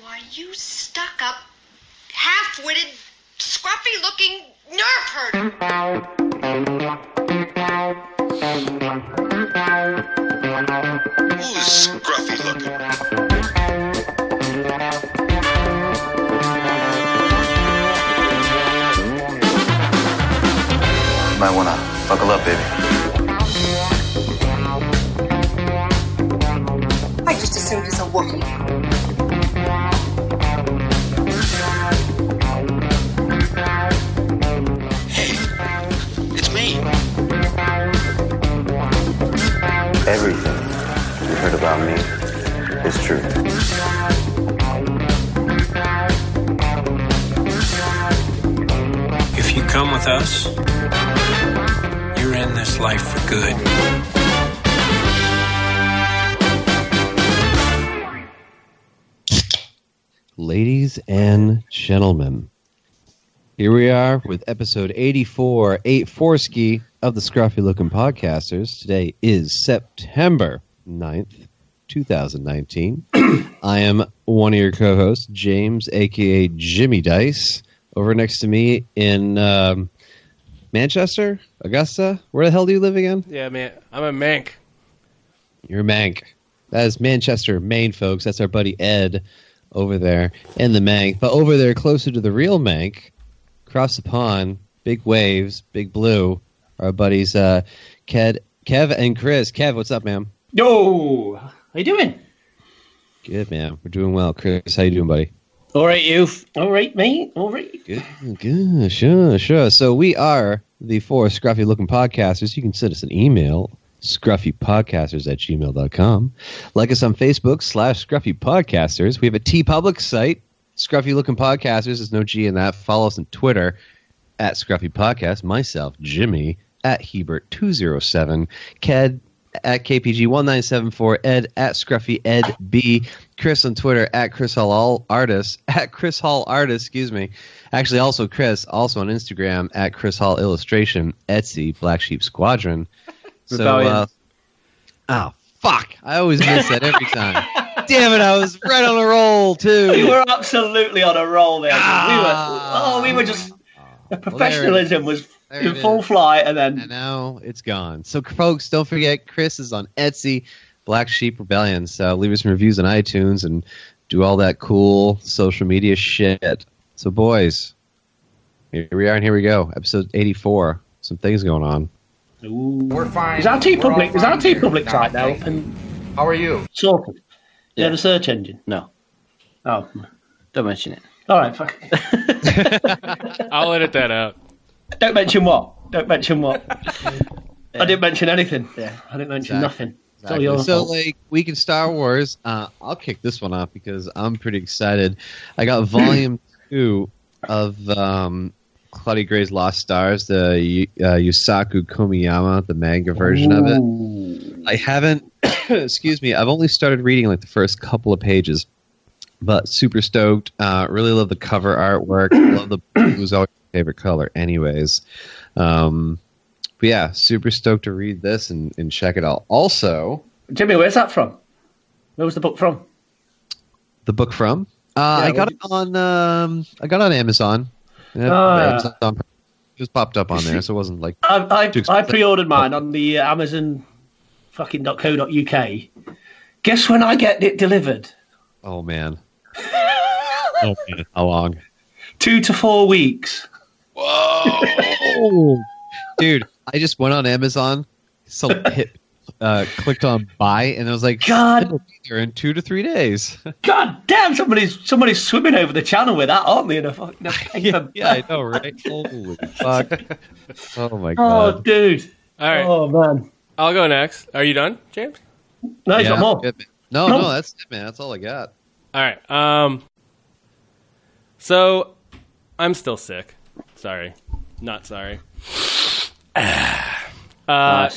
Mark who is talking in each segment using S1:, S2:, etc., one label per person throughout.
S1: Why, you stuck up, half witted, scruffy looking nerve herder.
S2: Who's scruffy looking?
S3: You might wanna buckle up, baby.
S4: I just assumed it's a Wookiee.
S2: It's me.
S3: Everything you heard about me is true.
S5: If you come with us, you're in this life for good.
S6: Ladies and gentlemen, here we are with episode 84, 8 Forsky of the Scruffy Looking Podcasters. Today is September 9th, 2019. I am one of your co hosts, James, aka Jimmy Dice. Over next to me in um, Manchester, Augusta. Where the hell do you live again?
S7: Yeah, man. I'm a mank.
S6: You're Mank. That is Manchester, Maine, folks. That's our buddy Ed over there in the Mank. But over there, closer to the real Mank, across the pond, big waves, big blue, our buddies uh, Ked, Kev and Chris. Kev, what's up, man?
S8: Yo, how you doing?
S6: Good, man. We're doing well. Chris, how you doing, buddy?
S8: All right, you. All right, mate. All right.
S6: Good, good, sure, sure. So we are the four scruffy looking podcasters. You can send us an email, scruffypodcasters at gmail.com. Like us on Facebook, slash scruffy podcasters. We have a T public site, scruffy looking podcasters. There's no G in that. Follow us on Twitter at scruffy podcast. Myself, Jimmy, at Hebert207, Ked at KPG1974, Ed at Scruffy Ed B, Chris on Twitter at Chris Hall All Artist, at Chris Hall Artist, excuse me. Actually, also Chris, also on Instagram at Chris Hall Illustration, Etsy, Black Sheep Squadron. So, uh, oh, fuck. I always miss that every time. Damn it, I was right on a roll, too.
S8: We were absolutely on a roll there.
S6: Ah.
S8: we were. Oh, we were just. The
S6: Well, there it is.
S8: professionalism was
S6: There
S8: in
S6: it
S8: full
S6: is.
S8: flight, and
S6: And
S8: then
S6: now it's gone. So, folks, don't forget Chris is on Etsy, Black Sheep Rebellion. So, leave us some reviews on iTunes and do all that cool social media shit. So, boys, here we are and here we go. Episode 84. Some things going on.
S9: We're fine.
S8: is our T
S9: We're all
S8: public? Is
S9: fine
S8: our T
S9: here.
S8: public site now
S9: Namaste.
S8: up and
S9: How are you?
S8: sorted? Yeah.
S7: Yeah.
S8: the search engine. No. Oh,
S7: Don't mention it.
S8: all right. Fuck.
S7: I'll edit that out.
S8: Don't mention what. Don't mention what. I didn't mention anything. Yeah, I didn't mention
S6: Exactly.
S8: nothing. It's all your
S6: So,
S8: fault.
S6: like, week in Star Wars, uh, I'll kick this one off because I'm pretty excited. I got Volume 2 of um, Claudia Gray's Lost Stars, the Yu- uh, Yusaku Komiyama, the manga version of it. I haven't, excuse me, I've only started reading like the first couple of pages, but super stoked. Uh, really love the cover artwork. love the blue was always my favorite color, anyways. Um, but yeah, super stoked to read this and, and check it out. Also,
S8: Jimmy, where's that from? Where was the book from?
S6: the book from. Uh,
S8: Yeah,
S6: I got
S8: what
S6: it on. Um, I got it on Amazon. Yeah,
S8: Ah.
S6: Amazon Prime. It just popped up on there, so it wasn't like
S8: I,
S6: Duke's-
S8: I, I pre-ordered mine on the uh, Amazon fucking .co.uk. Guess when I get it delivered?
S6: oh man. oh man, how long?
S8: Two to four weeks.
S6: Oh, dude, I just went on Amazon, so hit, uh, clicked on buy, and I was like,
S8: God.
S6: it'll be there in two to three days.
S8: God damn! Somebody's somebody's swimming over the channel with that, aren't they? In a fucking in a paper
S6: yeah, I
S8: bag.
S6: know, right? Holy fuck! Oh my
S8: Oh,
S6: god!
S8: dude.
S7: All right.
S8: Oh man.
S7: I'll go next. Are you done, James?
S8: No, he's
S6: Yeah,
S8: got more.
S6: good, man. No,
S8: No.
S6: no, that's it, man. That's all I got.
S7: All right. Um. So, I'm still sick. Sorry. Not sorry. uh,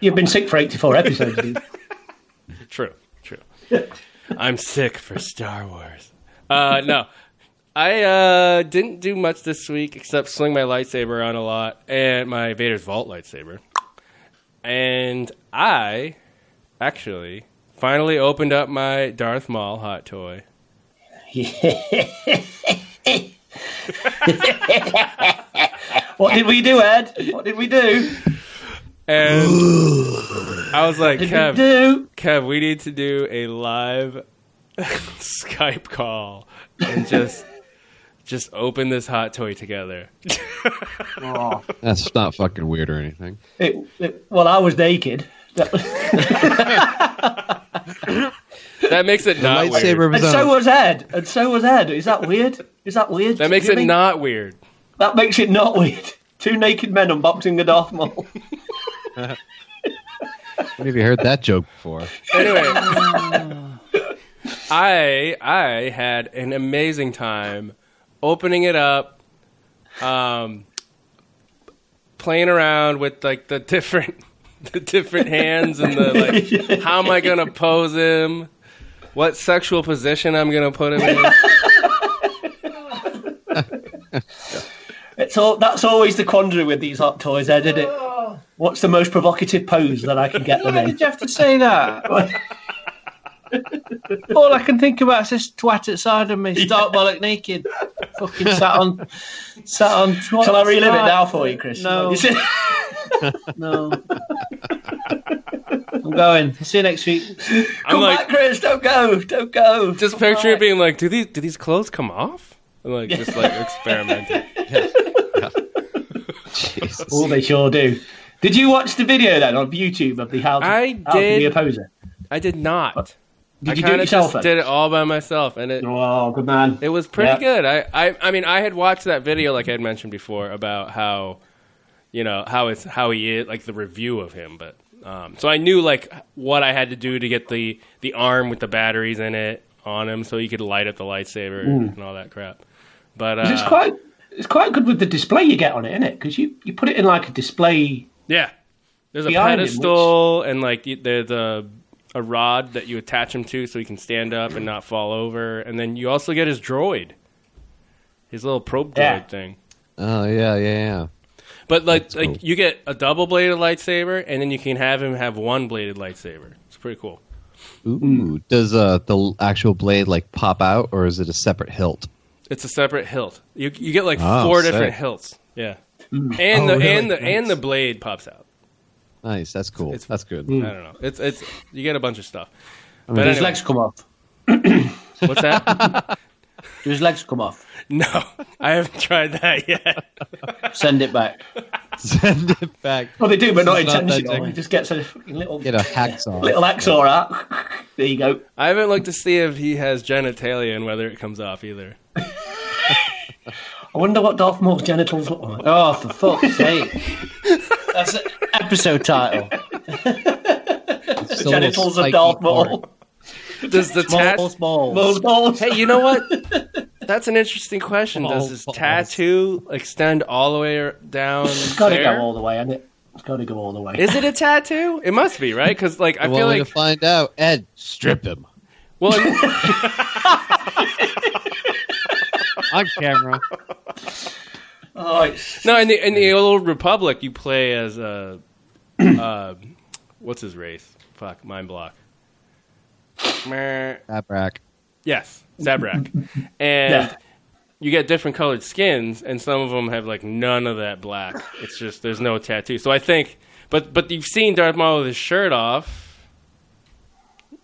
S8: You've been sick for eighty-four episodes. dude.
S7: True, true. I'm sick for Star Wars. Uh, no, I uh, didn't do much this week except sling my lightsaber around a lot and my Vader's Vault lightsaber. And I actually finally opened up my Darth Maul hot toy
S8: what did we do, Ed? What did we do?
S7: And I was like,
S8: Did
S7: Kev,
S8: we do?
S7: Kev, we need to do a live Skype call and just just open this hot toy together.
S8: Oh,
S6: That's not fucking weird or anything.
S8: it, it, well, I was naked. That was-
S7: That makes it not
S6: Lightsaber
S7: weird.
S8: and
S6: was
S8: so
S6: on.
S8: was Ed. And so was Ed. Is that weird? Is that weird?
S7: That makes it
S8: Jimmy?
S7: not weird.
S8: That makes it not weird. Two naked men unboxing a Darth Maul.
S6: When have you heard that joke before?
S7: Anyway, I I had an amazing time opening it up, um, playing around with like the different the different hands and the like. How am I gonna pose him? What sexual position I'm gonna put him in?
S8: It's all that's always the quandary with these hot toys, Ed, isn't it? What's the most provocative pose that I can get
S9: Oh.
S8: them
S9: Why
S8: in?
S9: did you have to say that? All I can think about is this twat outside of me, stark bollock naked, fucking sat on, sat on.
S8: Shall I relive it now for you, Chris?
S9: No.
S8: You see-
S9: No. I'm going. See you next week.
S7: I'm
S8: Come
S7: like,
S8: back, Chris. Don't go. Don't go.
S7: just picture it being like, do these do these clothes come off? And like just like experimenting.
S8: Oh, they sure do. Did you watch the video then on YouTube of the how,
S7: I
S8: how to be a
S7: did.
S8: poser?
S7: I did not.
S8: Did you
S7: I
S8: do it
S7: kind of
S8: yourself?
S7: just
S8: Then?
S7: did it all by myself, and it
S8: Oh, good man.
S7: It was pretty
S8: Yeah.
S7: good. I, I I mean I had watched that video like I had mentioned before about how you know how it's how he is like the review of him, but um, so I knew like what I had to do to get the the arm with the batteries in it on him so he could light up the lightsaber
S8: Mm.
S7: and all that crap. But uh,
S8: It's quite. It's quite good with the display you get on it, isn't it? Because you, you put it in like a display.
S7: yeah, there's a
S8: Behind him,
S7: pedestal and like you- there's a a rod that you attach him to so he can stand up and not fall over, and then you also get his droid, his little probe droid
S8: Yeah.
S7: thing.
S6: Oh yeah, yeah, yeah.
S7: But like,
S6: That's
S7: like
S6: cool.
S7: you get a double bladed lightsaber, and then you can have him have one bladed lightsaber. It's pretty cool.
S8: Hmm.
S6: Ooh, does uh, the actual blade like pop out, or is it a separate hilt?
S7: It's a separate hilt. You you get like
S6: Oh,
S7: four
S6: sick. Oh,
S7: different hilts. Yeah, and the and the and the blade pops out.
S6: Nice, that's cool.
S7: It's-
S6: that's good.
S8: Hmm.
S7: I don't know. It's it's you get a bunch of stuff.
S6: Mm. mean,
S7: but
S6: his
S7: anyway,
S9: Legs come off.
S7: what's that?
S9: Do his legs come off?
S7: no, I haven't tried that yet.
S9: Send it back.
S6: Send it back.
S8: Well, they do, but not
S6: It's not that
S8: intentional.
S6: technical.
S8: It just gets a fucking little
S6: Get a hacksaw.
S8: little axor out. there you go.
S7: I haven't looked to see if he has genitalia and whether it comes off either.
S8: I wonder what Darth Maul's genitals look like.
S9: Oh, for fuck's sake. That's an episode title.
S6: It's a little
S8: genitals of
S6: spiky
S8: Darth Maul.
S6: part.
S7: Does the tat-
S9: Balls, balls.
S8: Maul's balls.
S7: Hey, you know what? That's an interesting question. Does his
S6: Balls.
S7: tattoo extend all the way down
S8: It's got to
S7: there?
S8: go all the way, isn't it? It's got to go all the way.
S7: Is it a tattoo? It must be, right? Because like I
S6: Well,
S7: feel
S6: to
S7: like
S6: find out, Ed, strip him
S7: well, I-
S6: on camera.
S8: Oh, it's-
S7: no, in the in the old Republic, you play as a uh, what's his race? Fuck, mind block. Meh.
S6: Abrak.
S7: Yes, Zabrak, and
S8: Yeah.
S7: you get different colored skins, and some of them have like none of that black. It's just there's no tattoo. So I think, but but you've seen Darth Maul with his shirt off.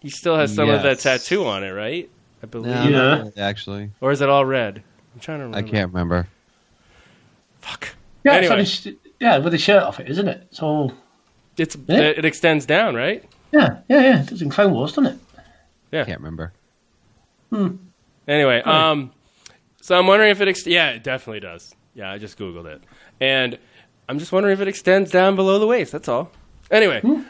S7: He still has some of
S6: Yes.
S7: that tattoo on it, right? I believe,
S6: No,
S8: Yeah.
S6: not actually,
S7: or is it all red? I'm trying to. Remember.
S6: I can't remember.
S7: Fuck.
S8: yeah,
S7: anyway.
S8: it's on his, yeah, with the shirt off it, isn't it? It's all.
S7: It's
S8: Yeah.
S7: it, it extends down, right?
S8: Yeah, yeah, yeah. It's in Clone Wars, doesn't it?
S7: Yeah.
S6: Can't remember.
S7: Anyway, um, so I'm wondering if it ex- yeah, it definitely does. Yeah, I just googled it, and I'm just wondering if it extends down below the waist. That's all. Anyway,
S8: Hmm.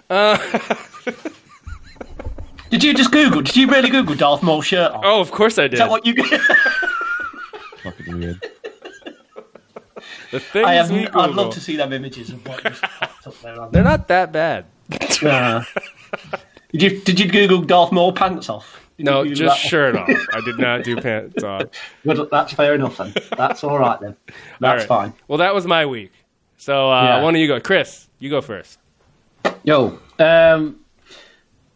S8: Did you just Google? Did you really Google Darth Maul shirt off?
S7: oh, of course I did.
S8: Is that what you?
S6: Fucking weird.
S7: The things
S8: I have.
S7: we
S8: I'd
S7: Google.
S8: love to see them images of what just popped up there. On
S7: They're not that bad.
S8: did you Did you Google Darth Maul pants off? Did
S7: No,
S8: you Google
S7: just
S8: that?
S7: shirt off. I did not do pants off.
S8: Good, that's fair enough then. That's all right then.
S7: All
S8: That's
S7: right.
S8: fine.
S7: Well, that was my week. So uh,
S8: Yeah.
S7: one of you go, Chris. You go first.
S9: Yo, um,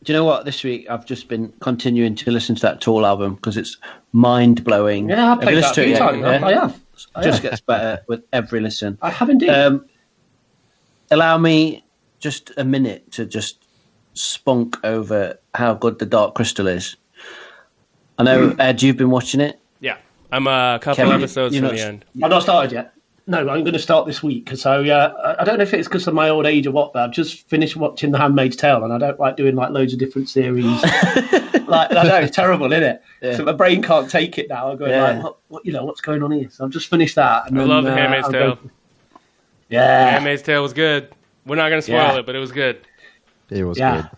S10: Do you know what? This week I've just been continuing to listen to that Tool album because it's mind blowing.
S8: Yeah, I played that a few times.
S10: Yeah,
S8: I have. I
S10: just
S8: have.
S10: gets better with every listen.
S8: I have indeed.
S10: Um, allow me just a minute to just spunk over how good the Dark Crystal is. I know,
S8: Mm.
S10: Ed, you've been watching it.
S7: Yeah, I'm uh, a couple
S10: Kevin,
S7: episodes
S10: you
S7: from
S10: know-
S7: the end.
S8: I've not started yet. No, I'm going to start this week. So yeah, I- I don't know if it's because of my old age or what, but I've just finished watching The Handmaid's Tale, and I don't like doing like loads of different series. like I know it's terrible, isn't it? So my brain can't take it now. I'm going
S10: Yeah.
S8: like, what, what, you know, what's going on here? So I've just finished that. And
S7: I
S8: then,
S7: love The
S8: uh,
S7: Handmaid's
S8: I'll
S7: Tale.
S8: go- Yeah,
S7: Handmaid's Tale was good. We're not gonna spoil
S8: Yeah.
S7: it, but it was good.
S6: It was
S8: yeah.
S6: good.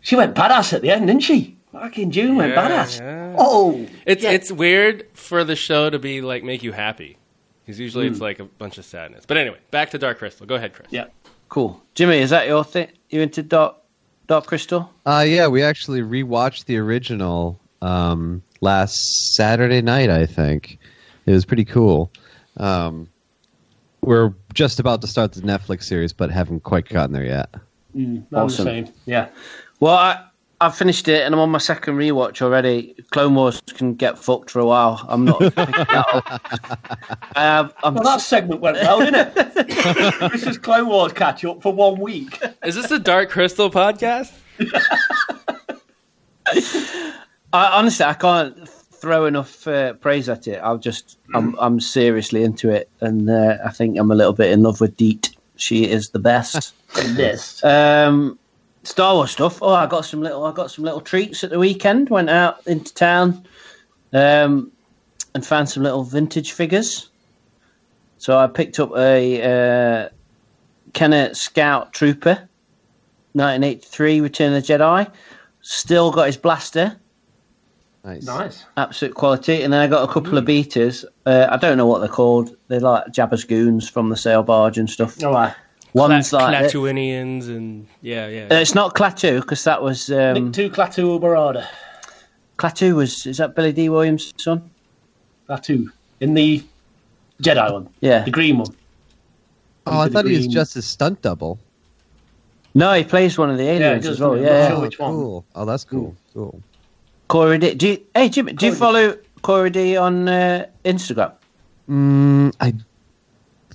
S8: She went badass at the end, didn't she? Fucking June went
S7: Yeah,
S8: badass.
S7: yeah.
S8: Oh,
S7: It's
S8: Yeah.
S7: it's weird for the show to be like make you happy, because usually
S8: Hmm.
S7: it's like a bunch of sadness. But anyway, back to Dark Crystal. Go ahead, Chris.
S8: yeah.
S10: Cool. Jimmy, is that your thing? You into Dark, Dark Crystal?
S6: Uh, yeah, we actually rewatched the original um, last Saturday night. I think it was pretty cool. Um, we're just about to start the Netflix series, but haven't quite gotten there yet.
S8: That
S10: Awesome.
S8: was the same. Yeah.
S10: Well, I, I've finished it and I'm on my second rewatch already. Clone Wars can get fucked for a while. I'm not picking that up. I have, I'm,
S8: Well, that segment went well, didn't it? this is Clone Wars catch up for one week.
S7: Is this the Dark Crystal podcast?
S10: I, honestly, I can't throw enough uh, praise at it. I'll just, I'm, I'm seriously into it, and uh, I think I'm a little bit in love with Deet. She is the best.
S8: This.
S10: um, Star Wars stuff. Oh, I got some little, I got some little treats at the weekend. Went out into town, um, and found some little vintage figures. So I picked up a uh, Kenner Scout Trooper, 1983, Return of the Jedi. Still got his blaster
S6: Nice.
S8: Nice.
S10: absolute quality. And then I got a
S8: Mm.
S10: couple of beaters. Uh, I don't know what they're called. They're like Jabba's goons from the sail barge and stuff.
S8: All right.
S10: One's
S8: uh,
S7: Cla-
S10: like
S7: Clatuinians and yeah, yeah.
S10: Uh, it's not Klaatu because that was
S8: Nick
S10: um,
S8: to Klaatu or Barada.
S10: Klaatu was is that Billy D Williams' son?
S8: Klaatu. In the Jedi one.
S10: Yeah.
S8: The green one.
S6: Oh, I
S8: Into the
S6: thought he was
S8: green.
S6: just his stunt double.
S10: No, he plays one of the aliens
S8: does,
S10: as well.
S8: doesn't
S10: Yeah,
S8: he? Not
S10: yeah.
S8: sure which one. Hmm.
S6: cool. Oh, that's cool. Cool.
S10: Corey D. Do you, hey Jimmy, do you follow Corey D on uh, Instagram?
S6: Mm, I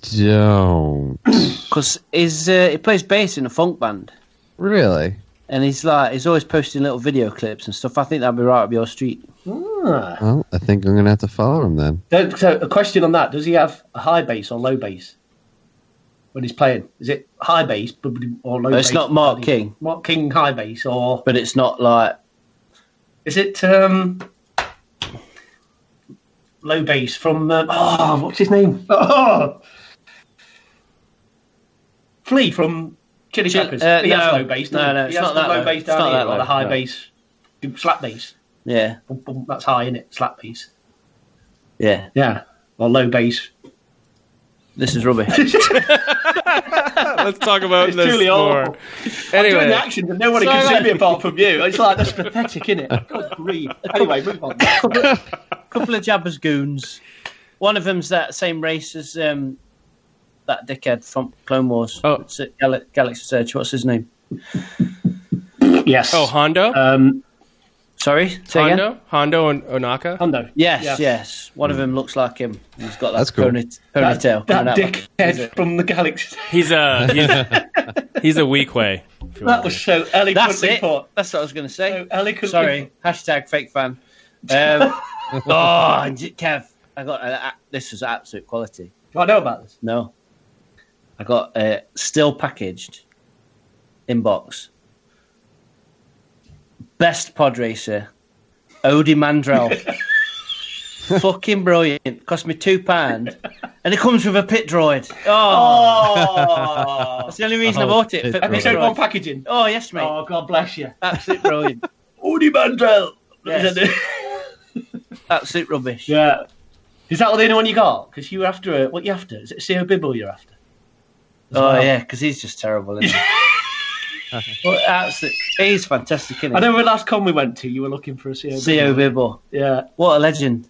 S6: don't
S10: Because he's uh, he plays bass in a funk band,
S6: really.
S10: and he's like he's always posting little video clips and stuff. I think that'd be right up your street.
S8: Ah.
S6: Well, I think I'm gonna have to follow him then.
S8: So, so a question on that. Does he have a high bass or low bass when he's playing? Is it high bass b- or low
S10: No,
S8: bass?
S10: it's not Mark King.
S8: Mark King high bass or
S10: But it's not like
S8: is it um, low bass from um, oh what's his name? Oh, Flea from Chili
S10: Chil-
S8: Peppers.
S10: uh,
S8: he has
S10: no.
S8: low bass.
S10: No,
S8: doesn't
S10: no,
S8: he?
S10: it's
S8: he has
S10: not
S8: the
S10: that
S8: low
S10: low.
S8: bass
S10: It's
S8: down
S10: not
S8: here
S10: that
S8: or
S10: low,
S8: the high
S10: no.
S8: bass, slap bass.
S10: yeah,
S8: Boom, boom, that's high in it, slap bass.
S10: yeah.
S8: Yeah, or low bass.
S10: This is rubbish.
S7: Let's talk about
S8: It's
S7: this
S8: truly
S7: more.
S8: awful.
S7: Anyway,
S8: doing the actions and no one can see me apart from you. It's like that's pathetic, isn't it? God grieve. Anyway, move on.
S10: couple of Jabba's goons. One of them's that same race as um, that dickhead from Clone Wars.
S7: Oh.
S10: It's at Gal- Galaxy Search. What's his name?
S8: Yes.
S7: oh Hondo,
S8: um,
S10: Sorry, say again?
S7: Hondo, Hondo, and Onaka.
S8: Hondo.
S10: Yes,
S8: Yes.
S10: yes, One of them looks like him. He's got that
S6: That's cool.
S10: pony- ponytail.
S8: That, that
S10: coming out.
S8: dickhead from the galaxy.
S7: He's a he's, he's a weak way.
S8: That was so eloquently
S10: That's it.
S8: put.
S10: That's what I was going to
S8: So uh,
S10: say.
S8: eloquently.
S10: Sorry. Hashtag fake fan. Um, oh, and j- Kev, I got uh, this was absolute quality.
S8: Do I know about this?
S10: No, I got uh, still packaged inbox. Best pod racer, Odie Mandrell. Fucking brilliant. Cost me two pound, and it comes with a pit droid. Oh,
S8: Oh.
S10: that's the only reason I
S6: Oh,
S10: bought it.
S6: pit
S10: For
S8: Have you
S10: pit
S6: droid.
S8: shown one
S10: droid.
S8: packaging?
S10: Oh yes, mate.
S8: Oh, God bless you.
S10: Absolute brilliant.
S8: Udi Mandrell.
S10: Yes. Absolute rubbish.
S8: yeah. Is that the only one you got? Because you were after a, what you after? Is it CO Bibble you're after?
S10: oh yeah, because he's just terrible. Isn't he? well, absolute, he's fantastic. Isn't he?
S8: I know the last con we went to, you were looking for a CO
S10: Co Bibble.
S8: Yeah.
S10: What a legend.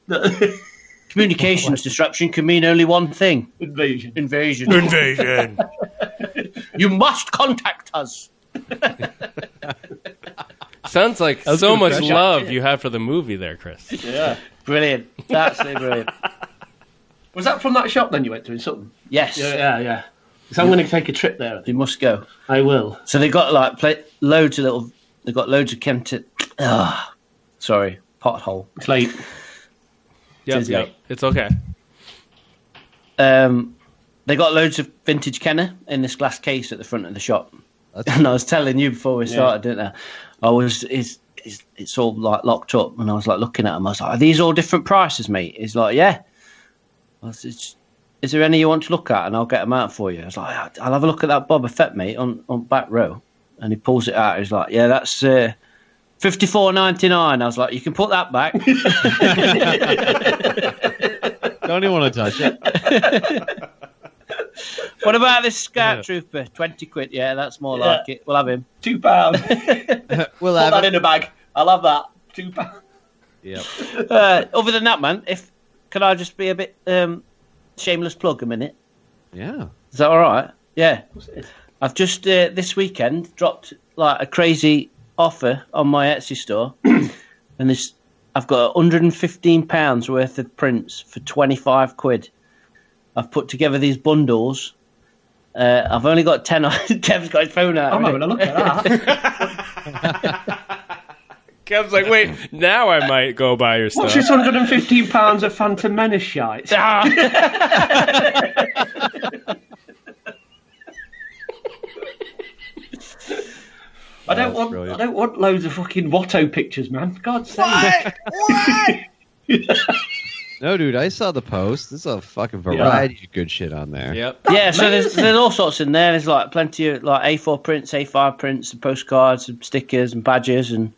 S10: Communications disruption can mean only one thing
S8: Invasion.
S10: invasion.
S7: Invasion.
S10: you must contact us.
S7: Sounds like
S10: was
S7: so
S10: good
S7: much
S10: pressure.
S7: love you have for the movie there, Chris.
S8: Yeah.
S10: Brilliant. That's brilliant.
S8: Was that from that shop then you went to in Sutton?
S10: Yes,
S8: Yeah, yeah, yeah. So I'm going to take a trip there. I think.
S10: you must go.
S8: I will.
S10: So they got like pla loads of little. They got loads of Kempton. Ah, sorry, pothole.
S8: It's late.
S7: Yep,
S10: Disney.
S7: yep. It's okay.
S10: Um, they got loads of vintage Kenner in this glass case at the front of the shop.
S6: That's-
S10: And I was telling you before we started, didn't I? I was is it's, it's all like locked up, and I was like looking at them. I was like, "Are these all different prices, mate?" He's like, "Yeah." I was, "Is- "Is there any you want to look at?" And I'll get them out for you. I was like, "I'll have a look at that Boba Fett, mate, on on back row." And he pulls it out. He's like, "Yeah, that's uh, fifty four ninety nine. I was like, "You can put that back."
S6: Don't even want to touch it.
S10: what about this Scout Trooper? Twenty quid. Yeah, that's more like it. We'll have him.
S8: Two pounds. Put
S6: We'll
S8: that
S6: have it.
S8: in a bag. I'll have that. Two pounds.
S6: Yep.
S10: Uh, other than that, man, if can I just be a bit um, shameless plug a minute?
S6: Yeah.
S10: Is that all right? Yeah. I've just uh, this weekend dropped like a crazy offer on my Etsy store, and this I've got 115 pounds worth of prints for 25 quid. I've put together these bundles. Uh, I've only got 10. on- Kev's got his phone out.
S8: I'm having a look at that.
S7: Kev's like, wait, now I might go buy your stuff.
S8: What's this 115 pounds of Phantom Menace shite?
S10: Ah.
S8: I don't want.
S6: brilliant.
S8: I don't want loads of fucking Watto pictures, man. For God's sake.
S1: What? What?
S6: No, dude, I saw the post. There's a fucking variety of good shit on there.
S7: Yep.
S10: yeah, so there's,
S8: amazing.
S10: there's all sorts in there. There's like plenty of like A4 prints, A5 prints, and postcards, and stickers, and badges, and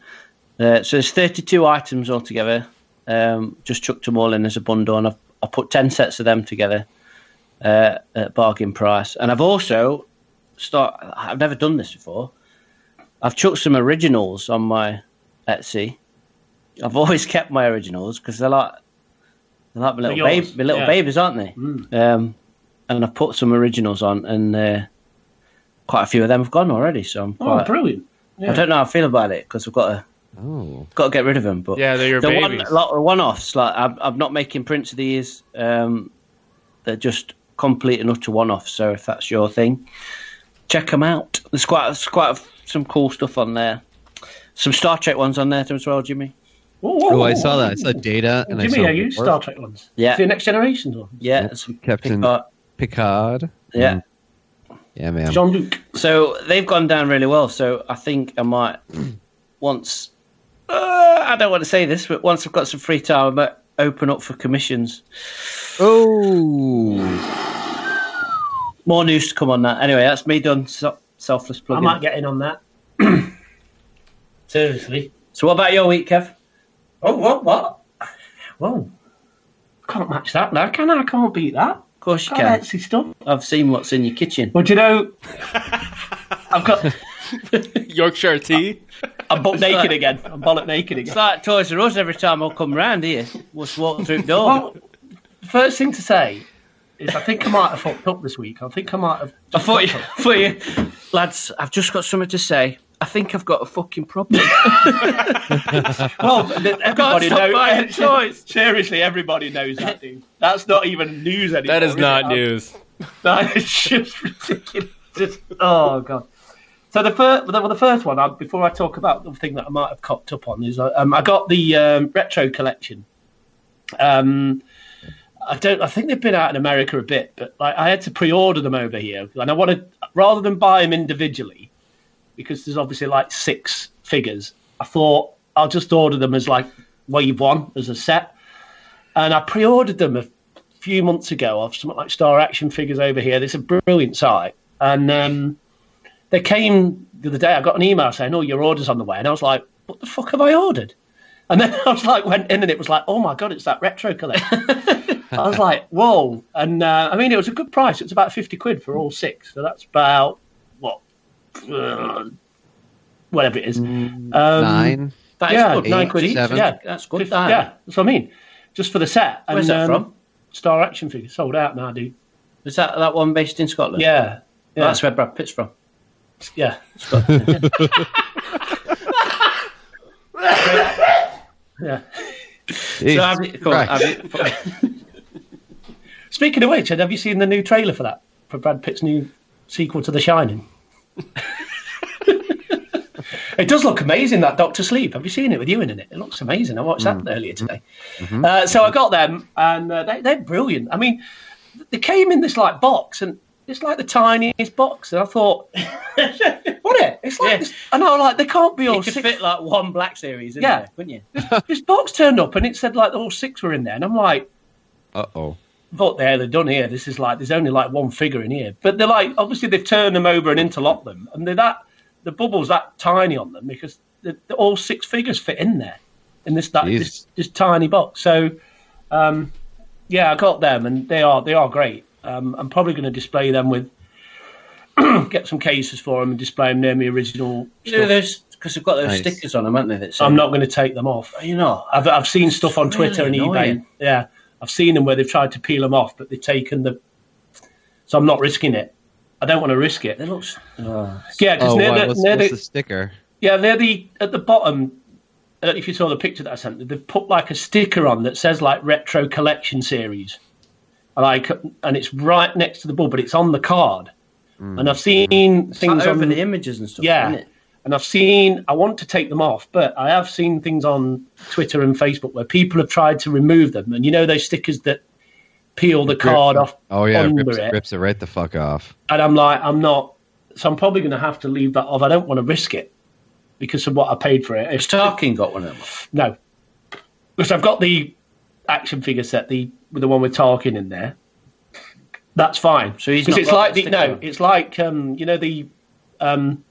S10: uh, so there's 32 items altogether. Um, just chucked them all in as a bundle, and I've, I put 10 sets of them together uh, at bargain price. And I've also start. I've never done this before. I've chucked some originals on my Etsy. I've always kept my originals because they're like they're like my little
S8: yours,
S10: babe, my little
S8: yeah. Mm.
S10: babies, aren't they? Um, and I've put some originals on, and uh, quite a few of them have gone already. So I'm
S8: Oh,
S10: quite.
S8: brilliant!
S10: I don't know how I feel about it because we've got to
S6: Oh.
S10: got to get rid of them. But
S7: Yeah, they're your
S10: the one,
S7: babies.
S10: lot of one-offs. Like I'm, I'm not making prints of these. Um, they're just complete and utter one-offs. So if that's your thing, check them out. There's quite there's quite some cool stuff on there. Some Star Trek ones on there too as well, Jimmy.
S8: Whoa, whoa,
S6: Oh,
S8: whoa,
S6: I saw
S8: whoa.
S6: that. I saw data and I
S8: Jimmy,
S6: saw
S8: are you
S6: Warp.
S8: Star Trek ones?
S10: Yeah.
S8: the Next Generation one.
S10: Yeah, some
S6: Captain-
S10: Picard.
S6: Picard.
S10: Yeah.
S6: Yeah, man.
S8: Jean Luc.
S10: So they've gone down really well. So I think I might once. Uh, I don't want to say this, but once I've got some free time, I might open up for commissions.
S6: Oh.
S10: More news to come on that. Anyway, that's me done. So- selfless
S8: I
S10: plugging.
S8: might get in on that. Seriously.
S10: So what about your week, Kev?
S8: Oh, what? What? Whoa! Can't match that now, can I? I can't beat that.
S10: Of course you
S8: Can't
S10: can.
S8: Etsy stuff.
S10: I've seen what's in your kitchen.
S8: Well, do you know? I've got.
S7: Yorkshire tea.
S8: I'm butt naked again. I'm bollock naked
S10: It's
S8: again.
S10: like Toys R Us every time I come round here. We'll just walk through the door.
S8: Well, the first thing to say is I think I might have fucked up this week. I think I might have.
S10: I thought you, I thought you, lads, I've just got something to say. I think I've got a fucking problem.
S8: Well, th-
S10: can't
S8: everybody
S10: stop buying
S8: knows.
S10: toys.
S8: Seriously, everybody knows that, dude. That's not even news anymore.
S7: That is
S8: it?
S7: not
S8: I'm-
S7: news.
S8: That is just ridiculous. Just- oh god. So the first, well, the first one. I, before I talk about the thing that I might have cocked up on is, uh, um, I got the um, retro collection. Um, I don't. I think they've been out in America a bit, but like I had to pre-order them over here, and I wanted rather than buy them individually, because there's obviously like six figures. I thought I'll just order them as like wave one as a set, and I pre-ordered them a few months ago of something like Star Action Figures over here. It's a brilliant site, and um, they came the other day. I got an email saying, "Oh, your order's on the way," and I was like, "What the fuck have I ordered?" And then I was like, went in and it was like, "Oh my god, it's that retro collection." I was like, "Whoa!" And uh, I mean, it was a good price. It was about fifty quid for all six, so that's about what, uh, whatever it is, um,
S6: Nine.
S10: That is
S8: Yeah,
S10: good.
S8: nine
S6: eight,
S8: quid each.
S6: seven.
S8: Yeah,
S10: That's good.
S8: Fif-
S10: that.
S8: yeah, that's what I mean. Just for the set.
S10: Where's
S8: and,
S10: that
S8: um,
S10: from?
S8: Star Action Figures sold out now, dude.
S10: Is that that one based in Scotland?
S8: Yeah. Yeah.
S10: That's where Brad Pitt's from.
S8: yeah. yeah.
S10: So have you, come on,
S6: Christ.
S10: have you,
S8: Speaking of which, have you seen the new trailer for that for Brad Pitt's new sequel to The Shining? it does look amazing. That Doctor Sleep. Have you seen it with you in it? It looks amazing. I watched
S10: Mm.
S8: that earlier
S10: Mm-hmm.
S8: today. Uh, so I got them, and uh, they, they're brilliant. I mean, they came in this like box, and it's like the tiniest box, and I thought, what it? It's like,
S10: Yeah.
S8: this, I know, like they can't be all
S10: you could
S8: six
S10: fit like one Black Series in
S8: Yeah.
S10: there, couldn't you?
S8: this box turned up and it said like all six were in there, and I'm like,
S6: Uh oh.
S8: what the hell are done here? This is like there's only like one figure in here, but they're like obviously they've turned them over and interlocked them, and they're that the bubbles that tiny on them because the the- all six figures fit in there in this that
S6: Jeez.
S8: this, this tiny box. So, um, yeah, I got them and they are they are great. Um, I'm probably going to display them with get some cases for them and display them near my original.
S10: You know
S8: Stuff.
S10: those because they've got those
S6: Nice.
S10: stickers on them, haven't they? That say,
S8: I'm not going to take them off.
S10: You know,
S8: I've, I've seen stuff on Twitter
S10: really
S8: and
S10: annoying.
S8: eBay. Yeah, I've seen them where they've tried to peel them off, but they've taken the. So I'm not risking it. I don't want to risk it.
S10: they look. s- Oh,
S8: Yeah, because
S6: Oh,
S8: near,
S6: wow.
S8: the,
S6: What's,
S8: near
S6: what's
S8: the,
S6: the sticker?
S8: yeah, near the at the bottom. I don't know if you saw the picture that I sent. They've put like a sticker on that says like retro collection series, And like and it's right next to the ball, but it's on the card.
S6: Hmm.
S8: And I've seen things
S10: things
S8: on
S10: over the images and stuff.
S8: yeah.
S10: isn't it?
S8: And I've seen, I want to take them off, but I have seen things on Twitter and Facebook where people have tried to remove them. And you know those stickers that peel the card off
S6: Oh yeah,
S8: under
S6: rips,
S8: it.
S6: rips it right the fuck off.
S8: And I'm like, I'm not, so I'm probably going to have to leave that off. I don't want to risk it because of what I paid for it. It's
S10: Tarkin got one of them.
S8: No. Because I've got the action figure set, the with the one with Tarkin in there. That's fine.
S10: So he's
S8: 'Cause
S10: not
S8: it's
S10: got
S8: like
S10: that
S8: the, no,
S10: sticker on?
S8: it's like um, you know the um,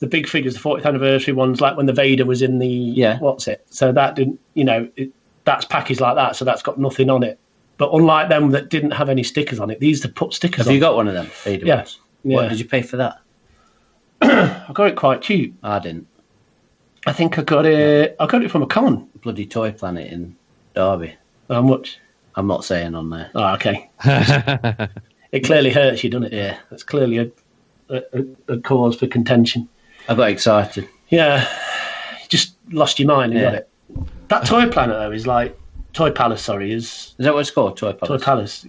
S8: the big figures, the 40th anniversary ones, like when the Vader was in the
S10: Yeah.
S8: what's it? So that didn't, you know, it, that's packaged like that, so that's got nothing on it. But unlike them that didn't have any stickers on it, these have put stickers
S10: Have
S8: on.
S10: you got one of them? Vader
S8: Yeah.
S10: ones?
S8: Yeah.
S10: What did you pay for that?
S8: I got it quite cheap.
S10: I didn't.
S8: I think I got it. I got it from a con. um,
S10: Bloody Toy Planet in Derby.
S8: How much?
S10: I'm not saying on there.
S8: Oh, okay. it clearly hurts you, doesn't it?
S10: Yeah.
S8: That's clearly a, a, a- a cause for contention.
S10: I got excited.
S8: Yeah, you just lost your mind and got
S10: Yeah.
S8: it. That Toy Planet though is like Toy Palace. Sorry, is
S10: Is that what it's called? Toy
S8: Toy
S10: Planet.
S8: Palace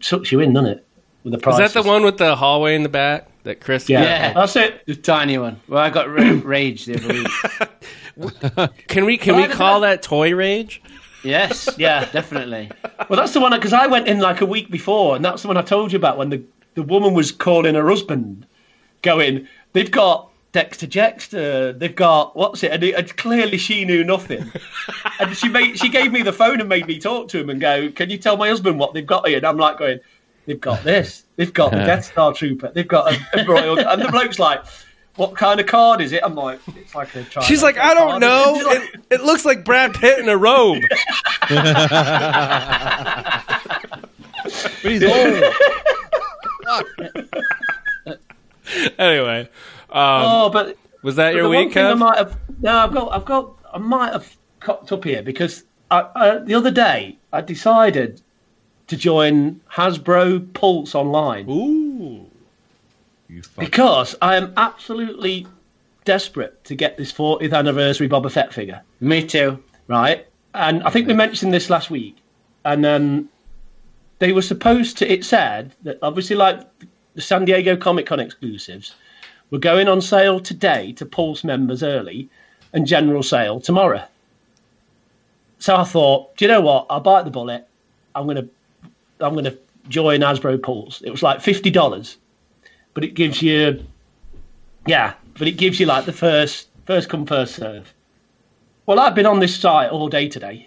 S8: sucks you in, doesn't it? With the
S7: Is
S8: price.
S7: that the one with the hallway in the back that Chris?
S8: Yeah.
S10: Yeah.
S8: that's it.
S10: The tiny one. Well, I got ra- rage the other week.
S7: Can we can we call that toy rage?
S10: Yes.
S8: Yeah.
S10: Definitely.
S8: Well, that's the one because I went in like a week before, and that's the one I told you about when the the woman was calling her husband, going, "They've got." Dexter Jexter, they've got what's it? And, it, and clearly she knew nothing. and she made she gave me the phone and made me talk to him and go, "Can you tell my husband what they've got here?" And I'm like going, "They've got this. They've got the Death Star Trooper. They've got a, a royal." And the bloke's like, "What kind of card is it?" I'm like, "It's like a." China
S7: She's like, I don't
S8: card."
S7: know.
S8: She's like,
S7: It, it looks like Brad Pitt in a robe.
S6: But he's old.
S7: anyway,
S8: oh, but
S7: was that your
S8: the one
S7: week?
S8: thing I
S7: Kev?
S8: might have, no, I've got, I've got, I might have cocked up here because I, I, the other day I decided to join Hasbro Pulse online
S7: Ooh.
S6: You fuck.
S8: because I am absolutely desperate to get this 40th anniversary Boba Fett figure,
S10: Me too.
S8: right? And I think we mentioned this last week, and um, they were supposed to. It said that obviously, like the San Diego Comic Con exclusives, were going on sale today to Pulse members early, and general sale tomorrow. So I thought, do you know what? I'll bite the bullet. I'm gonna, I'm gonna join Hasbro Pulse. It was like fifty dollars, but it gives you, yeah, but it gives you like the first first come first serve. Well, I've been on this site all day today,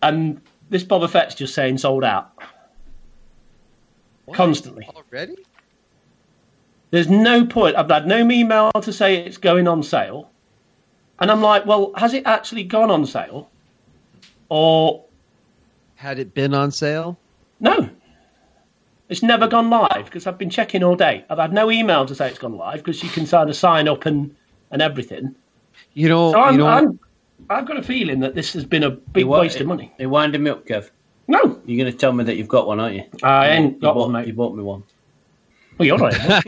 S8: and this Boba Fett's just saying sold out constantly.
S6: Already?
S8: There's no point. I've had no email to say it's going on sale. And I'm like, well, has it actually gone on sale? Or
S6: Had it been on sale?
S8: no. It's never gone live because I've been checking all day. I've had no email to say it's gone live because you can sign a sign up and, and everything.
S6: You know,
S8: So I'm,
S6: you know
S8: I'm, I've got a feeling that this has been a big
S10: It wa-
S8: waste of money.
S10: It, it winded me up, Kev.
S8: No,
S10: You're going to tell me that you've got one, aren't you?
S8: I ain't
S10: You
S8: got
S10: bought-
S8: one,
S10: You
S8: mate.
S10: bought me one.
S8: Well, you're right.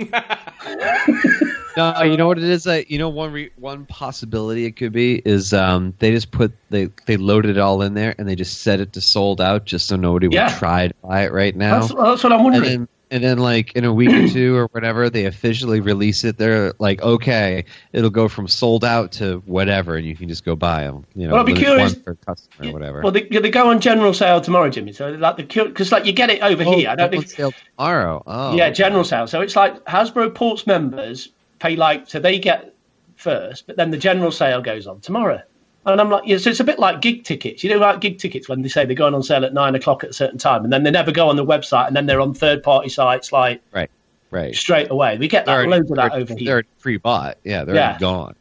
S6: No, you know what it is. That you know one re- one possibility it could be is um, they just put they they loaded it all in there and they just set it to sold out just so nobody
S8: Yeah.
S6: would try to buy it right now.
S8: That's, that's what I'm
S6: and
S8: wondering.
S6: then and then like in a week or two or whatever they officially release it. They're like, okay, it'll go from sold out to whatever, and you can just go buy them. You know,
S8: Well, I'd be
S6: limit
S8: curious-
S6: one per customer or whatever.
S8: Well, they, they go on general sale tomorrow, Jimmy. So like the because like you get it over here. I don't
S6: it's
S8: know
S6: on
S8: if-
S6: Oh, sale tomorrow. Oh,
S8: Yeah, general sale. So it's like Hasbro Ports members pay like so they get first, but then the general sale goes on tomorrow. And I'm like, yeah, so it's a bit like gig tickets. You know, like gig tickets when they say they're going on sale at nine o'clock at a certain time, and then they never go on the website, and then they're on third party sites like
S6: right, right.
S8: straight away. We get that
S6: They're
S8: loads of that
S6: they're-
S8: over
S6: They're
S8: here,
S6: pre-bought. Yeah, they're
S8: Yeah.
S6: gone.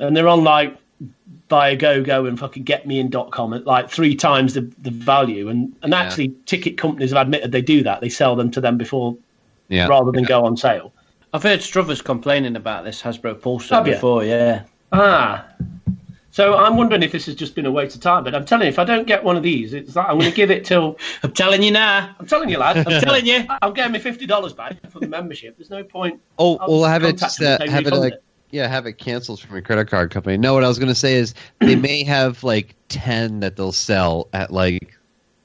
S8: and they're on like buy a go go and fucking get me in dot com at like three times the, the value. And and
S6: Yeah.
S8: actually, ticket companies have admitted they do that. They sell them to them before
S6: Yeah,
S8: rather than go on sale.
S10: I've heard Struthers complaining about this Hasbro Pulsar
S8: Have you?
S10: before, yeah.
S8: Ah. So I'm wondering if this has just been a waste of time, but I'm telling you, if I don't get one of these, it's like I'm going to give it till.
S10: I'm telling you now.
S8: I'm telling you, lad. I'm
S10: I'm
S8: telling
S10: telling you.
S8: you, I'm getting my fifty dollars back for the membership. There's no point.
S6: Oh,
S8: I'll
S6: well,
S8: just
S6: have it
S8: contact
S6: just,
S8: them
S6: uh,
S8: and say
S6: have it
S8: refund
S6: like yeah, have it canceled from your credit card company. No, what I was going to say is they may have like ten that they'll sell at like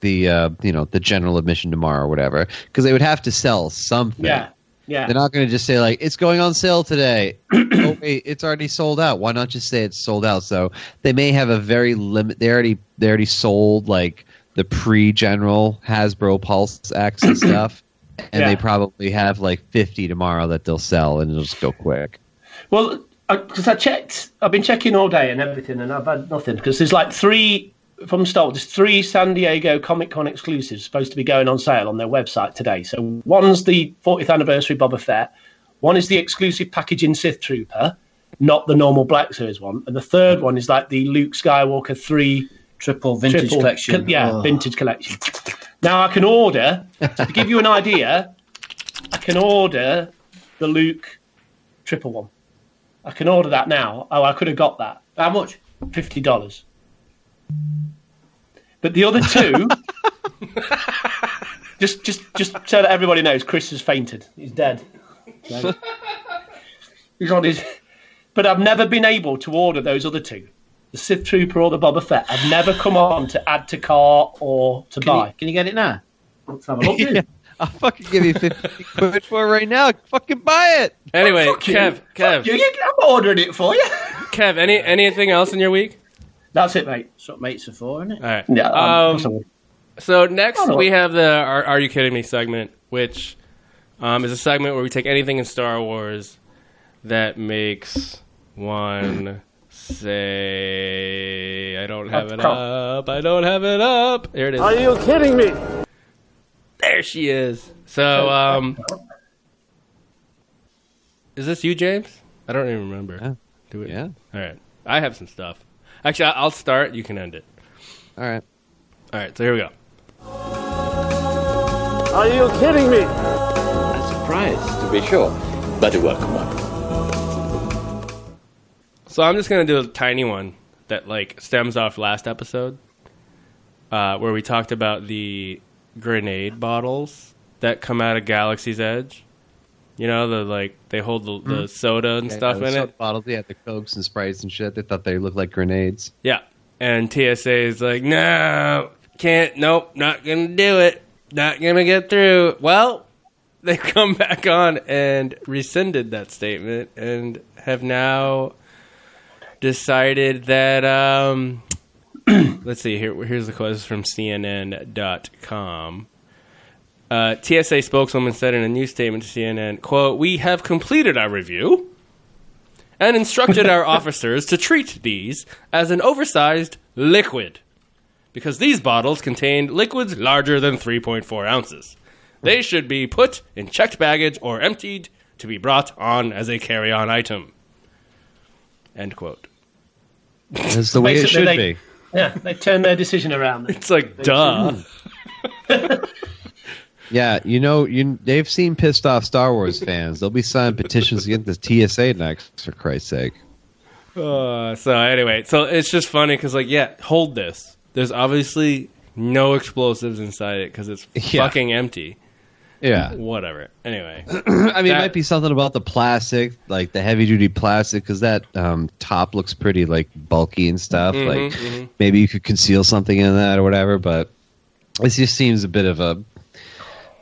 S6: the uh, you know the general admission tomorrow or whatever because they would have to sell something.
S8: Yeah, yeah.
S6: They're not going to just say like it's going on sale today. oh wait, it's already sold out. Why not just say it's sold out? So they may have a very limit. They already they already sold like the pre general Hasbro Pulse X and stuff, and
S8: Yeah.
S6: they probably have like fifty tomorrow that they'll sell, and it'll just go quick.
S8: Well, because I, checked, I've been checking all day and everything, and I've had nothing. Because there's like three from Stolt, there's three San Diego Comic Con exclusives supposed to be going on sale on their website today. So one's the 40th anniversary Boba Fett, one is the exclusive package in Sith Trooper, not the normal Black Series one, and the third one is like the Luke Skywalker three
S10: Triple vintage
S8: triple-
S10: collection.
S8: co- yeah,
S10: Oh.
S8: vintage collection. Now I can order to give you an idea. I can order the Luke triple one. I can order that now. Oh, I could have got that
S10: How much?
S8: fifty dollars. But the other two, just just just so that everybody knows, Chris has fainted. He's dead. So- he's on his. But I've never been able to order those other two, the Sith Trooper or the Boba Fett. I've never come on to add to cart or to
S10: Can
S8: buy.
S10: you, can you get it now?
S8: Let's have a look, dude.
S6: I'll fucking give you fifty quid for it right now. Fucking buy it.
S7: Anyway,
S8: Fuck you.
S7: Kev, Kev,
S8: You- you- I'm ordering it for you.
S7: Kev, any anything else in your week?
S8: That's it, mate.
S10: That's what mates are for, isn't it?
S7: All right.
S8: Yeah.
S7: Um,
S8: I'm-
S7: So next
S8: Oh.
S7: we have the are, "Are You Kidding Me?" segment, which um, is a segment where we take anything in Star Wars that makes one say, "I don't have it up. I don't have it up." There it is. Are you kidding me? There she is. So, um, is this you, James? I don't even remember.
S6: Yeah.
S7: Do it.
S6: Yeah.
S7: All right. I have some stuff. Actually, I- I'll start. You can end it.
S6: All right.
S7: All right. So here we go. So I'm just gonna do a tiny one that like stems off last episode, uh, where we talked about the grenade bottles that come out of Galaxy's Edge. You know, the like they hold the, the soda and stuff
S6: Mm. Yeah,
S7: in
S6: the
S7: it.
S6: soda Bottles. Yeah, the cokes and sprites and shit. They thought they looked like grenades.
S7: Yeah, and TSA is like, no, can't, nope, not gonna do it, not gonna get through. Well, they come back on and rescinded that statement and have now decided that um let's see here here's the quote this is from cnn.com uh, tsa spokeswoman said in a news statement to cnn quote we have completed our review and instructed our officers to treat these as an oversized liquid because these bottles contained liquids larger than 3.4 ounces they should be put in checked baggage or emptied to be brought on as a carry-on item end quote
S6: That's the way it
S8: Basically,
S6: should
S8: they-
S6: be.
S8: Yeah, they turn their decision around.
S7: It's like, duh.
S6: Yeah, you know, you they've seen pissed off Star Wars fans. They'll be signing petitions against the TSA next, for Christ's sake.
S7: Uh, so anyway, so it's just funny because like, yeah, hold this. There's obviously no explosives inside it because it's
S6: Yeah.
S7: fucking empty.
S6: Yeah.
S7: Whatever. Anyway,
S6: I mean, it
S7: That-
S6: might be something about the plastic, like the heavy duty plastic, because that um, top looks pretty like bulky and stuff. like maybe you could conceal something in that or whatever. But it just seems a bit of a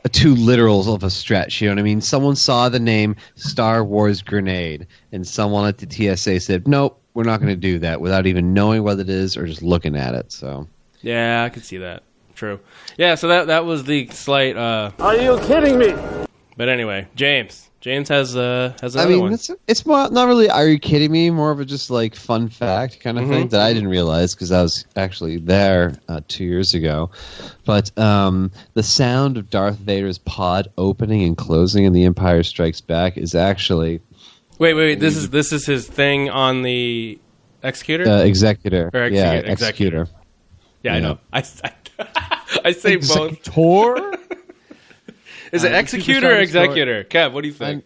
S6: a too literal of a stretch. You know what I mean? Someone saw the name Star Wars grenade, and someone at the TSA said, "Nope, we're not going to do that," without even knowing what it is or just looking at it. So
S7: yeah, I could see that. True. Yeah, so that that was the slight. Uh, Are you kidding me? But anyway, James. James has uh has
S6: I
S7: another
S6: mean,
S7: one.
S6: it's it's more, not really. Are you kidding me? More of a just like fun fact kind
S7: Mm-hmm.
S6: of thing that I didn't realize because I was actually there uh, two years ago. But um, the sound of Darth Vader's pod opening and closing in The Empire Strikes Back is actually
S7: Wait, wait, wait. This is this is his thing on the executor.
S6: uh, executor.
S7: Or execu-
S6: yeah,
S7: executor.
S6: executor.
S7: yeah, I
S6: yeah.
S7: know. I I, I say both.
S6: Executor.
S7: Is it
S6: Uh,
S7: executor or
S6: Superstar Destroyer.
S7: executor? Kev, what do you think?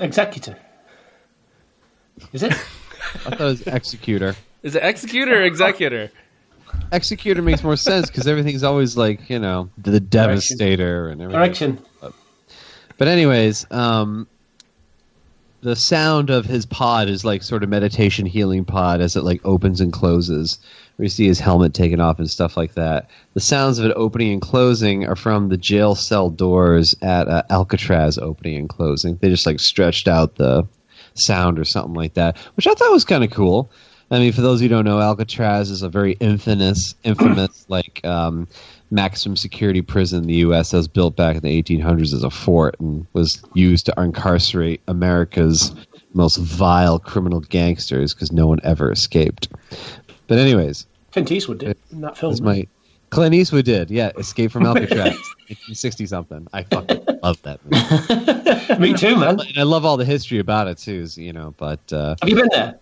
S8: Executor. Is it?
S6: I thought it was executor.
S7: Is it executor or executor?
S6: Executor makes more sense because everything's always like you know the devastator and everything.
S8: Correction.
S6: But anyways, um, the sound of his pod is like sort of meditation healing pod as it like opens and closes. We see his helmet taken off and stuff like that. The sounds of it opening and closing are from the jail cell doors at uh, Alcatraz opening and closing. They just like stretched out the sound or something like that, which I thought was kind of cool. I mean, for those who don't know, Alcatraz is a very infamous, infamous like um, maximum security prison in the U.S. that was built back in the 1800s as a fort and was used to incarcerate America's most vile criminal gangsters because no one ever escaped. But anyways,
S8: Clint Eastwood did in that film.
S6: that's my Clint Eastwood did, yeah, Escape from Alcatraz, 1960 something. I fucking love that movie,
S8: Me too, man.
S6: and I love all the history about it too. so, you know, but uh,
S8: Have you been there?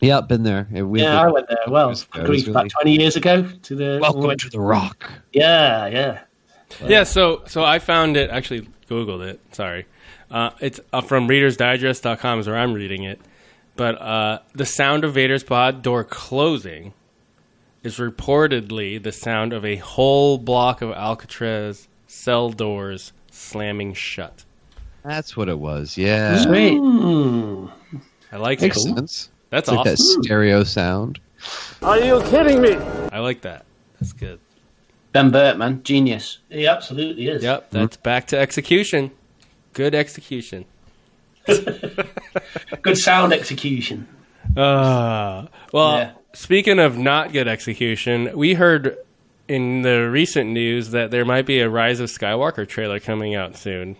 S6: yeah, been there. We-
S8: Yeah, I went there. Well,
S6: It was
S8: grief, about
S6: really-
S8: twenty years ago. To the
S6: Welcome to the Rock.
S8: Yeah, yeah.
S7: Yeah, so so I found it actually Googled it. Sorry, uh, it's uh, from ReadersDigest.com is where I'm reading it. But uh, the sound of Vader's pod door closing is reportedly the sound of a whole block of Alcatraz cell doors slamming shut.
S6: That's what it was. Yeah,
S10: Sweet.
S8: Hmm.
S7: I like it.
S6: makes sense.
S7: That's
S6: It's like that
S7: awesome.
S6: stereo sound.
S7: I like that. That's good.
S10: Ben Burt, man, genius.
S8: He absolutely is.
S7: Yep, that's back to execution. Good execution.
S8: Good sound execution.
S7: Uh, well,
S8: Yeah.
S7: speaking of not good execution, we heard in the recent news that there might be a Rise of Skywalker trailer coming out soon.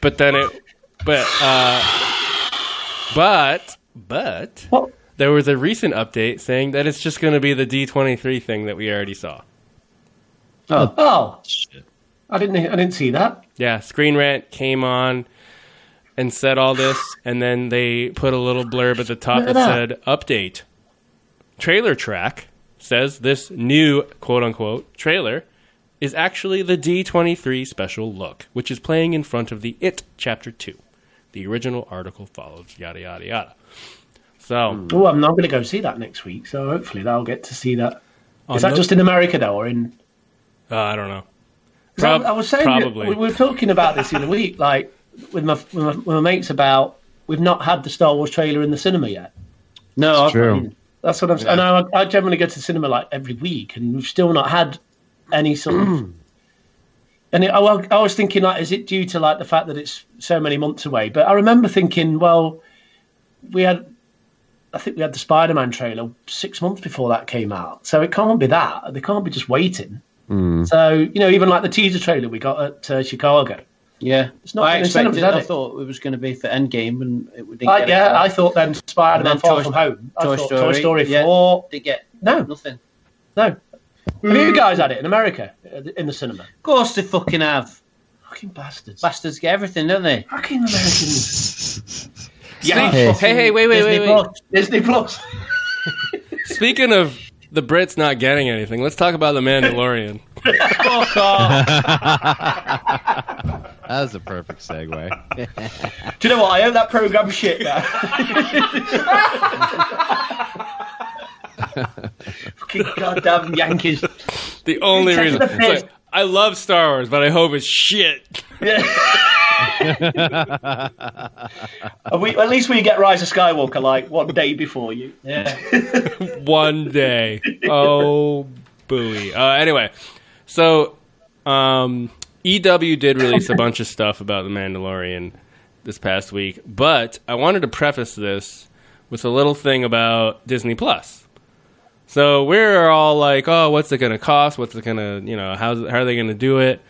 S7: But then it, but, uh, but, but,
S8: What?
S7: there was a recent update saying that it's just going to be the D23 thing that we already saw.
S8: Oh, I didn't. I didn't see that.
S7: Yeah, Screen Rant came on and said all this, and then they put a little blurb at the top that
S8: Look at
S7: said, Update. Trailer track says this new quote unquote trailer is actually the D23 special look, which is playing in front of the It Chapter 2. The original article follows, yada, yada, yada. So,
S8: Oh, I'm not going to go see that next week. So hopefully, I'll get to see that. Is
S7: on
S8: that
S7: Oh, no-
S8: just in America though, or in?
S7: Uh, I don't know.
S8: 'cause I-
S7: Prob-
S8: I was saying that
S7: probably.
S8: we were talking about this the other week, like with my, with my with my mates about we've not had the Star Wars trailer in the cinema yet.
S10: No, I've-
S6: True.
S8: That's what I'm saying. And I, I generally go to the cinema like every week, and we've still not had any sort of. And it, I, wa- I was thinking, like, is it due to like the fact that it's so many months away? But I remember thinking, well, we had, I think we had the Spider-Man trailer six months before that came out, so it can't be that. They can't be just waiting. So you know, even like the teaser trailer we got at uh, Chicago.
S10: yeah. It's
S8: not
S10: I
S8: been in cinemas,
S10: expected.
S8: had
S10: I
S8: it?
S10: thought it was going to be for Endgame, and it we didn't
S8: I,
S10: get it.
S8: yeah, I thought then Spider-Man
S10: And then
S8: Far
S10: Toy-
S8: From Home, I
S10: Toy
S8: thought
S10: Story,
S8: Toy Story
S10: yeah.
S8: Four.
S10: didn't get
S8: No,
S10: nothing.
S8: No. Have you guys had it in America uh, in the cinema?
S10: Of course, they fucking have.
S8: Fucking bastards.
S10: Bastards get everything, don't they?
S8: Fucking Americans.
S7: Speak- hey, hey, wait, wait,
S10: Disney
S7: wait, wait.
S10: Plus.
S8: Disney Plus.
S7: Speaking of the Brits not getting anything, let's talk about The Mandalorian.
S10: Fuck off.
S6: That was a perfect segue.
S8: Do you know what? I owe that program shit now. Fucking goddamn Yankees.
S7: The only reason.
S8: Taking the
S7: it's like,
S8: piss.
S7: I love Star Wars, but I hope it's shit.
S8: We, at least we get Rise of Skywalker like one day before you.
S10: Yeah.
S7: One day. Oh, buoy. Uh, anyway, so um, EW did release a bunch of stuff about The Mandalorian this past week, but I wanted to preface this with a little thing about Disney Plus. So we're all like, oh, what's it going to cost? What's it going to, you know, how's, how are they going to do it?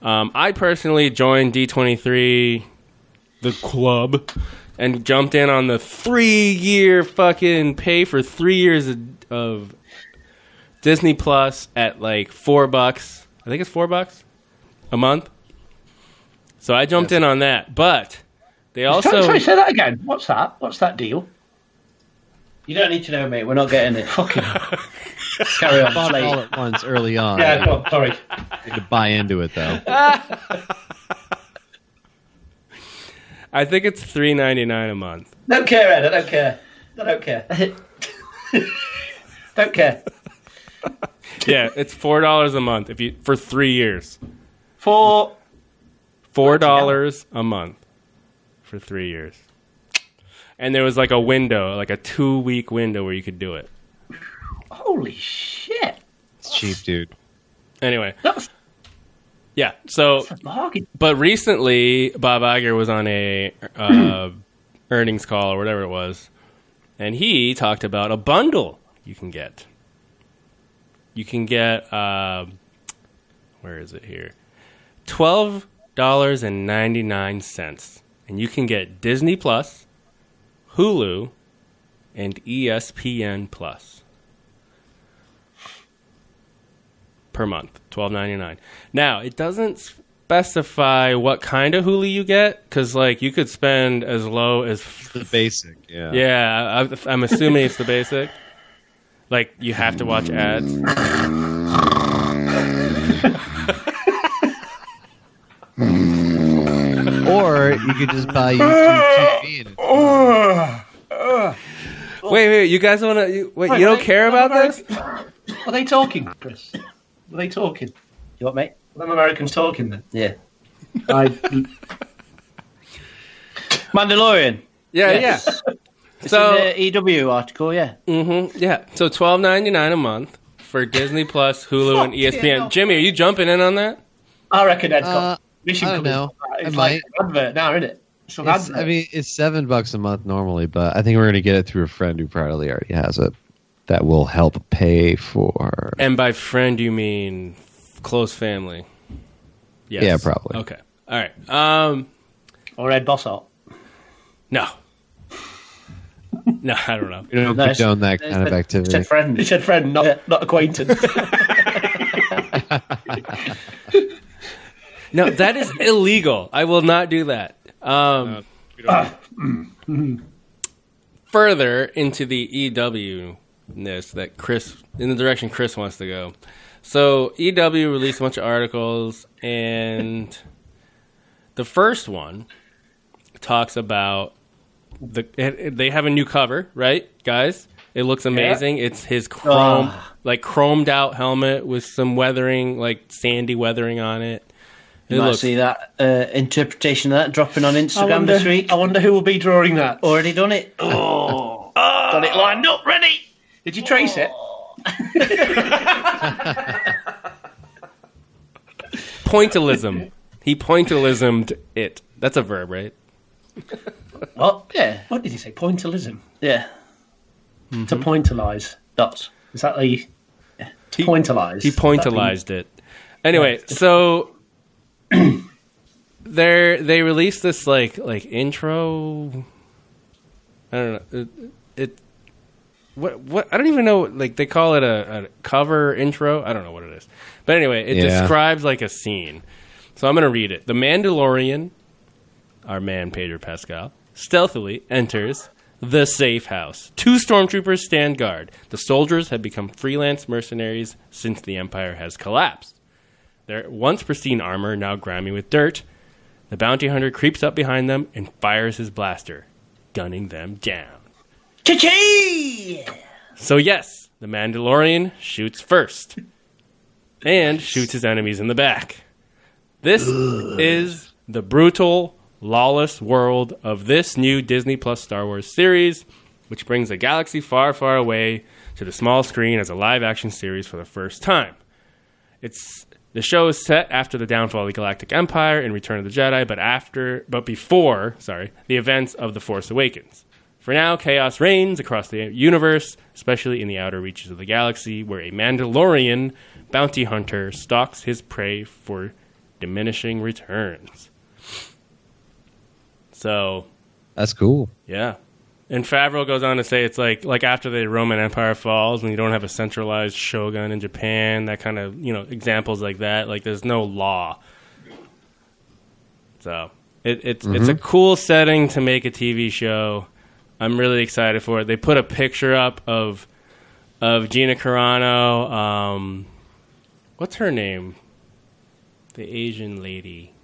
S7: Um, I personally joined D23, the club, and jumped in on the three year fucking pay for three years of, of Disney Plus at like four bucks. I think it's four bucks a month. So I jumped in on that, but they also
S8: Sorry, sorry, say that again. What's that? What's that deal?
S10: You don't need to know, mate. We're not getting it.
S8: Fucking carry on.
S6: Bought it all
S8: Slade.
S6: at once early on.
S8: Yeah, go on, sorry.
S6: to buy into it though.
S7: I think it's three ninety nine a month.
S8: Don't care, Ed. I don't care. I don't care. don't care.
S7: Yeah, it's four dollars a month if you for three years.
S8: For
S7: Four dollars a month for three years. And there was like a window, like a two week window where you could do it.
S8: holy shit,
S6: It's cheap, dude.
S7: Anyway.
S8: That's-
S7: Yeah. So
S8: it's a bargain.
S7: but recently Bob Iger was on a uh, earnings call or whatever it was, and he talked about a bundle you can get. You can get um where is it here? Twelve dollars and ninety nine cents, and you can get Disney Plus, Hulu, and E ESPN Plus per month. Twelve ninety nine. Now it doesn't specify what kind of Hulu you get because like you could spend as low as
S6: The basic, yeah.
S7: yeah. I, I'm assuming it's the basic. Like you have to watch ads.
S6: Or you could just buy YouTube TV. And it's
S7: Wait, wait. You guys want to? Wait, you don't care about this?
S8: Are they talking, Chris? Are they talking?
S10: You what, mate?
S8: Are them Americans talking then?
S10: Yeah.
S8: I,
S10: Mandalorian.
S7: Yeah, yeah. So
S8: E
S10: It's in the EW article, yeah.
S7: hmm yeah. So twelve ninety nine a month for Disney Plus, Hulu, and E ESPN. Jimmy, are you jumping in on that?
S8: I reckon Ed's got
S6: Uh,
S8: mission
S6: I don't
S8: coming.
S6: know.
S8: It's
S6: I
S8: like
S6: might.
S8: an advert now, isn't it? It's an
S6: uh, It's,
S8: advert.
S6: I mean, it's seven bucks a month normally, but I think we're going to get it through a friend who probably already has it. That will help pay for.
S7: And by friend, you mean close family? Yes.
S6: Yeah, probably.
S7: Okay. All right. Um,
S8: or Ed Bossart.
S7: no. No, I don't know.
S6: We don't
S10: Nice.
S6: condone that kind of
S10: Said-
S6: activity.
S10: Said friend.
S8: He said friend, not not acquaintance.
S7: No, that is illegal. I will not do that. Um, further into the EW ness that Chris, in the direction Chris wants to go. So EW released a bunch of articles, and the first one talks about the. it- it- They have a new cover, right, guys? It looks amazing. It's his chrome, like chromed out helmet with some weathering, like sandy weathering on it. It
S10: You might
S7: looks
S10: see that uh, interpretation of that dropping on
S8: I
S10: Instagram
S8: wonder,
S10: this week.
S8: I wonder who will be drawing that.
S10: Already done it.
S8: Oh, got it lined up, ready. Did you trace it?
S7: pointillism. He pointillismed it. That's a verb, right?
S8: What?
S10: Yeah.
S8: What did he say? Pointillism.
S10: Yeah.
S8: To
S10: Mm-hmm.
S8: pointilize dots. Is that the to pointilize?
S7: He pointilized it. Anyway, so they they released this like like intro. I don't know. It, it what what I don't even know. Like they call it a, a cover intro. I don't know what it is. But anyway, it
S6: Yeah.
S7: describes like a scene. So I'm gonna read it. The Mandalorian, our man Pedro Pascal, stealthily enters the safe house. Two stormtroopers stand guard. The soldiers have become freelance mercenaries since the Empire has collapsed. Their once pristine armor now grimy with dirt. The bounty hunter creeps up behind them and fires his blaster, gunning them down.
S10: Cha-ching!
S7: So yes, the Mandalorian shoots first. and shoots his enemies in the back. This is the brutal, lawless world of this new Disney Plus Star Wars series, which brings a galaxy far, far away to the small screen as a live action series for the first time. It's the show is set after the downfall of the Galactic Empire and Return of the Jedi, but after but before, sorry, the events of The Force Awakens. For now, chaos reigns across the universe, especially in the outer reaches of the galaxy, where a Mandalorian bounty hunter stalks his prey for diminishing returns. So,
S6: That's cool.
S7: yeah. And Favreau goes on to say it's like like after the Roman Empire falls, when you don't have a centralized shogun in Japan, that kind of you know examples like that. Like there's no law, so it, it's it's a cool setting to make a TV show. I'm really excited for it. They put a picture up of of Gina Carano. Um, what's her name? The Asian lady.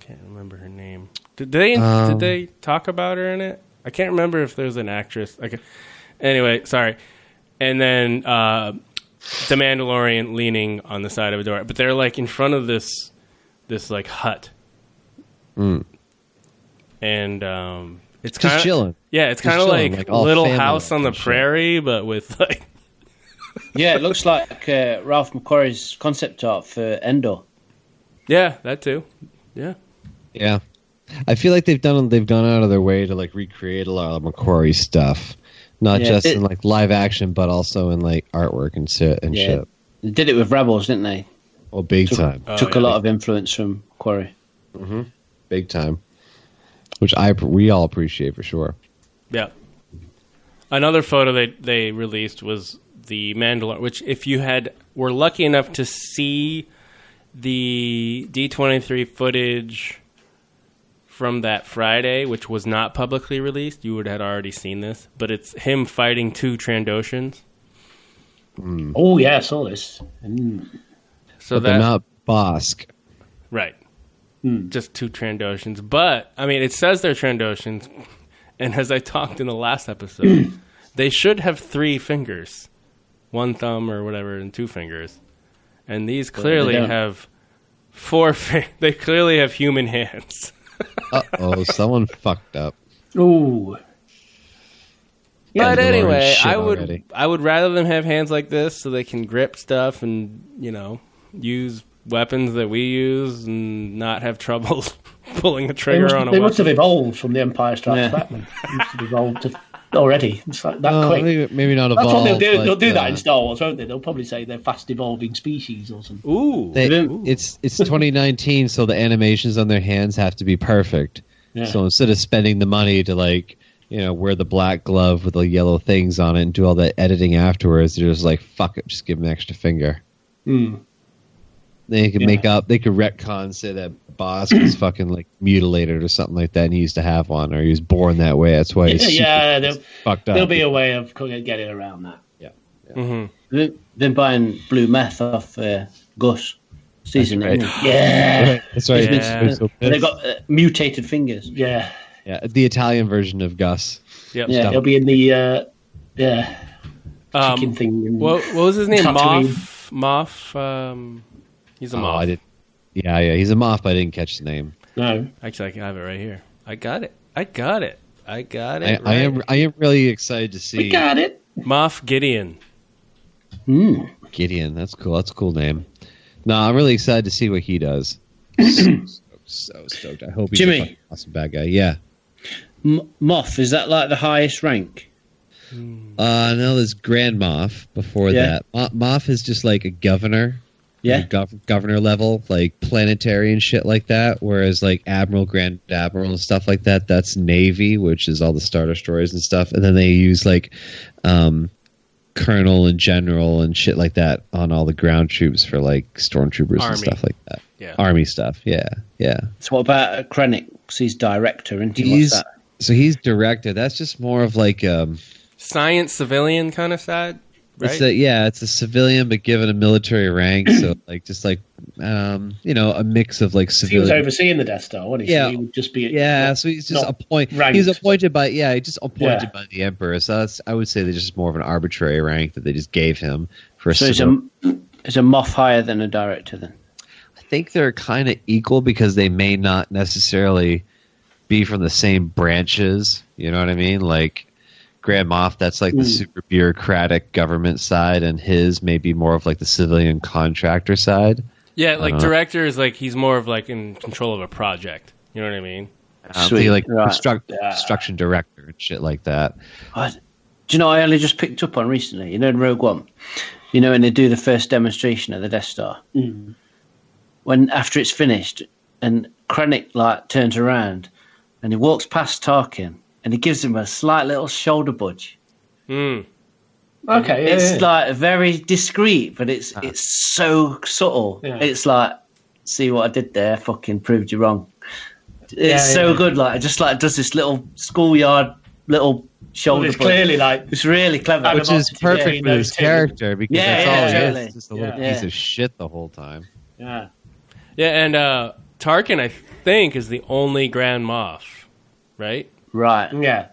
S7: Can't remember her name. Did they
S6: Um,
S7: did they talk about her in it? I can't remember if there's an actress. I can, anyway, sorry. And then uh, the Mandalorian leaning on the side of a door, but they're like in front of this this like hut, and um, it's
S6: Mm. Just
S7: kind of
S6: chilling.
S7: Yeah, it's
S6: Just
S7: kind of
S6: chilling,
S7: like,
S6: like, all
S7: Little
S6: family
S7: House on the
S6: and shit.
S7: Prairie, but with like
S10: Yeah, it looks like uh, Ralph McQuarrie's concept art for Endor.
S7: yeah, that too. Yeah,
S6: Yeah, I feel like they've done they've gone out of their way to like recreate a lot of Macquarie stuff, not
S10: Yeah,
S6: just
S10: it-
S6: in like live action, but also in like artwork and shit and
S10: Yeah.
S6: shit.
S10: They did it with Rebels, didn't they?
S6: Well, big time,
S8: uh,
S7: Oh,
S10: Took
S7: yeah.
S10: a lot of influence from Quarry.
S6: big time, which I we all appreciate for sure.
S7: yeah. Another photo they they released was the Mandalorian, which if you had were lucky enough to see the D twenty three footage from that Friday, which was not publicly released, you would have already seen this. But it's him fighting two Trandoshans.
S8: Oh yeah, I saw this. Mm.
S7: So
S6: They're
S7: that
S6: not Bosk.
S7: Right. Just two Trandoshans. But, I mean, it says they're Trandoshans. And as I talked in the last episode, they should have three fingers one thumb or whatever, and two fingers. And these clearly
S10: don't.
S7: have four fi- They clearly have human hands.
S6: Uh oh, someone fucked up.
S8: Oh,
S6: Mandalorian
S7: But anyway,
S6: shit
S7: I would
S6: already.
S7: I would rather them have hands like this so they can grip stuff and you know use weapons that we use and not have trouble pulling the
S8: they,
S7: trigger
S8: must,
S7: on a
S8: they
S7: weapon.
S8: must have evolved from the Empire Strikes
S10: Yeah.
S8: Back. man. They must have evolved to, already. It's like that
S6: Oh,
S8: quick.
S6: maybe, maybe not
S8: That's
S6: evolved.
S8: what they'll do.
S6: like,
S8: they'll do that
S6: uh,
S8: in Star Wars, won't they? They'll probably say they're fast evolving species or something.
S7: Ooh,
S6: They,
S10: Ooh.
S6: it's it's 2019, so the animations on their hands have to be perfect.
S8: Yeah.
S6: So instead of spending the money to like you know wear the black glove with the yellow things on it and do all that editing afterwards, they're just like fuck it, just give them an extra finger.
S8: Hmm.
S6: They could make up. They could retcon say that Bosk was fucking like mutilated or something like that, and he used to have one, or he was born that way. That's why he's super
S8: yeah, there'll,
S6: fucked up.
S8: there'll be a way of co- getting around that.
S10: They've been buying blue meth off uh, Gus season.
S6: That's right.
S10: eight.
S8: Yeah,
S6: That's right.
S7: Yeah.
S6: He's so
S10: And they've
S6: pissed.
S10: got uh, mutated fingers.
S8: yeah.
S6: yeah, the Italian version of Gus.
S7: Yep.
S10: Yeah.
S8: They'll be in the uh, yeah
S7: Um,
S8: chicken thing. And,
S7: What, what was his name? Moff.
S8: Tatooine.
S7: Moff. Um, he's a
S6: Oh,
S7: moff.
S6: I did. Yeah, yeah, he's a moth, but I didn't catch the name.
S8: no,
S7: Actually, I can have it right here. I got it. I got it. I got it.
S6: I, I am. I am really excited to
S8: we
S6: see
S8: got it.
S7: Moff Gideon.
S6: Gideon. That's cool. That's a cool name. No, I'm really excited to see what he does. so, so stoked. I hope he's a
S10: Jimmy.
S6: fucking awesome bad guy. Yeah.
S10: M- Moth, is that like the highest rank?
S6: Uh, no, there's Grand Moff before
S10: Yeah.
S6: that. Mo- Moff is just like a governor.
S10: Yeah.
S6: like gov- governor level, like planetary and shit like that. Whereas like admiral, grand admiral, and stuff like that, that's navy, which is all the star destroyers and stuff. And then they use like um, colonel and general and shit like that on all the ground troops for like stormtroopers
S7: Army.
S6: and stuff like that.
S7: Yeah.
S6: Army stuff. Yeah, yeah.
S10: So what about uh, Krennic? 'Cause he's director, and he's
S6: He's so he's director. That's just more of like um,
S7: Science civilian kind of side, right?
S6: It's a, yeah, it's a civilian but given a military rank, so like just like um, you know, a mix of like
S8: He was
S6: civilian.
S8: overseeing the Death Star, wasn't he?
S6: Yeah.
S8: So he would just be
S6: yeah, so he's just
S8: not
S6: appointed.
S8: ranked.
S6: He's appointed by yeah, he's just appointed
S8: Yeah.
S6: by the emperor. So that's I would say they're just more of an arbitrary rank that they just gave him for a
S10: so he's a
S6: civil-
S10: m- Is a moth higher than a director then?
S6: I think they're kind of equal because they may not necessarily be from the same branches. You know what I mean? Like Grand Moff, that's
S8: Hmm.
S6: like the super bureaucratic government side, and his may be more of like the civilian contractor side.
S7: Yeah, like
S6: Uh-huh.
S7: director is like he's more of like in control of a project. You know what I mean?
S6: Um,
S10: Sweet.
S6: like
S10: Right.
S6: construct,
S10: Yeah.
S6: construction director and shit like that.
S10: I, do you know I only just picked up on recently? You know, in Rogue One, you know, when they do the first demonstration of the Death Star,
S8: Mm.
S10: when after it's finished, and Krennic like turns around, and he walks past Tarkin, and he gives him a slight little shoulder budge.
S7: Mm.
S8: Okay, yeah,
S10: It's
S8: yeah. Ah.
S10: like very discreet, but it's it's so subtle.
S8: Yeah.
S10: It's like, see what I did there? Fucking proved you wrong. It's so
S8: yeah.
S10: good. Like it just like does this little schoolyard little
S8: Well,
S10: shoulder.
S8: it's
S10: budge.
S8: clearly like
S10: It's really clever.
S8: Adam
S10: Which
S6: Which
S10: is-
S8: Arm-
S6: is perfect for
S8: Yeah,
S6: his
S8: those two.
S6: character because
S10: Yeah,
S6: that's
S10: yeah,
S6: all it is.
S10: totally.
S6: It's just a little
S10: Yeah.
S6: piece of shit the whole time.
S8: yeah.
S7: Yeah, and uh, Tarkin I think is the only Grand Moff, right?
S10: right.
S8: yeah.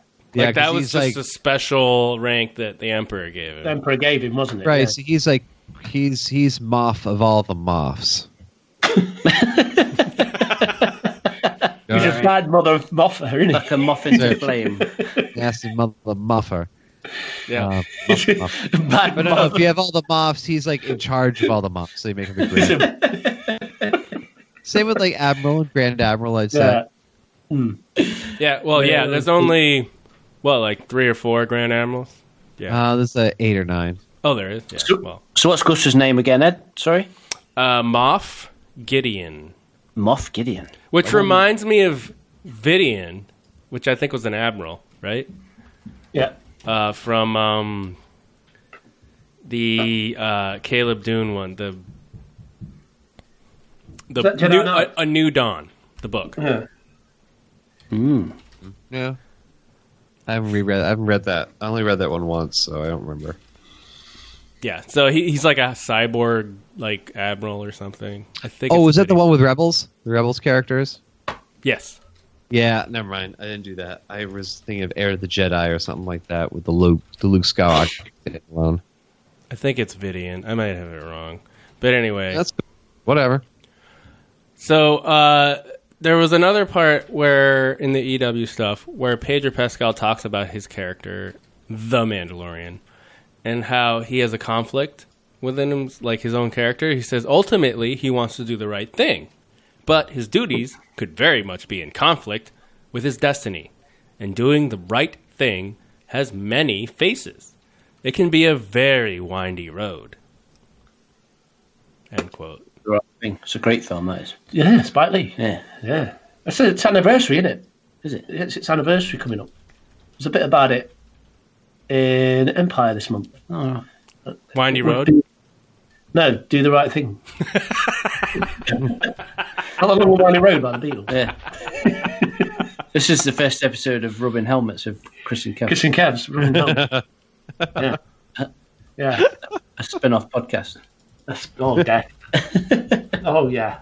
S6: 'cause
S7: like that was
S6: he's,
S7: just a special rank that the Emperor gave him.
S8: The Emperor gave him, wasn't it?
S6: Right,
S8: Yeah.
S6: so he's like he's he's moth of all the moths.
S8: He's a bad mother of Moffa, isn't he?
S10: Like a muffin into
S6: Right.
S10: flame.
S6: Nasty mother muffer.
S7: Yeah.
S6: Uh, muff, muff.
S10: Bad
S6: But no, no, if you have all the moths, he's like in charge of all the moths, so you make him a grand. Same with like Admiral and Grand Admiral, I'd say.
S8: Yeah.
S7: yeah. Well, yeah. There's only what like three or four Grand Admirals.
S6: Uh, this is a eight or nine.
S7: Oh, there is. Yeah. Well,
S10: So what's Gus's name again, Ed? Sorry?
S7: uh, Moff Gideon,
S10: Moff Gideon.
S7: which
S8: Oh.
S7: reminds me of Vidian, which I think was an admiral, right?
S8: yeah.
S7: Uh, from um, the uh, Caleb Dune one, the the
S8: that Jedi
S7: new,
S8: Knight?
S7: a, a New Dawn, the book.
S8: Yeah.
S6: Yeah. I haven't reread I haven't read that. I only read that one once, so I don't remember.
S7: Yeah, so he, he's like a cyborg, like admiral or something. I think.
S6: Oh,
S7: it's
S6: was that the
S7: Vidian.
S6: one with Rebels? The Rebels characters?
S7: Yes.
S6: Yeah, never mind. I didn't do that. I was thinking of Heir of the Jedi or something like that with the Luke, the Luke Skywalker alone.
S7: I think it's Vidian. I might have it wrong. But anyway,
S6: That's whatever.
S7: so uh, there was another part where in the EW stuff where Pedro Pascal talks about his character, the Mandalorian, and how he has a conflict within him, like his own character. He says ultimately he wants to do the right thing, but his duties could very much be in conflict with his destiny. And doing the right thing has many faces. It can be a very windy road. End quote.
S10: Right. It's a great film, that is.
S8: Yeah, Spike Lee.
S10: Yeah.
S8: Yeah. It's, it's anniversary, isn't it?
S10: Is it?
S8: It's its anniversary coming up. There's a bit about it in Empire this month.
S10: Oh,
S7: Windy road.
S8: No, do the right thing. How long will Wiley Road by the Beatles?
S10: yeah. this is the first episode of Rubbing Helmets of Chris and Kev,
S8: Kissing Cavs. running down. yeah. Yeah.
S10: a spin off podcast.
S8: That's, oh, yeah. oh, yeah.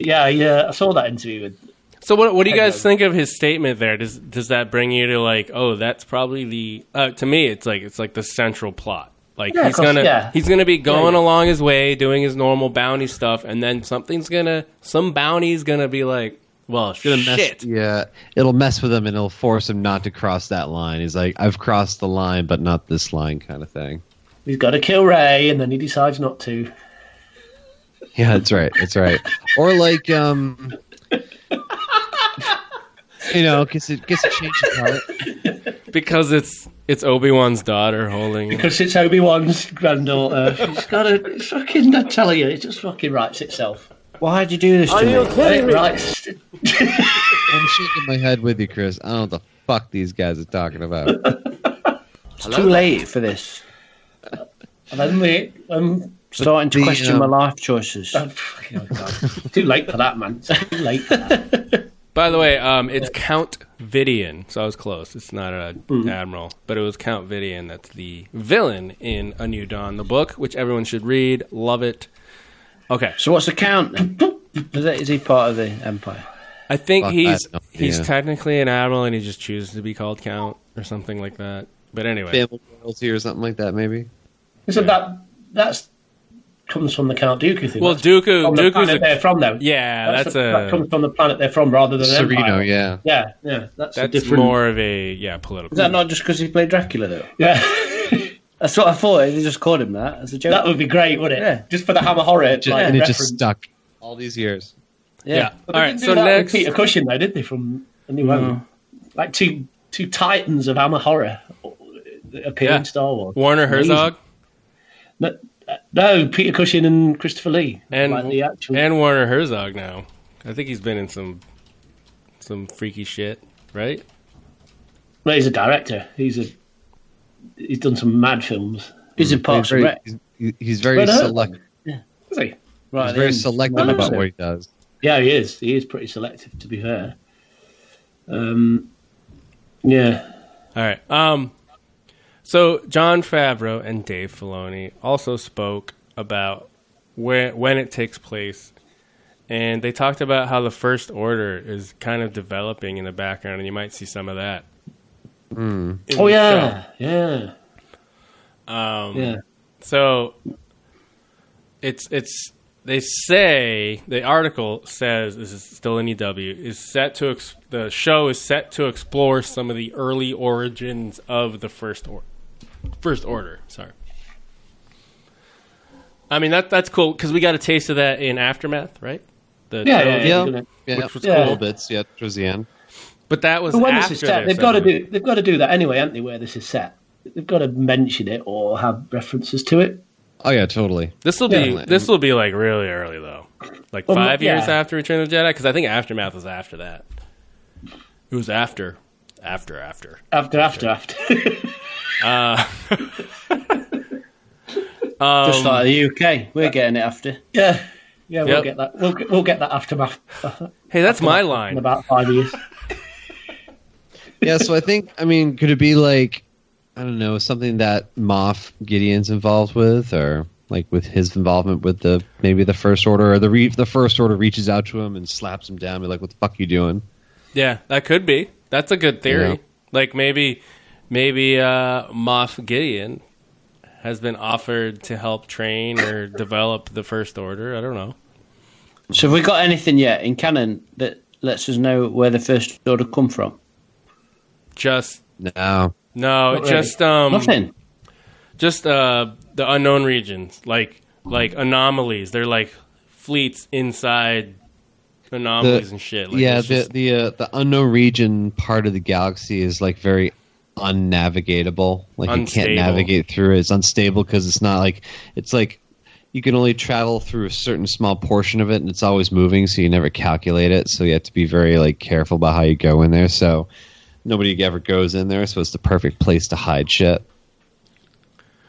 S8: Yeah, yeah. I saw that interview with
S7: So what what do you guys
S8: Hello.
S7: think of his statement there? Does does that bring you to like, oh, that's probably the uh, to me it's like it's like the central plot. Like
S8: Yeah, of
S7: he's
S8: course,
S7: gonna
S8: yeah.
S7: he's gonna be going along his way, doing his normal bounty stuff, and then something's gonna some bounty's gonna be like, well,
S6: Gonna mess-
S7: shit.
S6: Yeah, it'll mess with him and it'll force him not to cross that line. He's like, I've crossed the line, but not this line, kind of thing.
S8: he's got to kill Ray, and then he decides not to.
S6: Yeah, that's right. That's right. or like, um, you know, gets it gets a change of heart.
S7: because it's it's Obi Wan's daughter holding.
S8: Because it's Obi Wan's granddaughter. She's got to fucking. I tell you, it just fucking writes itself.
S10: Why'd you do this to me?
S8: It writes.
S6: I'm shaking my head with you, Chris. I don't know what the fuck these guys are talking about.
S10: It's too late for this.
S8: And then we, um,
S10: Starting to
S6: The,
S10: question
S6: um,
S10: my life choices.
S8: oh, fucking hell, God. too late for that, man. It's too late. For that.
S7: By the way, um, it's Count Vidian. So I was close. It's not a
S8: Mm-hmm.
S7: admiral, but it was Count Vidian that's the villain in A New Dawn, the book, which everyone should read. Love it. Okay.
S10: So what's the count then? Is, that, is he part of the Empire?
S7: I think
S6: Fuck, I
S7: he's
S6: have no
S7: he's
S6: idea.
S7: technically an admiral, and he just chooses to be called count or something like that. But anyway,
S6: Family royalty or something like that, maybe.
S8: Isn't that that's comes from the Count Dooku thing.
S7: Well,
S8: That's
S7: Dooku- Dooku's
S8: from the planet
S7: a-
S8: they're from, though.
S7: Yeah, that's,
S8: the- that
S7: a
S8: comes from the planet they're from, rather than an empire.
S6: Sereno, yeah.
S8: yeah, yeah. That's, a
S7: that's
S8: different.
S7: more of a yeah political.
S10: Is that not just because he played Dracula though?
S8: Yeah,
S10: That's what I thought. They just called him that as a joke.
S8: that would be great, wouldn't it?
S10: Yeah.
S8: Just for the hammer horror,
S6: Ju-
S8: like,
S6: and it
S8: reference.
S6: just stuck all these years.
S7: yeah. All right.
S8: Didn't
S7: So
S8: do that with
S7: next,
S8: Peter Cushing, though, did they? From a new Hope?
S10: Mm.
S8: like two two titans of hammer horror that appear
S7: Yeah.
S8: in Star Wars.
S7: Warner Herzog
S8: No, no, Peter Cushing and Christopher Lee,
S7: and
S8: like the actual.
S7: and Warner Herzog now. I think he's been in some some freaky shit, right?
S8: well, he's a director. He's a he's done some mad films.
S10: He's in Parks and
S6: very,
S10: Rec.
S6: he's, he's very
S8: Well, no.
S6: select.
S8: Is he?
S10: Right,
S6: He's
S10: at the
S6: very
S10: end.
S6: selective about
S8: Well,
S6: what he does.
S8: Yeah, he is. He is pretty selective, to be fair. Um, yeah.
S7: All right. Um, so John Favreau and Dave Filoni also spoke about where when it takes place, and they talked about how the First Order is kind of developing in the background, and you might see some of that. in
S8: Oh
S7: the
S8: yeah, yeah,
S7: show. Um,
S8: yeah.
S7: So it's it's they say the article says this is still in EW is set to ex- the show is set to explore some of the early origins of the first or- first order. Sorry. I mean that that's cool because we got a taste of that in aftermath, right? The
S8: Yeah, yeah,
S7: trilogy.
S8: yeah.
S6: Yeah. Yeah,
S7: Which was
S8: yeah.
S6: little bits, yeah, towards the end.
S7: But that was
S8: But when
S7: after
S8: this is set,
S7: their
S8: they've got to
S7: segment.
S8: do they've got to do that anyway, haven't they? Where this is set, they've got to mention it or have references to it.
S6: Oh yeah, totally.
S7: This will be
S6: Yeah.
S7: this will be like really early though, like
S8: Well,
S7: five years
S8: yeah.
S7: after Return of the Jedi, because I think Aftermath was after that. It was after, after, after.
S8: After, after, after.
S10: Just
S8: uh,
S10: like
S7: Um,
S10: the UK, we're getting it after.
S8: yeah, yeah. We'll
S7: Yep.
S8: get that. We'll, get- we'll get that aftermath
S7: Hey, that's my
S8: in
S7: line.
S8: about five years.
S6: yeah, so I think I mean, could it be like I don't know, something that Moff Gideon's involved with or like with his involvement with the maybe the first order or the re- the first order reaches out to him and slaps him down be like what the fuck you doing?
S7: Yeah, that could be. That's a good theory.
S6: Yeah.
S7: Like maybe, maybe uh, Moff Gideon has been offered to help train or develop the First Order. I don't know.
S10: So have we got anything yet in canon that lets us know where the first order come from?
S7: Just
S6: No.
S7: no,
S8: really.
S7: just um,
S10: Nothing.
S7: just uh the unknown regions like like anomalies they're like fleets inside anomalies
S6: The-
S7: and shit like
S6: yeah,
S7: it's
S6: the
S7: just-
S6: the uh, the unknown region part of the galaxy is like very unnavigatable. Like you
S7: Unstable.
S6: can't navigate through it. It's unstable because it's not like it's like you can only travel through a certain small portion of it, and it's always moving, so you never calculate it. So you have to be very like careful about how you go in there. So nobody ever goes in there. So it's the perfect place to hide shit.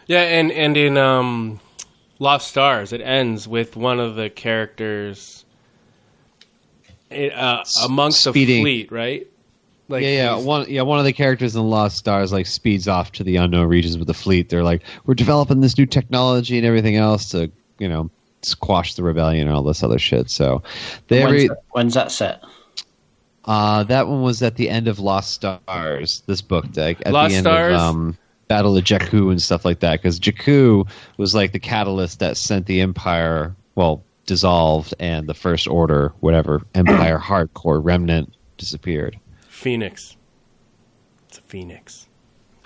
S7: yeah and and in um lost stars it ends with one of the characters it, uh, amongst the
S6: Speeding.
S7: fleet right like
S6: yeah, yeah.
S7: he's-
S6: One, yeah, one of the characters in Lost Stars like speeds off to the unknown regions with the fleet. They're like, we're developing this new technology and everything else to, you know, squash the rebellion and all this other shit. So, they
S10: When's
S6: every
S10: that, when's that set?
S6: uh, that one was at the end of Lost Stars. This book, like, at
S7: Lost
S6: the end
S7: Stars?
S6: of um, Battle of Jakku and stuff like that, because Jakku was like the catalyst that sent the Empire, well, dissolved, and the First Order, whatever Empire hardcore remnant disappeared.
S7: phoenix it's a phoenix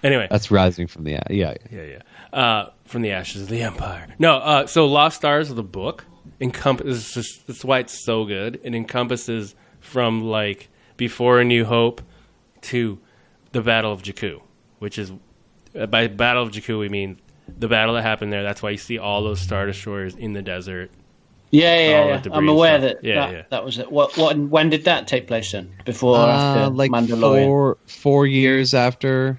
S7: anyway
S6: That's rising from the yeah.
S7: yeah, yeah. Uh, from the ashes of the empire. No, uh, so Lost Stars of the book encompasses. That's why it's so good. It encompasses from like before A New Hope to the Battle of Jakku, which is uh, by Battle of Jakku we mean the battle that happened there. That's why you see all those star destroyers in the desert.
S10: Yeah,
S7: all
S10: yeah,
S7: that
S10: yeah.
S7: debris
S10: I'm
S7: and
S10: aware
S7: stuff.
S10: that
S7: Yeah,
S10: that,
S7: yeah.
S10: that was it. What, what, when did that take place then? Before or
S6: Uh,
S10: after
S6: like
S10: Mandalorian?
S6: four four years after.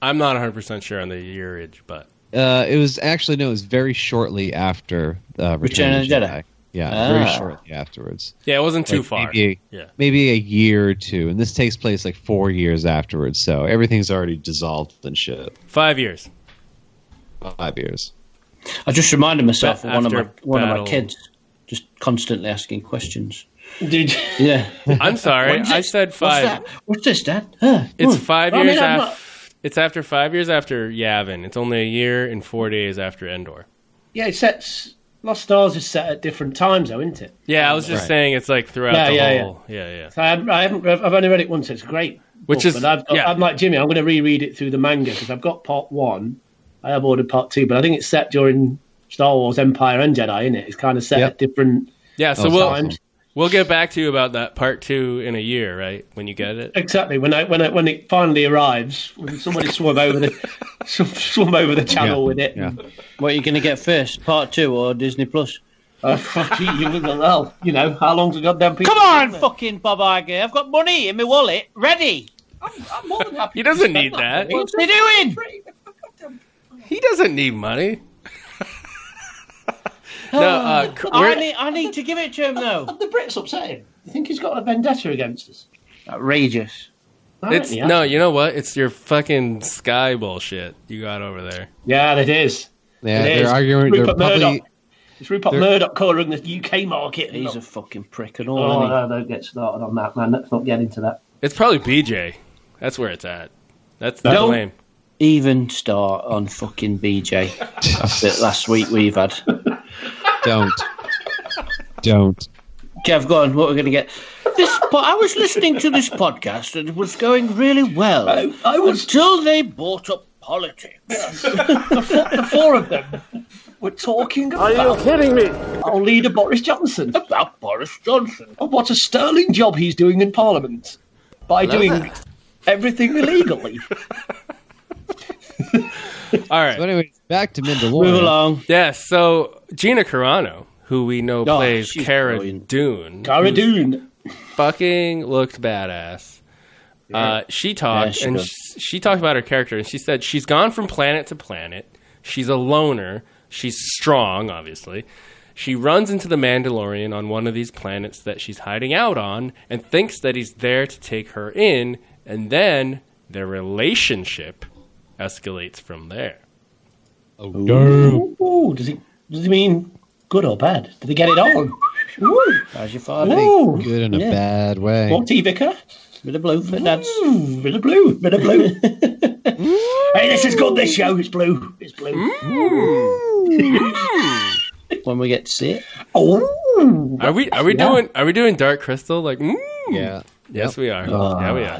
S7: I'm not 100 percent sure on the yearage, but
S6: Uh, it was actually no, it was very shortly after uh, Return, of the Jedi. Yeah,
S10: Ah.
S6: very shortly afterwards.
S7: yeah, it wasn't too
S6: Like,
S7: far.
S6: Maybe,
S7: Yeah.
S6: maybe a year or two, and this takes place like four years afterwards. So everything's already dissolved and shit.
S7: Five years.
S6: Five years.
S10: I just reminded myself
S7: Ba-
S10: of one of my
S7: after
S10: one of
S7: battle.
S10: my kids just constantly asking questions.
S8: Dude,
S10: Yeah.
S7: I'm sorry, I said five.
S10: What's that? What's this, Dad? Huh?
S7: It's
S10: Hmm.
S7: five
S8: I mean,
S7: years
S8: I'm
S7: after.
S8: not-
S7: It's after five years after Yavin. It's only a year and four days after Endor.
S8: yeah, it sets Lost Stars is set at different times, though, isn't it?
S7: Yeah, I was just
S6: Right.
S7: saying it's like throughout
S8: Yeah,
S7: the
S8: yeah, yeah.
S7: whole. Yeah, yeah.
S8: So I haven't, I haven't read, I've only read it once. It's great.
S7: Which
S8: book,
S7: is-
S8: but I've got,
S7: yeah.
S8: I'm like Jimmy. I'm going to reread it through the manga because I've got part one. I have ordered part two, but I think it's set during Star Wars Empire and Jedi, isn't it? It's kind of set
S6: Yep.
S8: at different
S7: Yeah, so
S6: Oh,
S7: we'll
S6: awesome.
S7: we'll get back to you about that part two in a year, right? When you get it.
S8: Exactly. When I, when I, when it finally arrives, when somebody swum over the sw- swum over the channel
S6: Yeah,
S8: with it.
S6: yeah.
S10: What are you going to get first, part two or Disney Plus?
S8: Uh, fuck you, you little hell. You know how long's a goddamn piece?
S10: Come on, fucking Bob Iger. I've got money in my wallet ready.
S8: I'm more than happy.
S7: He doesn't need that.
S10: What's he doing?
S7: He doesn't need money. no, uh, c-
S10: I
S7: we're-
S10: need, I need to give it to him though.
S8: The Brits upset him. You think he's got a vendetta against us?
S10: Outrageous.
S7: it's
S8: Apparently, yeah.
S7: no, you know what? It's your fucking sky bullshit you got over there.
S8: Yeah, it is.
S6: Yeah,
S8: It
S6: they're
S8: is.
S6: arguing. They're
S8: Rupert
S6: probably.
S8: Murdoch. It's Rupert
S6: They're-
S8: Murdoch covering the UK market.
S10: He's a fucking prick and all.
S8: Oh
S10: isn't he?
S8: no, don't get started on that, man. Let's not get into that.
S7: It's probably BJ. That's where it's at. That's that's
S8: Don't-
S7: lame.
S10: Even start on fucking BJ. That's it. Last week we've had.
S6: Don't. Don't.
S10: Kev, go on. What we're going to get? This. Po- I was listening to this podcast and it was going really well
S8: I was
S10: until they brought up politics.
S8: the four of them. We're talking about. Are you kidding me? Our leader Boris Johnson.
S10: About Boris Johnson.
S8: Oh, what a sterling job he's doing in Parliament by doing everything illegally.
S7: All right.
S6: But anyway, back to
S10: Move
S6: Mandalorian.
S10: along.
S7: Yeah, so Gina Carano, who we know
S10: Oh,
S7: plays
S10: she's
S7: Cara
S10: brilliant.
S7: Dune,
S8: Cara
S7: who
S8: Dune.
S7: fucking looked badass. Uh, she talked
S10: Yeah, she
S7: and
S10: does.
S7: she, she talked about her character, and she said she's gone from planet to planet. She's a loner. She's strong, obviously. She runs into the Mandalorian on one of these planets that she's hiding out on, and thinks that he's there to take her in, and then their relationship escalates from there.
S8: Ooh, does it? Does it mean good or bad? Did they get it on? Ooh,
S10: How's your father?
S8: ooh.
S6: Good in a bad way.
S8: Forty vicar.
S10: With the blue for dads.
S8: Ooh, bit of blue, bit of blue. hey, this is good. This show, it's blue, it's blue.
S10: When we get to see it.
S8: Oh,
S7: Are we? Are we
S8: Yeah.
S7: doing? Are we doing Dark Crystal? Like, mm.
S6: Yeah.
S7: yes, we are. yeah, we are.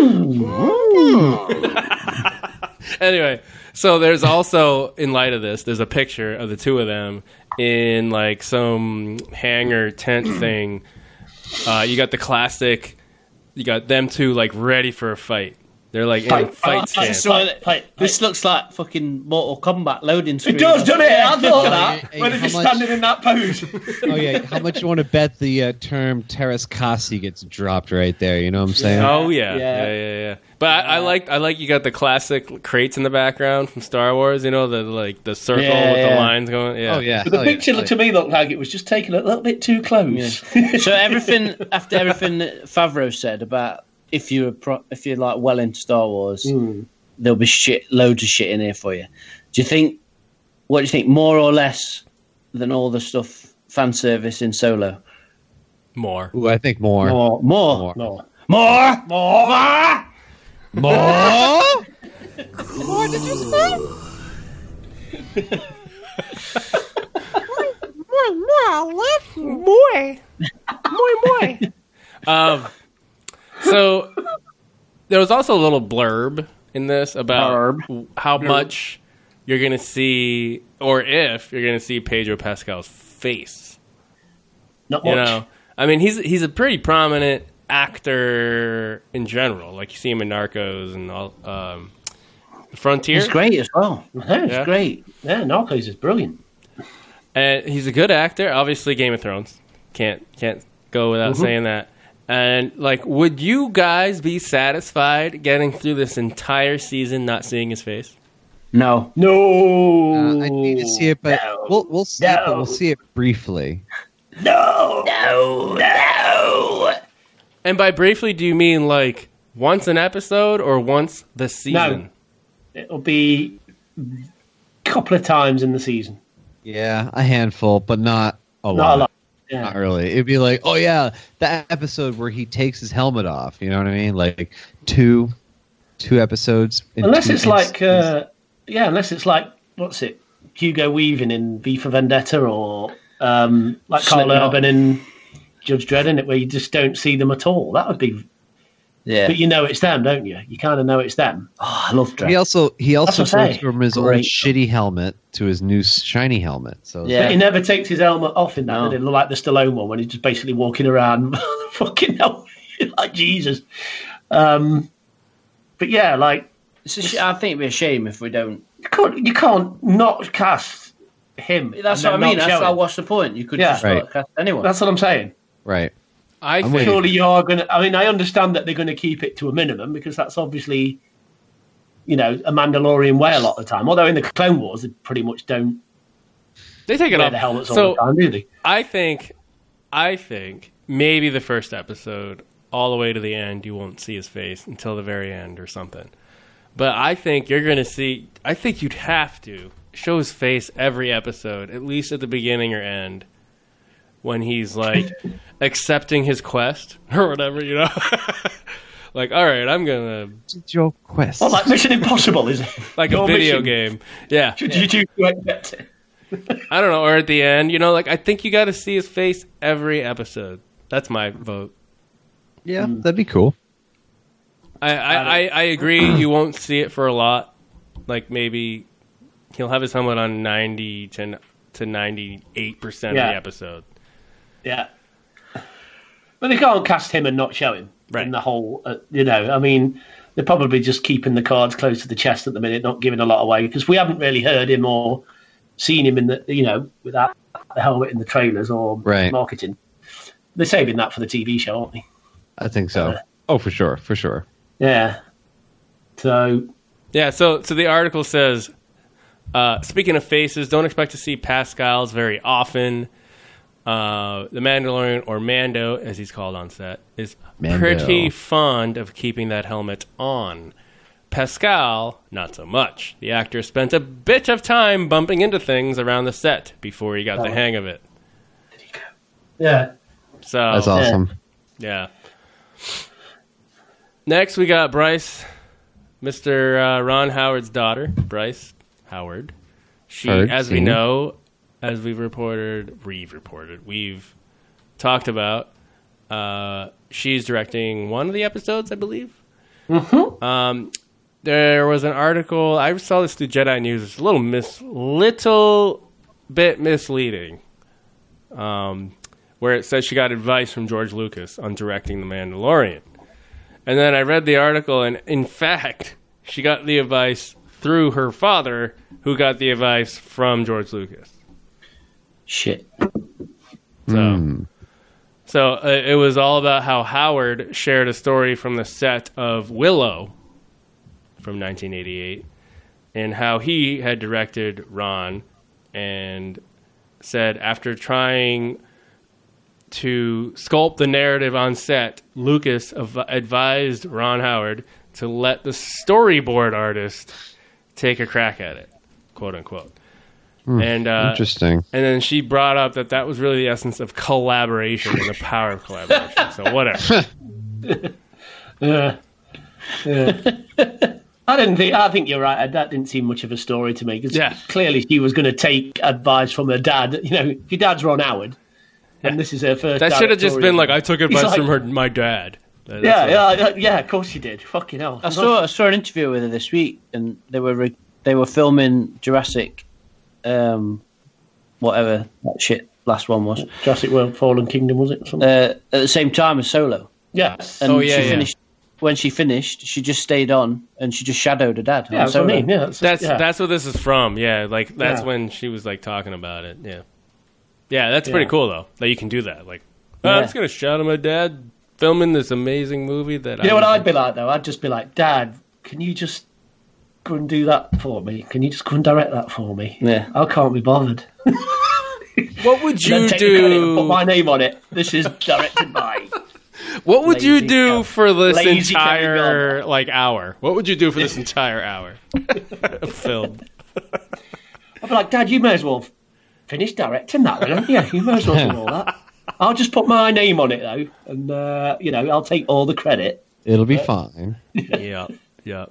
S10: Oh, Yes.
S7: anyway, so there's also in light of this, there's a picture of the two of them in like some hangar tent thing. Uh, you got the classic. You got them two like ready for a fight. They're like in
S8: Fight.
S7: fight
S10: I
S7: stance.
S10: just saw it.
S8: Hey, hey.
S10: This looks like fucking Mortal Kombat loading screen.
S8: It does, doesn't it? I thought
S6: Hey,
S8: that
S6: hey,
S8: when
S6: how
S8: it was
S6: much-
S8: standing in that pose.
S6: Oh yeah. How much you want to bet the uh, term Terrace Kasi gets dropped right there? You know what I'm saying?
S7: Oh yeah, yeah,
S10: Yeah.
S7: yeah, yeah. But I, I like, I like. You got the classic crates in the background from Star Wars. You know the like the circle
S10: Yeah,
S7: with the
S10: yeah.
S7: lines going. Yeah,
S6: Oh yeah.
S8: The
S6: hell yeah,
S8: picture
S6: hell
S8: to me looked like it was just taken a little bit too close.
S10: So everything after everything that Favreau said about if you're pro- if you're like well into Star Wars,
S8: Hmm.
S10: there'll be shit loads of shit in here for you. Do you think? What do you think? More or less than all the stuff fan service in Solo?
S7: more.
S6: yeah. Ooh, I think more.
S10: More, more,
S6: More.
S10: more.
S8: Oh,
S6: More?
S7: Um, so there was also a little blurb in this about
S10: Blurb.
S7: how much you're going to see, or if you're going to see Pedro Pascal's face.
S8: not
S7: You
S8: much.
S7: know, I mean, he's he's a pretty prominent actor in general. Like you see him in Narcos and all. Um, The Frontier.
S10: It's great as well. It's
S8: Yeah,
S7: Yeah.
S10: great.
S8: yeah, Narcos is brilliant.
S7: and he's a good actor. Obviously, Game of Thrones can't can't go without
S10: Mm-hmm.
S7: saying that. And like, would you guys be satisfied getting through this entire season not seeing his face?
S10: No,
S8: No,
S6: Uh, I need to see it, but
S8: No.
S6: we'll we'll see it, but we'll see it briefly.
S8: no, no, no.
S7: And by briefly, do you mean like once an episode or once the season?
S8: It'll be a couple of times in the season.
S6: Yeah, a handful, but not a lot.
S8: Not a lot.
S6: Not
S8: Yeah.
S6: really. It'd be like, oh yeah, that episode where he takes his helmet off. You know what I mean? Like two, two episodes. in
S8: Unless
S6: two
S8: it's like,
S6: instances.
S8: uh, yeah, unless it's like, what's it? Hugo Weaving in V for Vendetta or um, like Carl
S10: Slipknot.
S8: Urban in Judge Dredd in it, where you just don't see them at all. That would be,
S10: Yeah,
S8: but you know it's them, don't you? You kind of know it's them.
S10: oh, I love Dredd.
S6: He also he also
S8: uh, That's what I
S6: goes
S8: say.
S6: from his old
S10: Great.
S6: shitty helmet to his new shiny helmet. So
S10: Yeah.
S8: But he never takes his helmet off in that.
S10: No.
S8: did he? like the Stallone one when he's just basically walking around, fucking hell, like Jesus. Um, but yeah, like
S10: It's a sh- I think it'd be a shame if we don't.
S8: you can't, you can't not cast him.
S10: That's
S8: and
S10: what I
S8: then
S10: mean.
S8: not
S10: That's
S8: show
S10: like,
S8: him.
S10: what's the point? You could
S8: Yeah.
S10: just not
S6: Right.
S10: cast anyone.
S8: That's what I'm saying.
S6: right.
S7: I
S6: I'm
S7: think
S6: with you.
S8: Surely you are going to. I mean, I understand that they're going to keep it to a minimum because that's obviously, you know, a Mandalorian way a lot of the time. Although in the Clone Wars, they pretty much don't
S7: they take it
S8: wear
S7: off.
S8: the helmets all
S7: so
S8: the time, do they?
S7: I think, I think maybe the first episode, all the way to the end, you won't see his face until the very end or something. But I think you're going to see. I think you'd have to show his face every episode, at least at the beginning or end, when he's like accepting his quest or whatever, you know. like, all right, I'm gonna
S6: It's your quest.
S8: Well, Oh, like Mission Impossible is it?
S7: like
S8: Your
S7: a video
S8: mission.
S7: game, yeah.
S8: Should you do to accept it?
S7: I don't know, or at the end, you know, like I think you got to see his face every episode. That's my vote.
S6: yeah, that'd be cool.
S7: I, I, I, I agree. You won't see it for a lot. Like maybe he'll have his helmet on ninety to to ninety eight percent of
S8: Yeah.
S7: the episode.
S8: Yeah. But they can't cast him and not show him
S7: Right.
S8: in the whole. Uh, you know, I mean, they're probably just keeping the cards close to the chest at the minute, not giving a lot away because we haven't really heard him or seen him in the you know without the helmet in the trailers or
S6: Right.
S8: marketing. They're saving that for the TV show, aren't they?
S6: I think so. Oh, for sure, for sure.
S8: Yeah. So
S7: Yeah. So so the article says, uh, speaking of faces, don't expect to see Pascal's very often. Uh, the Mandalorian or Mando, as he's called on set, is
S6: Mando.
S7: pretty fond of keeping that helmet on. Pascal, not so much. The actor spent a bit of time bumping into things around the set before he got
S6: Oh.
S7: the hang of it.
S8: Oh, yeah,
S7: So
S6: That's awesome.
S7: yeah. Next, we got Bryce, Mr. Uh, Ron Howard's daughter, Bryce Howard. She,
S6: Howard
S7: as we
S6: Sr.
S7: know, as we've reported, we've reported, we've talked about, uh, she's directing one of the episodes, I believe. Um, there was an article I saw this through Jedi News. It's a little mis, little bit misleading. Um, where it says she got advice from George Lucas on directing The Mandalorian. And then I read the article, and in fact, she got the advice through her father, who got the advice from George Lucas.
S10: Shit.
S7: So, so uh, it was all about how Howard shared a story from the set of Willow from 1988, and how he had directed Ron, and said after trying to sculpt the narrative on set, Lucas av- advised Ron Howard to let the storyboard artist take a crack at it, quote unquote. and uh,
S6: Interesting.
S7: and then she brought up that that was really the essence of collaboration and the power of collaboration. So whatever.
S8: yeah. yeah. I didn't think. I think you're right. That didn't seem much of a story to me. 'cause
S7: Yeah.
S8: Clearly, she was going to take advice from her dad. You know, if your dad's Ron Howard, and this is her first.
S7: That should have just been
S8: directorial-
S7: like I took advice
S8: He's like-
S7: from her, my dad. That-
S8: Yeah,
S7: that's all.
S8: yeah, yeah, yeah. Of course she did. Fucking hell.
S10: I saw I saw an interview with her this week, and they were re- they were filming Jurassic, um, whatever that shit last one was,
S8: Jurassic World: Fallen Kingdom was it?
S10: uh,
S8: Something?
S10: at the same time as Solo.
S8: yes.
S10: And
S7: Oh, yeah,
S10: she
S7: yeah.
S10: finished when she finished, she just stayed on and she just shadowed her dad. on
S8: yeah, that's what I
S10: Solo.
S8: mean. Yeah, that's
S7: That's
S8: yeah.
S7: that's what this is from. Yeah, like that's
S8: Yeah.
S7: when she was like talking about it. Yeah, yeah, that's
S8: Yeah.
S7: pretty cool though that you can do that. Like "Oh,
S10: Yeah.
S7: I'm just gonna shout at my dad filming this amazing movie that
S8: You know
S7: I
S8: what
S7: was-
S8: I'd be like though? I'd just be like, Dad, can you just go and do that for me? Can you just go and direct that for me?
S10: Yeah.
S8: I can't be bothered.
S7: What would
S8: Then
S7: you
S8: take the credit and put my
S7: do?
S8: name on it. This is directed by.
S7: What would you
S8: Lazy
S7: do
S8: Kelly-
S7: for this
S8: Lazy Kelly
S7: entire like hour? What would you do for this entire hour of film?
S8: I'd be like, Dad, you may as well finish directing that, then. Yeah, you may as well do all that. I'll just put my name on it though, and uh, you know, I'll take all the credit.
S6: It'll be fine.
S7: Yeah, yeah.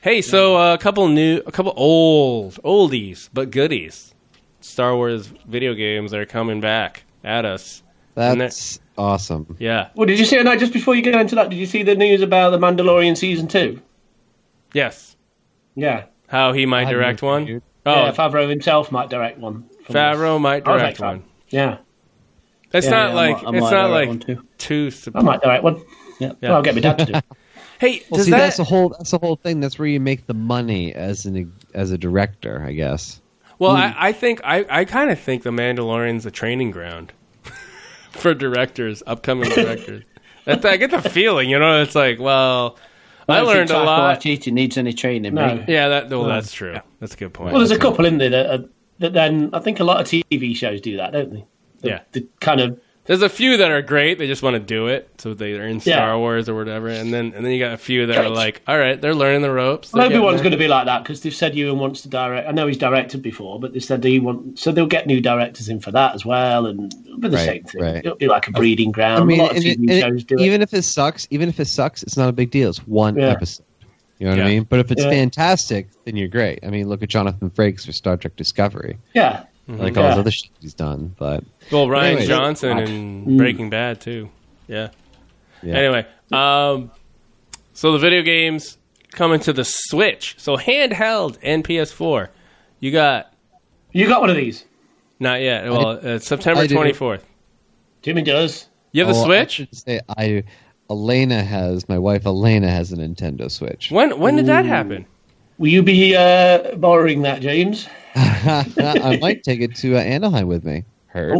S7: Hey, so uh, a couple new, a couple old, oldies but goodies. Star Wars video games are coming back at us. And
S6: That's awesome.
S7: Yeah.
S8: Well, did you see? No, just before you get into that, did you see the news about the Mandalorian season two?
S7: Yes.
S8: Yeah,
S7: How he might direct one. Oh,
S8: yeah. Favreau himself might direct one. from
S7: Favreau might
S8: I was
S7: direct
S8: like,
S7: one.
S8: this. Yeah,
S7: It's
S10: Yeah,
S7: not
S10: yeah, I
S7: like
S10: might- I
S7: it's
S10: might
S7: not
S10: direct
S7: like
S10: one too.
S7: too.
S8: I might direct one.
S10: Yeah.
S8: Well, I'll get my dad to do. it.
S7: Hey,
S6: Well,
S7: does
S6: see,
S7: that?
S6: that's the whole that's the whole thing. That's where you make the money as an as a director, I guess.
S7: well, I, I think I, I kind of think the Mandalorian's a training ground for directors, upcoming directors. That's, I get the feeling, you know. It's like, well, I, learned a lot.
S10: Waititi needs any training,
S8: No.
S10: mate.
S7: Yeah, that
S6: Uh,
S7: well, that's true. That's a good point.
S8: Well, there's a couple in there that, are, that then I think a lot of TV shows do that, don't they? The,
S7: Yeah.
S8: The kind of
S7: There's a few that are great. They just want to do it, so they're in
S8: Yeah.
S7: Star Wars or whatever. And then and then you got a few that are like, all right, they're learning the ropes.
S8: well,
S7: they're getting
S8: everyone's
S7: there.
S8: going to be like that because they've said Ewan wants to direct. I know he's directed before, but they said he want so they'll get new directors in for that as well, and it'll be the
S6: Right,
S8: same thing.
S6: right.
S8: It'll be like a breeding ground.
S6: I mean,
S8: a lot of
S6: and
S8: TV
S6: it- and it-
S8: shows do it.
S6: even if it sucks, even if it sucks, it's not a big deal. It's one
S8: Yeah.
S6: episode. You know what I
S7: Yeah.
S6: mean? But if it's
S8: Yeah.
S6: fantastic, then you're great. I mean, look at Jonathan Frakes for Star Trek Discovery,
S8: Yeah.
S6: like all this
S8: Mm-hmm. Yeah.
S6: other shit he's done. But
S7: Well, Ryan
S6: Anyway.
S7: Johnson
S8: Mm.
S7: in Breaking Bad too. Yeah.
S6: Yeah.
S7: Anyway, um, so the video games coming to the Switch, so handheld and PS4. You got
S8: You got one of these.
S7: not yet. Well, uh, September
S6: I do.
S7: twenty fourth.
S8: Jimmy does.
S7: You have the
S6: Oh, I
S7: Switch.
S6: should say I Elena has my wife Elena has a Nintendo Switch.
S7: When when did that happen?
S8: Will you be uh, borrowing that, James?
S6: I might take it to uh, Anaheim with me. Heard,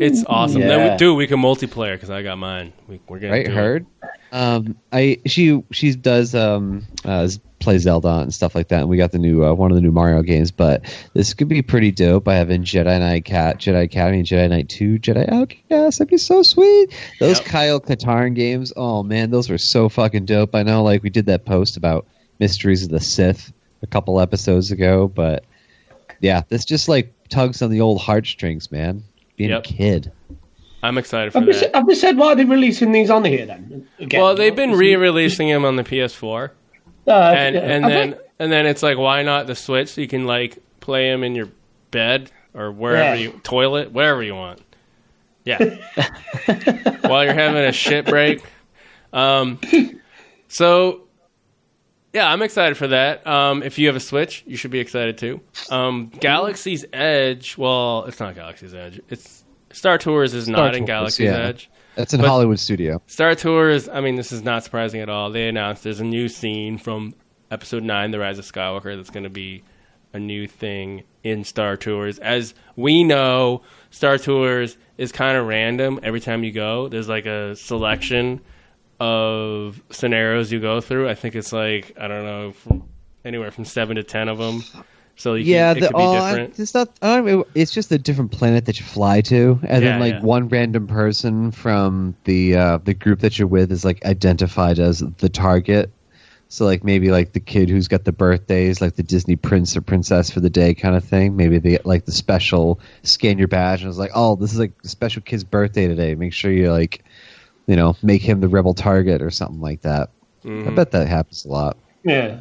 S7: It's awesome. Then
S10: Yeah.
S7: we, dude, we can multiplayer because I got mine. We, we're gonna
S6: right?
S7: do it.
S6: Heard. Um, I she she does um uh, play Zelda and stuff like that, and we got the new uh, one of the new Mario games. But this could be pretty dope. I have in Jedi Knight Cat, Jedi Academy, Jedi Knight Two, Jedi Outcast. That'd be so sweet. Those Kyle Katarn games. Oh man, those were so fucking dope. I know, like we did that post about Mysteries of the Sith a couple episodes ago, but yeah, this just like tugs on the old heartstrings, man. Being
S7: Yep.
S6: a kid.
S7: I'm excited for
S8: Have
S7: that.
S8: Oh, we, said, have we said why they're releasing these on here then? Again,
S7: Uh, well, they've been re-releasing them on the PS4,
S8: Uh,
S7: and
S8: yeah.
S7: and
S8: Have
S7: then
S8: they?
S7: and then it's like, why not the Switch? So you can like play them in your bed or wherever
S8: Yeah.
S7: you toilet, wherever you want. Yeah, while you're having a shit break. Um, so yeah, I'm excited for that. Um, if you have a Switch, you should be excited too. Um, Galaxy's Edge. Well, it's not Galaxy's Edge. It's Star Tours is not in
S6: Tours,
S7: Galaxy's
S6: yeah.
S7: Edge.
S6: That's in
S7: But-
S6: Hollywood studio.
S7: Star Tours, I mean, this is not surprising at all. They announced there's a new scene from episode 9, The Rise of Skywalker, that's going to be a new thing in Star Tours. As we know, Star Tours is kind of random every time you go. There's like a selection of scenarios you go through. I think it's like, I don't know, from anywhere from 7 to 10 of them. So you
S6: Yeah,
S7: can, it
S6: the,
S7: could be
S6: oh,
S7: different.
S6: it's not. I don't, know, it's just a different planet that you fly to, and
S7: Yeah,
S6: then like
S7: yeah.
S6: one random person from the uh, the group that you're with is like identified as the target. So like maybe like the kid who's got the birthdays, like the Disney prince or princess for the day kind of thing. Maybe they get like the special scan your badge and it's like, oh, this is like the special kid's birthday today. Make sure you like, you know, make him the rebel target or something like that.
S7: Mm-hmm.
S6: I bet that happens a lot.
S8: yeah.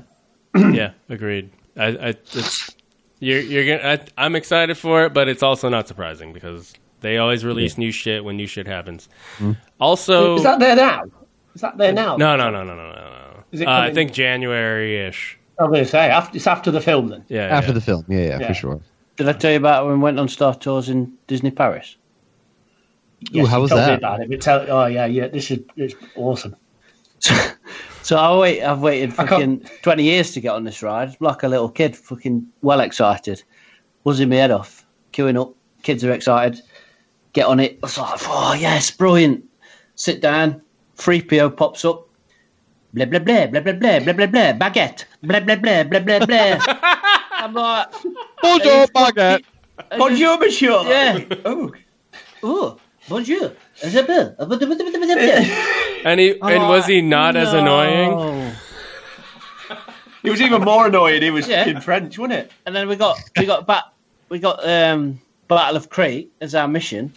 S7: yeah, agreed. I, I it's, you're you're gonna. I, I'm excited for it, but it's also not surprising because they always release new shit when new shit happens. Also,
S8: Is that there now? Is that there now?
S7: no, no, no, no, no, no, no.
S8: Is it
S7: Uh, I
S8: coming-
S7: think January ish.
S8: I'm going to say after, it's after the film then.
S7: Yeah,
S6: After
S7: yeah.
S6: the film, yeah, yeah,
S8: Yeah.
S6: for sure.
S10: Did I tell you about when we went on Star Tours in Disney Paris?
S8: Yes,
S6: how
S8: you
S6: was
S8: told me
S6: that?
S8: about it, but tell- oh yeah, yeah. This is it's awesome.
S10: So I wait, I've waited
S8: I
S10: fucking
S8: can't-
S10: 20 years to get on this ride. It's Like a little kid, fucking well excited. Buzzing my head off, queuing up. Kids are excited. Get on it. I was like, oh, yes, brilliant. Sit down. 3PO pops up. Blah, blah, blah, blah, blah, blah, blah, blah, blah. Baguette. Blah, blah, blah, blah, blah, blah. I'm like,
S6: Bonjour, baguette.
S8: Bonjour, monsieur.
S10: yeah.
S8: Oh,
S10: Oh, bonjour. And
S7: And he
S8: Oh,
S7: and was he not as annoying?
S10: Oh.
S8: it was even more annoying. It was
S10: Yeah.
S8: in French, wasn't it?
S10: and then we got we got back we got um Battle of Crete as our mission,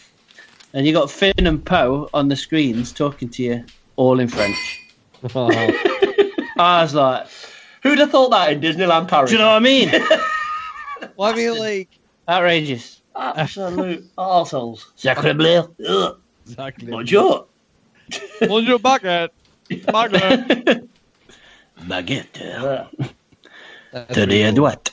S10: and you got Finn and Poe on the screens talking to you all in French. I was like,
S8: Who'd have thought that in Disneyland Paris?
S10: Do you know what I mean?
S6: Well, I mean, like
S10: Outrageous.
S8: Absolute arseholes.
S10: Sacre bleu.
S8: Ugh.
S6: exactly.
S8: Bonjour.
S6: your bucket.
S10: Baguette.
S8: Uh,
S10: Tenez à droite.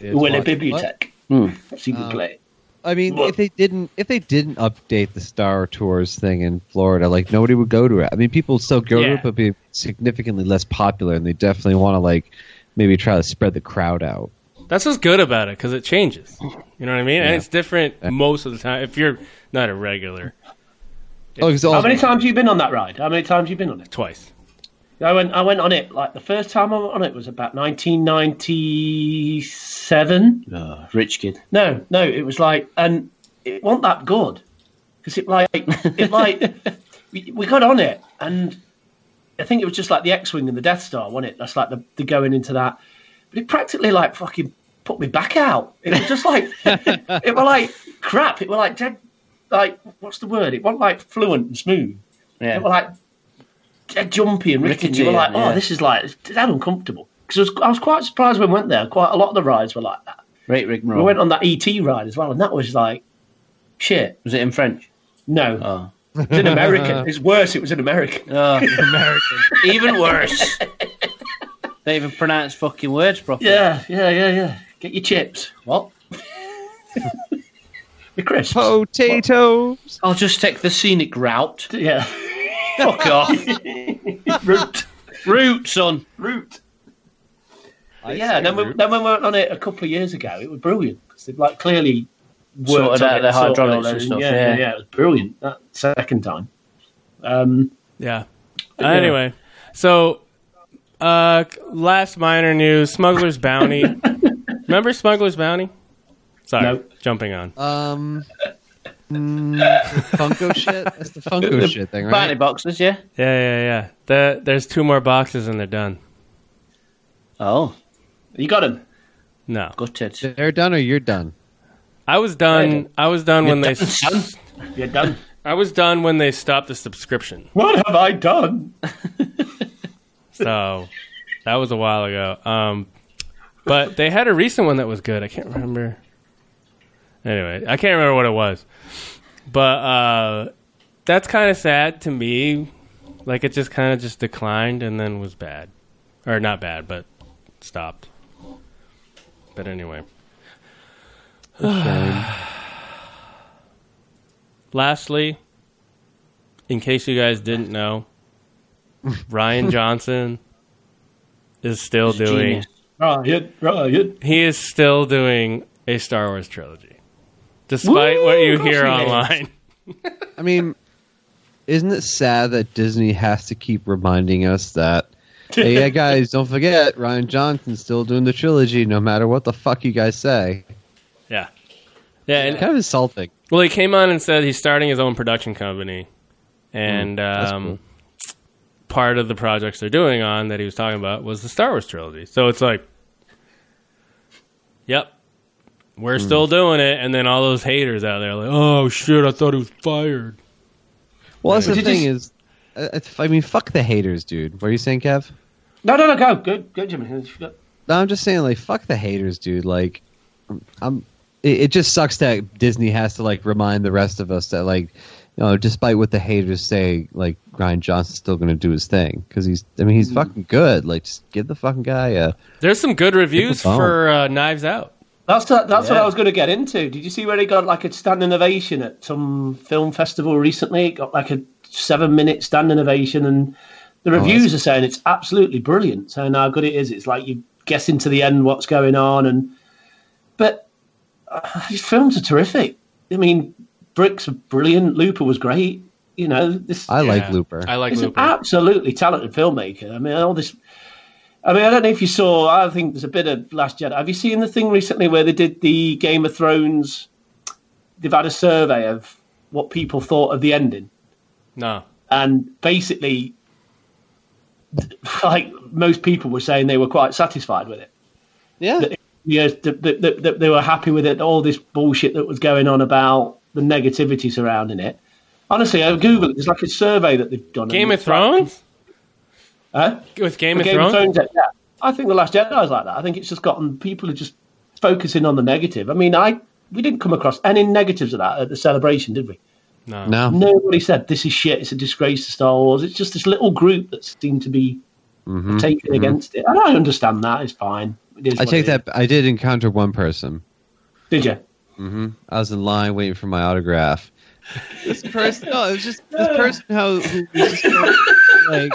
S8: Will it bibliothèque?
S10: Hmm.
S8: S'il vous plaît.
S6: I mean,
S8: What?
S6: if they didn't, if they didn't update the Star Tours thing in Florida, like nobody would go to it. I mean, people still go to
S7: Yeah.
S6: it, but be significantly less popular, and they definitely want to like maybe try to spread the crowd out.
S7: That's what's good about it because it changes. You know what I mean? And it's different most of the time if you're not a regular.
S6: Oh, it's
S8: How
S6: all
S8: many times have you been on that ride? How many times have you been on it?
S7: Twice.
S8: I went. I went on it like the first time I went on it was about 1997.
S10: Oh, rich kid.
S8: No, no, it was like, and it wasn't that good because it like, it like, we, we got on it, and I think it was just like the X-wing and the Death Star, wasn't it? That's like the, the going into that, but it practically like fucking put me back out. It was just like, it were like crap. It were like dead, like what's the word? It wasn't like fluent and smooth.
S10: Yeah.
S8: It were like dead jumpy and rickety. You were like,
S10: Rickety,
S8: oh,
S10: yeah.
S8: this is like it's dead uncomfortable. Because I was quite surprised when we went there. Quite a lot of the rides were like that.
S10: Great
S8: We
S10: rigmarole.
S8: went on that ET ride as well, and that was like, shit.
S10: Was it in French?
S8: No,
S10: Oh.
S8: it's an American. It's worse. It was an American.
S10: Oh, American. Even worse. They even pronounce fucking words properly.
S8: Yeah, yeah, yeah, yeah. Get your chips. What? the crisps.
S10: Oh.
S6: potatoes.
S10: I'll just take the scenic route.
S8: Yeah.
S10: Fuck off.
S8: Root.
S10: Route, son.
S8: Root. But yeah. Then, we, then when we went on it a couple of years ago, it was brilliant because they like clearly worked
S10: Sorted
S8: on
S10: out
S8: it,
S10: their
S8: sorted all
S10: hydraulics and
S8: those-
S10: stuff,
S8: Yeah,
S10: yeah.
S8: yeah, yeah, it was brilliant that second time. Um,
S7: Yeah. Anyway, so uh, last minor news: Smuggler's Bounty. Remember Smuggler's Bounty? Sorry,
S8: No.
S7: jumping on.
S6: Um, mm, Funko shit. That's the Funko shit thing, right?
S10: Bounty boxes, yeah?
S7: Yeah, yeah, yeah. The, there's two more boxes and they're done.
S10: Oh,
S8: you got him.
S7: No,
S10: gutted.
S6: They're done or you're done.
S7: I was done. I was done when they.
S8: You're done.
S7: I was done when they stopped the subscription.
S8: what have I done?
S7: So that was a while ago. Um, but they had a recent one that was good. I can't remember. Anyway, I can't remember what it was. But uh, that's kind of sad to me. Like it just kind of just declined and then was bad, or not bad, but stopped. But anyway, lastly, in case you guys didn't know, Ryan Johnson is still doing.
S10: Genius.
S8: Riot, riot.
S7: He is still doing a Star Wars trilogy, despite what you hear online.
S6: I mean, isn't it sad that Disney has to keep reminding us that? hey, yeah, guys, don't forget Ryan Johnson's still doing the trilogy, no matter what the fuck you guys say.
S7: Yeah, yeah. And,
S6: Kind of insulting.
S7: Well, he came on and said he's starting his own production company, and um,
S6: cool.
S7: part of the projects they're doing on that he was talking about was the Star Wars trilogy. So it's like, yep, we're still doing it. And then all those haters out there, are like, oh shit, I thought he was fired.
S6: Well, that's the
S8: Did you
S6: thing is, uh, it's- I mean, fuck the haters, dude. What are you saying, Kev?
S8: No, no, no. Go, go, go, Jimmy.
S6: No, I'm just saying, like, fuck the haters, dude. Like, I'm. It, it just sucks that Disney has to like remind the rest of us that, like, you know, despite what the haters say, like Ryan Johnson's still going to do his thing because he's. I mean, he's fucking good. Like, just give the fucking guy a.
S7: There's some good reviews
S6: People don't.
S7: for uh, Knives Out.
S8: That's the, that's what I was going to get into. Did you see where he got like a standing ovation at some film festival recently? It got like a seven minute standing ovation, and the reviews are saying it's absolutely brilliant. Saying how good it is. It's like you guess into the end what's going on, and but uh, these films are terrific. I mean, Bricks were brilliant. Looper was great. You know, this
S6: I like
S7: Yeah.
S6: Looper.
S7: I like
S8: He's an
S7: Looper.
S8: absolutely talented filmmaker. I mean, all this. I mean, I don't know if you saw. I think there's a bit of Last Jedi. Have you seen the thing recently where they did the Game of Thrones? They've had a survey of what people thought of the ending,
S7: no.
S8: and basically, like most people were saying, they were quite satisfied with it.
S6: yeah.
S8: Yes, th th th th they were happy with it. All this bullshit that was going on about the negativity surrounding it. Honestly, I googled it. There's like a survey that they've done.
S7: Game
S8: and
S7: of
S8: it's like-
S7: Thrones?
S8: Huh?
S7: With Game,
S8: The
S7: of, Thrones?
S8: Thrones, yeah. I think the Last Jedi is like that. I think it's just gotten people are just focusing on the negative. I mean, I we didn't come across any negatives of that at the celebration, did we?
S7: No.
S6: No.
S8: Nobody said this is shit. It's a disgrace to Star Wars. It's just this little group that seemed to be taken against it. And I understand that. It's fine. It is
S6: Mm-hmm. I
S8: what
S6: take
S8: it is.
S6: that. I did encounter one person.
S8: Did you?
S6: I was in line waiting for my autograph. Mm-hmm. This person, no, it was just this person how who was just like, like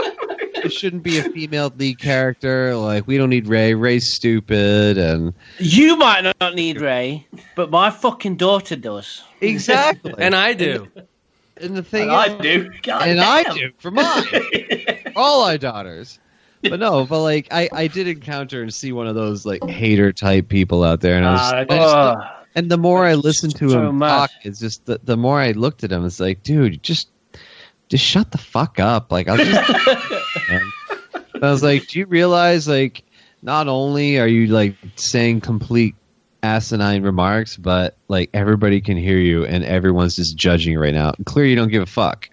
S6: it shouldn't be a female lead character. Like we don't need Ray. Ray's stupid and
S10: You might not need Ray, but my fucking daughter does.
S6: exactly.
S7: And I do.
S6: and the thing
S8: And
S6: is,
S8: I do. God
S6: and
S8: damn.
S6: I do for mine, for all our daughters. But no, but like I, I did encounter and see one of those like hater type people out there, and I was,
S8: Ah,
S10: Uh,
S6: I
S8: okay.
S6: just-
S10: Ugh.
S6: and the more I listened to
S10: so
S6: him
S10: much.
S6: talk, it's just the, the more I looked at him, it's like, dude, just just shut the fuck up. Like I was just, And I was like, do you realize like not only are you like saying complete asinine remarks, but like everybody can hear you and everyone's just judging you right now. Clearly you don't give a fuck.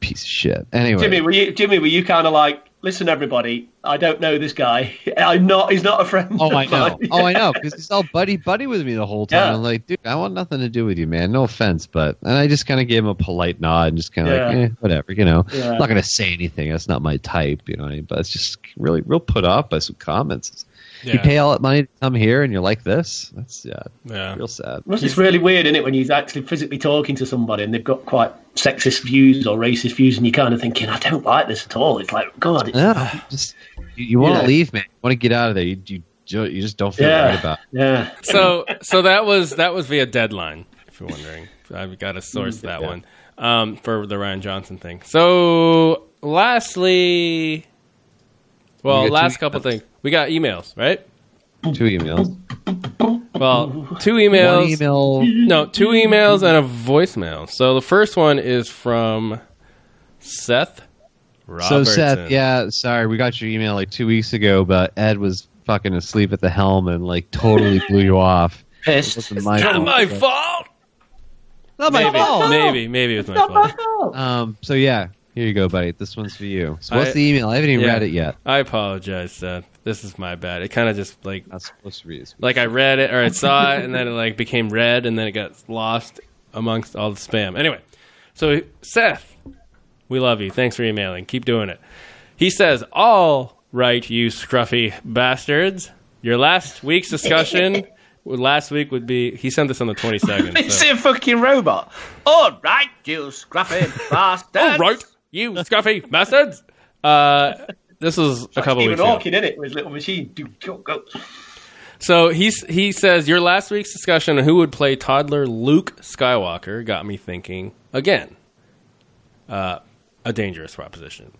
S6: Piece of shit. Anyway.
S8: Jimmy, were you Jimmy? Were you kind of like, listen, everybody? I don't know this guy. I'm not. He's not a friend.
S6: Oh,
S8: of
S6: I know.
S8: mine."
S6: Oh, I know. Because he's all buddy buddy with me the whole time.
S8: Yeah.
S6: I'm like, dude, I want nothing to do with you, man. No offense, but and I just kind of gave him a polite nod and just kind of like,
S8: Yeah.
S6: eh, whatever, you know.
S8: Yeah.
S6: I'm not gonna say anything. That's not my type, you know. what I mean? But it's just really real put off by some comments. You
S7: Yeah.
S6: pay all that money to come here, and you're like this. That's yeah,
S7: Yeah.
S6: real sad.
S8: Must- It's really weird, isn't it, when you're actually physically talking to somebody and they've got quite sexist views or racist views, and you're kind of thinking, I don't like this at all. It's like, God, it's,
S6: Yeah, you just you, you want to
S8: Yeah.
S6: leave, man. You want to get out of there. You you, you just don't feel
S8: Yeah.
S6: right about. It.
S8: yeah.
S7: so so that was that was via deadline if you're wondering i've got a
S6: Mm,
S7: source that one um, for the ryan johnson thing so lastly well
S6: We got two
S7: last couple
S6: emails.
S7: things we got emails right
S6: Two emails,
S7: well two
S6: one
S7: emails
S6: email. Mm-hmm.
S7: no two emails and a voicemail so the first one is from seth
S6: So
S7: Robertson.
S6: Seth, yeah, sorry, we got your email like two weeks ago, but Ed was fucking asleep at the helm and like totally blew you off. It
S10: Pissed.
S6: wasn't my
S7: not
S6: fault,
S7: my
S6: but-
S7: fault
S6: Not my
S7: maybe
S6: fault.
S7: maybe maybe it's my fault
S6: Um, so yeah, here you go, buddy. This one's for you. So what's
S7: I-
S6: the email? I haven't even
S7: yeah.
S6: read it yet.
S7: i apologize seth this is my bad it kind of just like
S6: I'm not supposed to read it.
S7: like I read it or I saw it and then it like became red and then it got lost amongst all the spam. Anyway, so Seth, we love you. Thanks for emailing. Keep doing it. He says, "All right, you scruffy bastards. Your last week's discussion last week would be he sent this on the 22nd.
S10: Is
S7: So.
S10: it a fucking robot? All right, you scruffy bastard.
S7: All right, you scruffy bastards." Uh, this was a couple
S8: Stephen
S7: weeks ago.
S8: Hawking, in it, with his little machine. Do, go, go.
S7: So he's, he says, Your last week's discussion on who would play toddler Luke Skywalker got me thinking again. Uh, a dangerous proposition.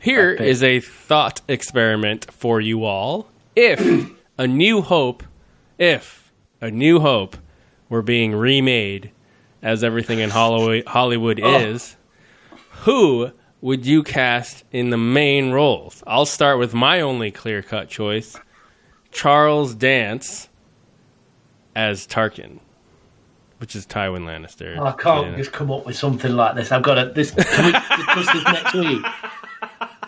S7: Here is a thought experiment for you all. If a new hope, if a new hope were being remade as everything in Hollywood, Hollywood is, who would you cast in the main roles? I'll start with my only clear cut choice Charles Dance as Tarkin, which is Tywin Lannister.
S8: I can't
S7: Yeah.
S8: just Oh, come up with something like this. I've got to. This, can we discuss this next week?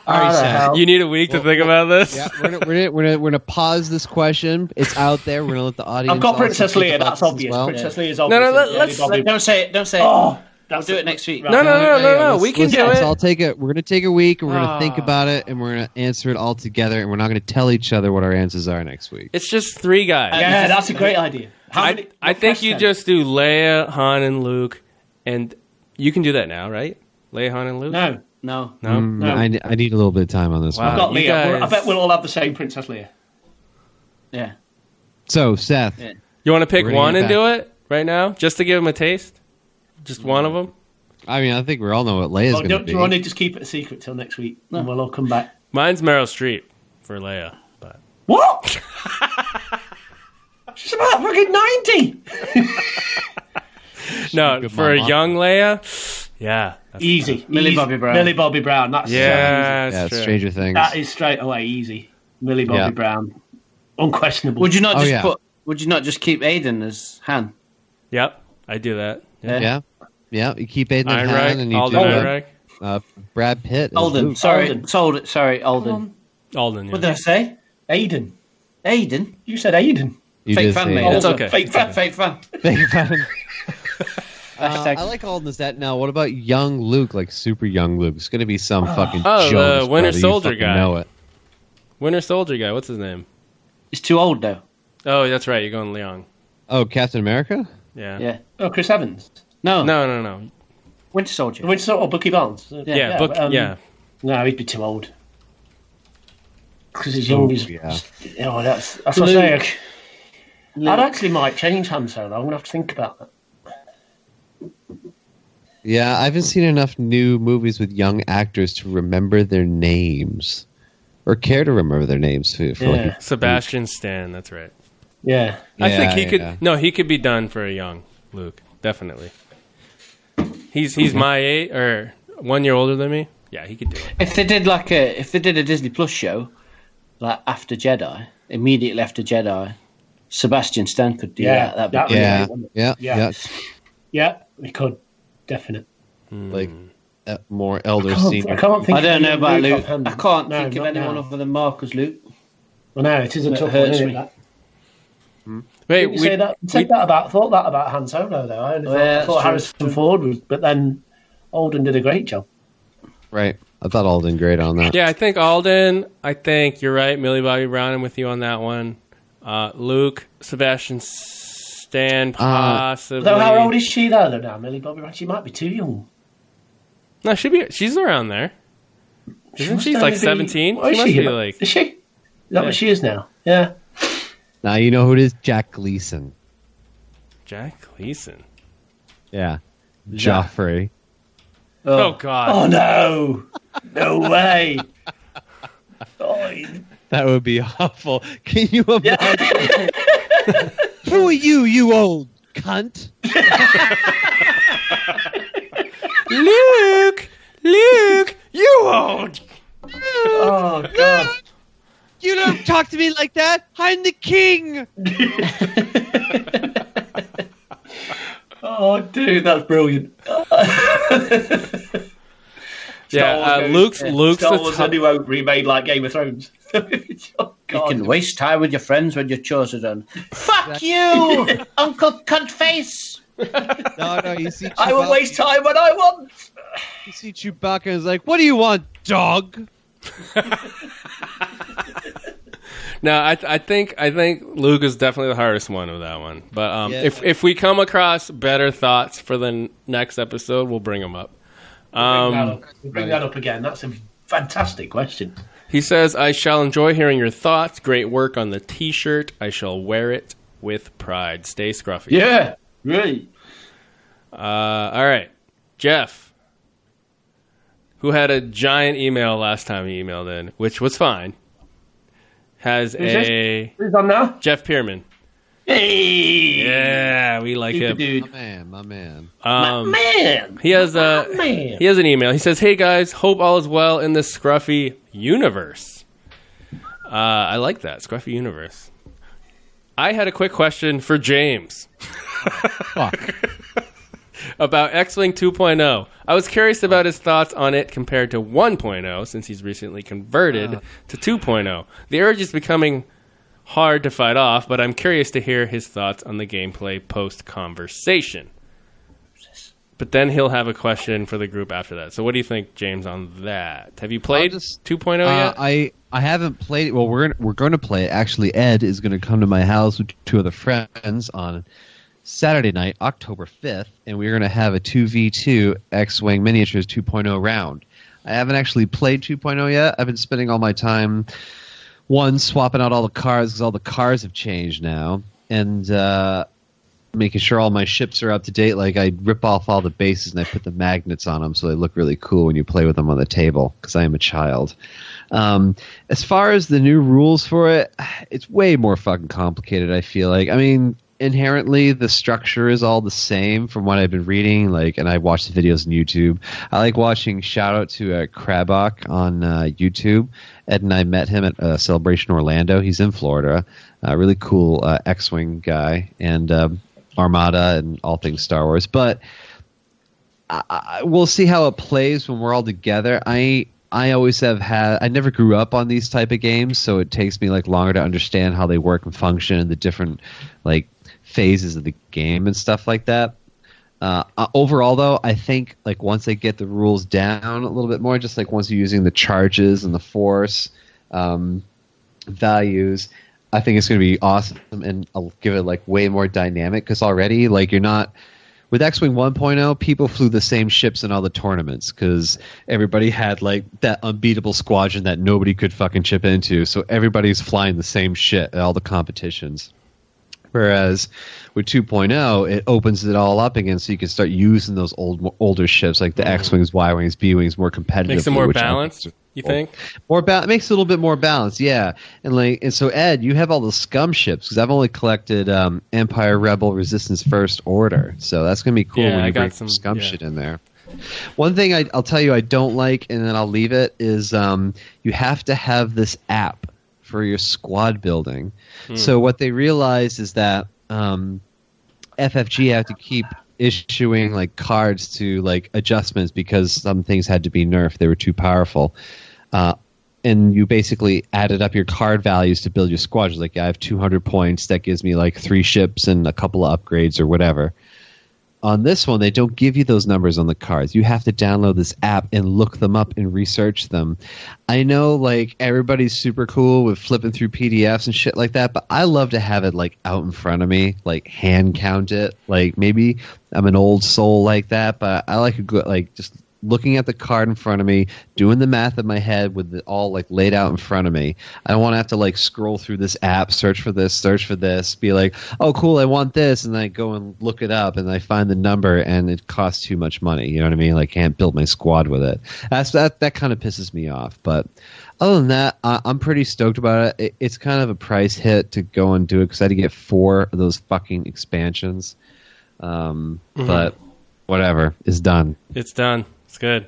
S6: All right,
S8: How the
S6: Seth.
S8: hell?
S7: You need a week to think about this?
S6: Yeah, we're gonna, we're, gonna, we're, gonna, we're gonna pause this question. It's out there. We're gonna let the audience.
S8: I've got
S6: also
S8: Princess
S6: think
S8: Leia.
S6: about
S8: That's
S6: this as
S8: obvious.
S6: well.
S8: Princess Leia is obvious.
S7: no,
S8: and
S7: let's-
S8: Lady Bobby-
S10: Don't say it. Don't say it.
S8: Oh,
S10: We'll
S8: that's
S10: do it next week.
S7: No, no, no, no, no, no. We can
S6: Let's-
S7: do
S6: let's all
S7: it.
S6: take it. We're gonna take a week. and We're gonna
S7: Ah.
S6: think about it, and we're gonna answer it all together. And we're not gonna tell each other what our answers are next week.
S7: It's just three guys.
S8: Yeah, that's a great idea. How
S7: I,
S8: many-
S7: I think you
S8: hashtag?
S7: just do Leia, Han, and Luke, and you can do that now, right? Leia, Han, and Luke.
S8: No.
S10: No.
S7: no.
S6: Mm, I, ne- I need a little bit of time on this
S7: Wow.
S6: one.
S8: Got
S7: You
S8: Leia. We're- I
S7: guys-
S8: bet we'll all have the same Princess Leia.
S10: Yeah.
S6: So, Seth,
S10: Yeah.
S7: You want to pick
S6: We're gonna
S7: one
S6: get
S7: and do it right now, just to give them a taste. Just one of them.
S6: I mean, I think we all know what Leia's
S8: Well,
S6: going to
S8: do, do
S6: be.
S8: you want to just keep it a secret till next week, and we'll all come back.
S7: Mine's Meryl Streep for Leia. But
S8: What? She's about fucking ninety.
S7: no,
S6: good
S7: for a
S6: mama.
S7: young Leia, yeah, that's,
S8: Easy.
S10: Millie
S8: Easy.
S10: Bobby Brown.
S8: Millie Bobby Brown. That's
S7: yeah,
S6: yeah,
S7: that's true.
S6: Stranger Things.
S8: That is straight away easy. Millie Bobby
S6: Yeah.
S8: Brown. Unquestionable.
S10: Would you not
S6: Oh,
S10: just
S6: yeah.
S10: put? Would you not just keep Aiden as Han?
S7: Yep, I do that.
S10: Yeah.
S6: yeah, yeah. You keep Aiden in
S7: Iron Reich,
S6: hand, and you do
S7: Alden
S6: uh,
S7: Ehrenreich.
S6: Uh, Brad Pitt. is
S10: Alden,
S6: Luke.
S10: sorry,
S8: Alden.
S10: Sold it. sorry, Alden.
S7: Alden.
S10: What
S7: Yeah.
S10: did I say?
S8: Aiden.
S10: Aiden,
S8: You said Aiden.
S6: You
S10: fake
S6: did
S10: fan,
S6: say
S10: mate.
S6: that.
S10: It's
S7: Alden.
S10: okay. Fake fan, fake fan.
S6: Fake fan. Uh,
S10: Hashtag-
S6: I like Alden as that now. What about young Luke, like super young Luke? It's gonna be some fucking
S7: Oh,
S6: joke.
S7: the Winter
S6: brother. You
S7: Soldier
S6: fucking
S7: guy.
S6: Know it.
S7: Winter Soldier guy. What's his name?
S10: It's too old though.
S7: Oh, that's right. You're going Leong.
S6: Oh, Captain America.
S7: Yeah.
S10: Yeah.
S8: Oh, Chris Evans.
S10: No, no.
S7: No, no, no.
S10: Winter Soldier.
S8: Which sort of Bucky Barnes.
S7: Yeah,
S8: Yeah,
S7: book.
S8: um,
S7: yeah.
S8: No, he'd be too old. Because he's young. he's,
S6: yeah.
S8: Oh, that's that's what I'm
S10: Luke.
S8: saying. I'd actually might change Han Solo. I'm gonna have to think about that.
S6: Yeah, I haven't seen enough new movies with young actors to remember their names, or care to remember their names. For, for like-
S8: Yeah.
S7: Sebastian Stan. That's right.
S8: Yeah.
S7: I think
S6: Hmm. Yeah,
S7: he could.
S6: yeah.
S7: No, he could be done for a young Luke. Definitely. He's he's
S6: Hmm.
S7: my eight or one year older than me. Yeah, he could do it.
S10: If they did like a, if they did a Disney Plus show, like after Jedi, immediately after Jedi, Sebastian Stan could do
S8: Yeah,
S10: that. That'd be
S8: that would-
S10: brilliant.
S6: yeah, yeah,
S8: Yeah.
S6: yeah,
S8: Yeah, we could. Definite.
S6: Like uh, more elder
S8: I can't,
S6: senior.
S8: I can't think
S10: I don't
S8: of
S10: know about Luke.
S8: offhand.
S10: I can't
S8: No,
S10: think of
S8: not
S10: anyone
S8: now.
S10: other than Marcus Luke.
S8: Well, no, it is a
S10: That
S8: tough one,
S10: hurts
S8: isn't it?
S10: me.
S8: that?
S7: Wait,
S8: You say
S7: we,
S8: that, said that about, thought that about Han Solo, though. I only thought,
S10: Yeah,
S8: I
S10: that's
S8: thought
S10: true.
S8: Harrison Ford was, but then Alden did a great job.
S6: Right. I thought Alden great on that.
S7: yeah, I think Alden. I think you're right, Millie Bobby Brown. I'm with you on that one. Uh, Luke, Sebastian Stan,
S6: Ah.
S7: possibly.
S8: Though, how old is she, though, though, now, Millie Bobby Brown? She might be too young.
S7: No, she be. She's around there.
S8: She
S7: Isn't
S8: must
S7: she,
S8: only
S7: like,
S8: be-
S7: 17?
S8: what
S7: She
S8: is
S7: must
S8: she?
S7: be, like-
S8: Is she? Is that
S7: Yeah.
S8: what she is now? Yeah.
S6: Now you know who it is. Jack Gleason.
S7: Jack Gleason.
S6: Yeah. Joffrey.
S7: Oh, God.
S8: Oh, no. No way. Oh, he-
S6: That would be awful. Can you imagine? who are you, you old cunt?
S7: Luke, Luke, you old.
S8: oh, God.
S6: You don't talk to me like that. I'm the king.
S8: Oh, dude, that's brilliant.
S7: Yeah,
S8: Star
S7: uh,
S8: Wars
S7: Luke's Luke's
S8: Star
S7: the
S8: Wars
S7: top-
S8: New Hope remade like Game of Thrones. oh,
S10: You
S8: God.
S10: can waste time with your friends when your chores are done. Fuck you, Uncle Cuntface.
S6: No, no. You see, Chewbacca,
S8: I will waste time when I want.
S6: You see Chewbacca is like, "What do you want, dog?"
S7: No, I, I think I think Luke is definitely the hardest one of that one. But um,
S6: Yeah.
S7: if if we come across better thoughts for the n- next episode, we'll bring them up. Um,
S8: Bring that up again. That's a fantastic question.
S7: he says, "I shall enjoy hearing your thoughts. Great work on the T-shirt. I shall wear it with pride. Stay scruffy."
S8: Yeah, really.
S7: Uh, all right, Jeff, who had a giant email last time he emailed in, which was fine, has
S8: this?
S7: a
S8: Who's on now?
S7: Jeff Pierman.
S8: Hey,
S7: Yeah, we like him.
S8: dude.
S6: My man, my man.
S7: Um,
S8: Man,
S7: He has a
S8: man.
S7: he has an email. He says, "Hey guys, hope all is well in this scruffy universe." Uh, I like that scruffy universe. I had a quick question for James
S6: Fuck.
S7: about X-wing 2.0. I was curious about his thoughts on it compared to 1.0, since he's recently converted to 2.0. The urge is becoming hard to fight off, but I'm curious to hear his thoughts on the gameplay post conversation. But then he'll have a question for the group after that. So, what do you think, James, on that? Have you played
S6: just-
S7: 2.0
S6: Uh,
S7: yet?
S6: I I haven't played it. Well, we're gonna, we're going to play it. Actually, Ed is going to come to my house with two other friends on Saturday night, October fifth, and we're going to have a two v two X Wing miniatures 2.0 round. I haven't actually played 2.0 yet. I've been spending all my time one swapping out all the cars because all the cars have changed now, and uh, making sure all my ships are up to date. Like I rip off all the bases and I put the magnets on them so they look really cool when you play with them on the table because I am a child. Um, as far as the new rules for it, it's way more fucking complicated. I feel like. I mean, inherently the structure is all the same from what I've been reading. Like, and I watch the videos on YouTube. I like watching. Shout out to uh, Krabok on uh, YouTube. Ed and I met him at uh, Celebration Orlando. He's in Florida. Uh, really cool uh, X-wing guy and um, Armada and all things Star Wars, but I, I, we'll see how it plays when we're all together. I I always have had. I never grew up on these type of games, so it takes me like longer to understand how they work and function and the different like phases of the game and stuff like that. Uh, uh, overall, though, I think like once they get the rules down a little bit more, just like once you're using the charges and the force um, values, I think it's going to be awesome, and I'll give it like way more dynamic because already like you're not with X-wing 1.0, people flew the same ships in all the tournaments because everybody had like that unbeatable squadron that nobody could fucking chip into, so everybody's flying the same shit at all the competitions. Whereas with 2.0, it opens it all up again, so you can start using those old older ships like the X wings, Y wings, B wings more competitive.
S7: Makes it more balanced. You think?
S6: More ba- it makes it a little bit more balanced, yeah. And like, and so Ed, you have all the scum ships because I've only collected um, Empire, Rebel, Resistance, First Order. So that's gonna be cool
S7: Yeah,
S6: when
S7: I
S6: you
S7: got
S6: bring
S7: some-
S6: some scum
S7: yeah.
S6: shit in there. One thing I, I'll tell you I don't like, and then I'll leave it, is um, you have to have this app for your squad building.
S7: Hmm.
S6: So what they realized is that um, FFG had to keep issuing like cards to like adjustments because some things had to be nerfed; they were too powerful. Uh, and you basically added up your card values to build your squadron. Like I have 200 points, that gives me like three ships and a couple of upgrades or whatever on this one they don't give you those numbers on the cards you have to download this app and look them up and research them i know like everybody's super cool with flipping through pdfs and shit like that but i love to have it like out in front of me like hand count it like maybe i'm an old soul like that but i like a good like just looking at the card in front of me doing the math in my head with it all like laid out in front of me i don't want to have to like scroll through this app search for this search for this be like oh cool i want this and i go and look it up and i find the number and it costs too much money you know what i mean like can't build my squad with it that's that that kind of pisses me off but other than that I, i'm pretty stoked about it. it it's kind of a price hit to go and do it because i had to get four of those fucking expansions um,
S7: Mm-hmm.
S6: but whatever is done
S7: It's done. It's good.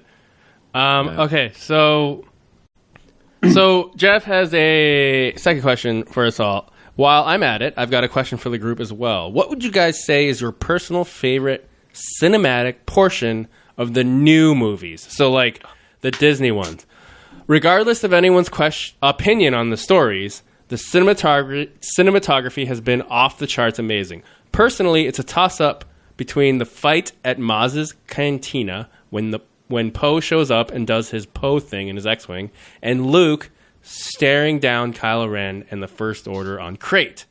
S7: Um, Okay, so so Jeff has a second question for us all. While I'm at it, I've got a question for the group as well. What would you guys say is your personal favorite cinematic portion of the new movies? So, like the Disney ones. Regardless of anyone's question, opinion on the stories, the cinematogra- cinematography has been off the charts amazing. Personally, it's a toss up between the fight at Maz's cantina when the when Poe shows up and does his Poe thing in his X-wing, and Luke staring down Kylo Ren and the First Order on Crate.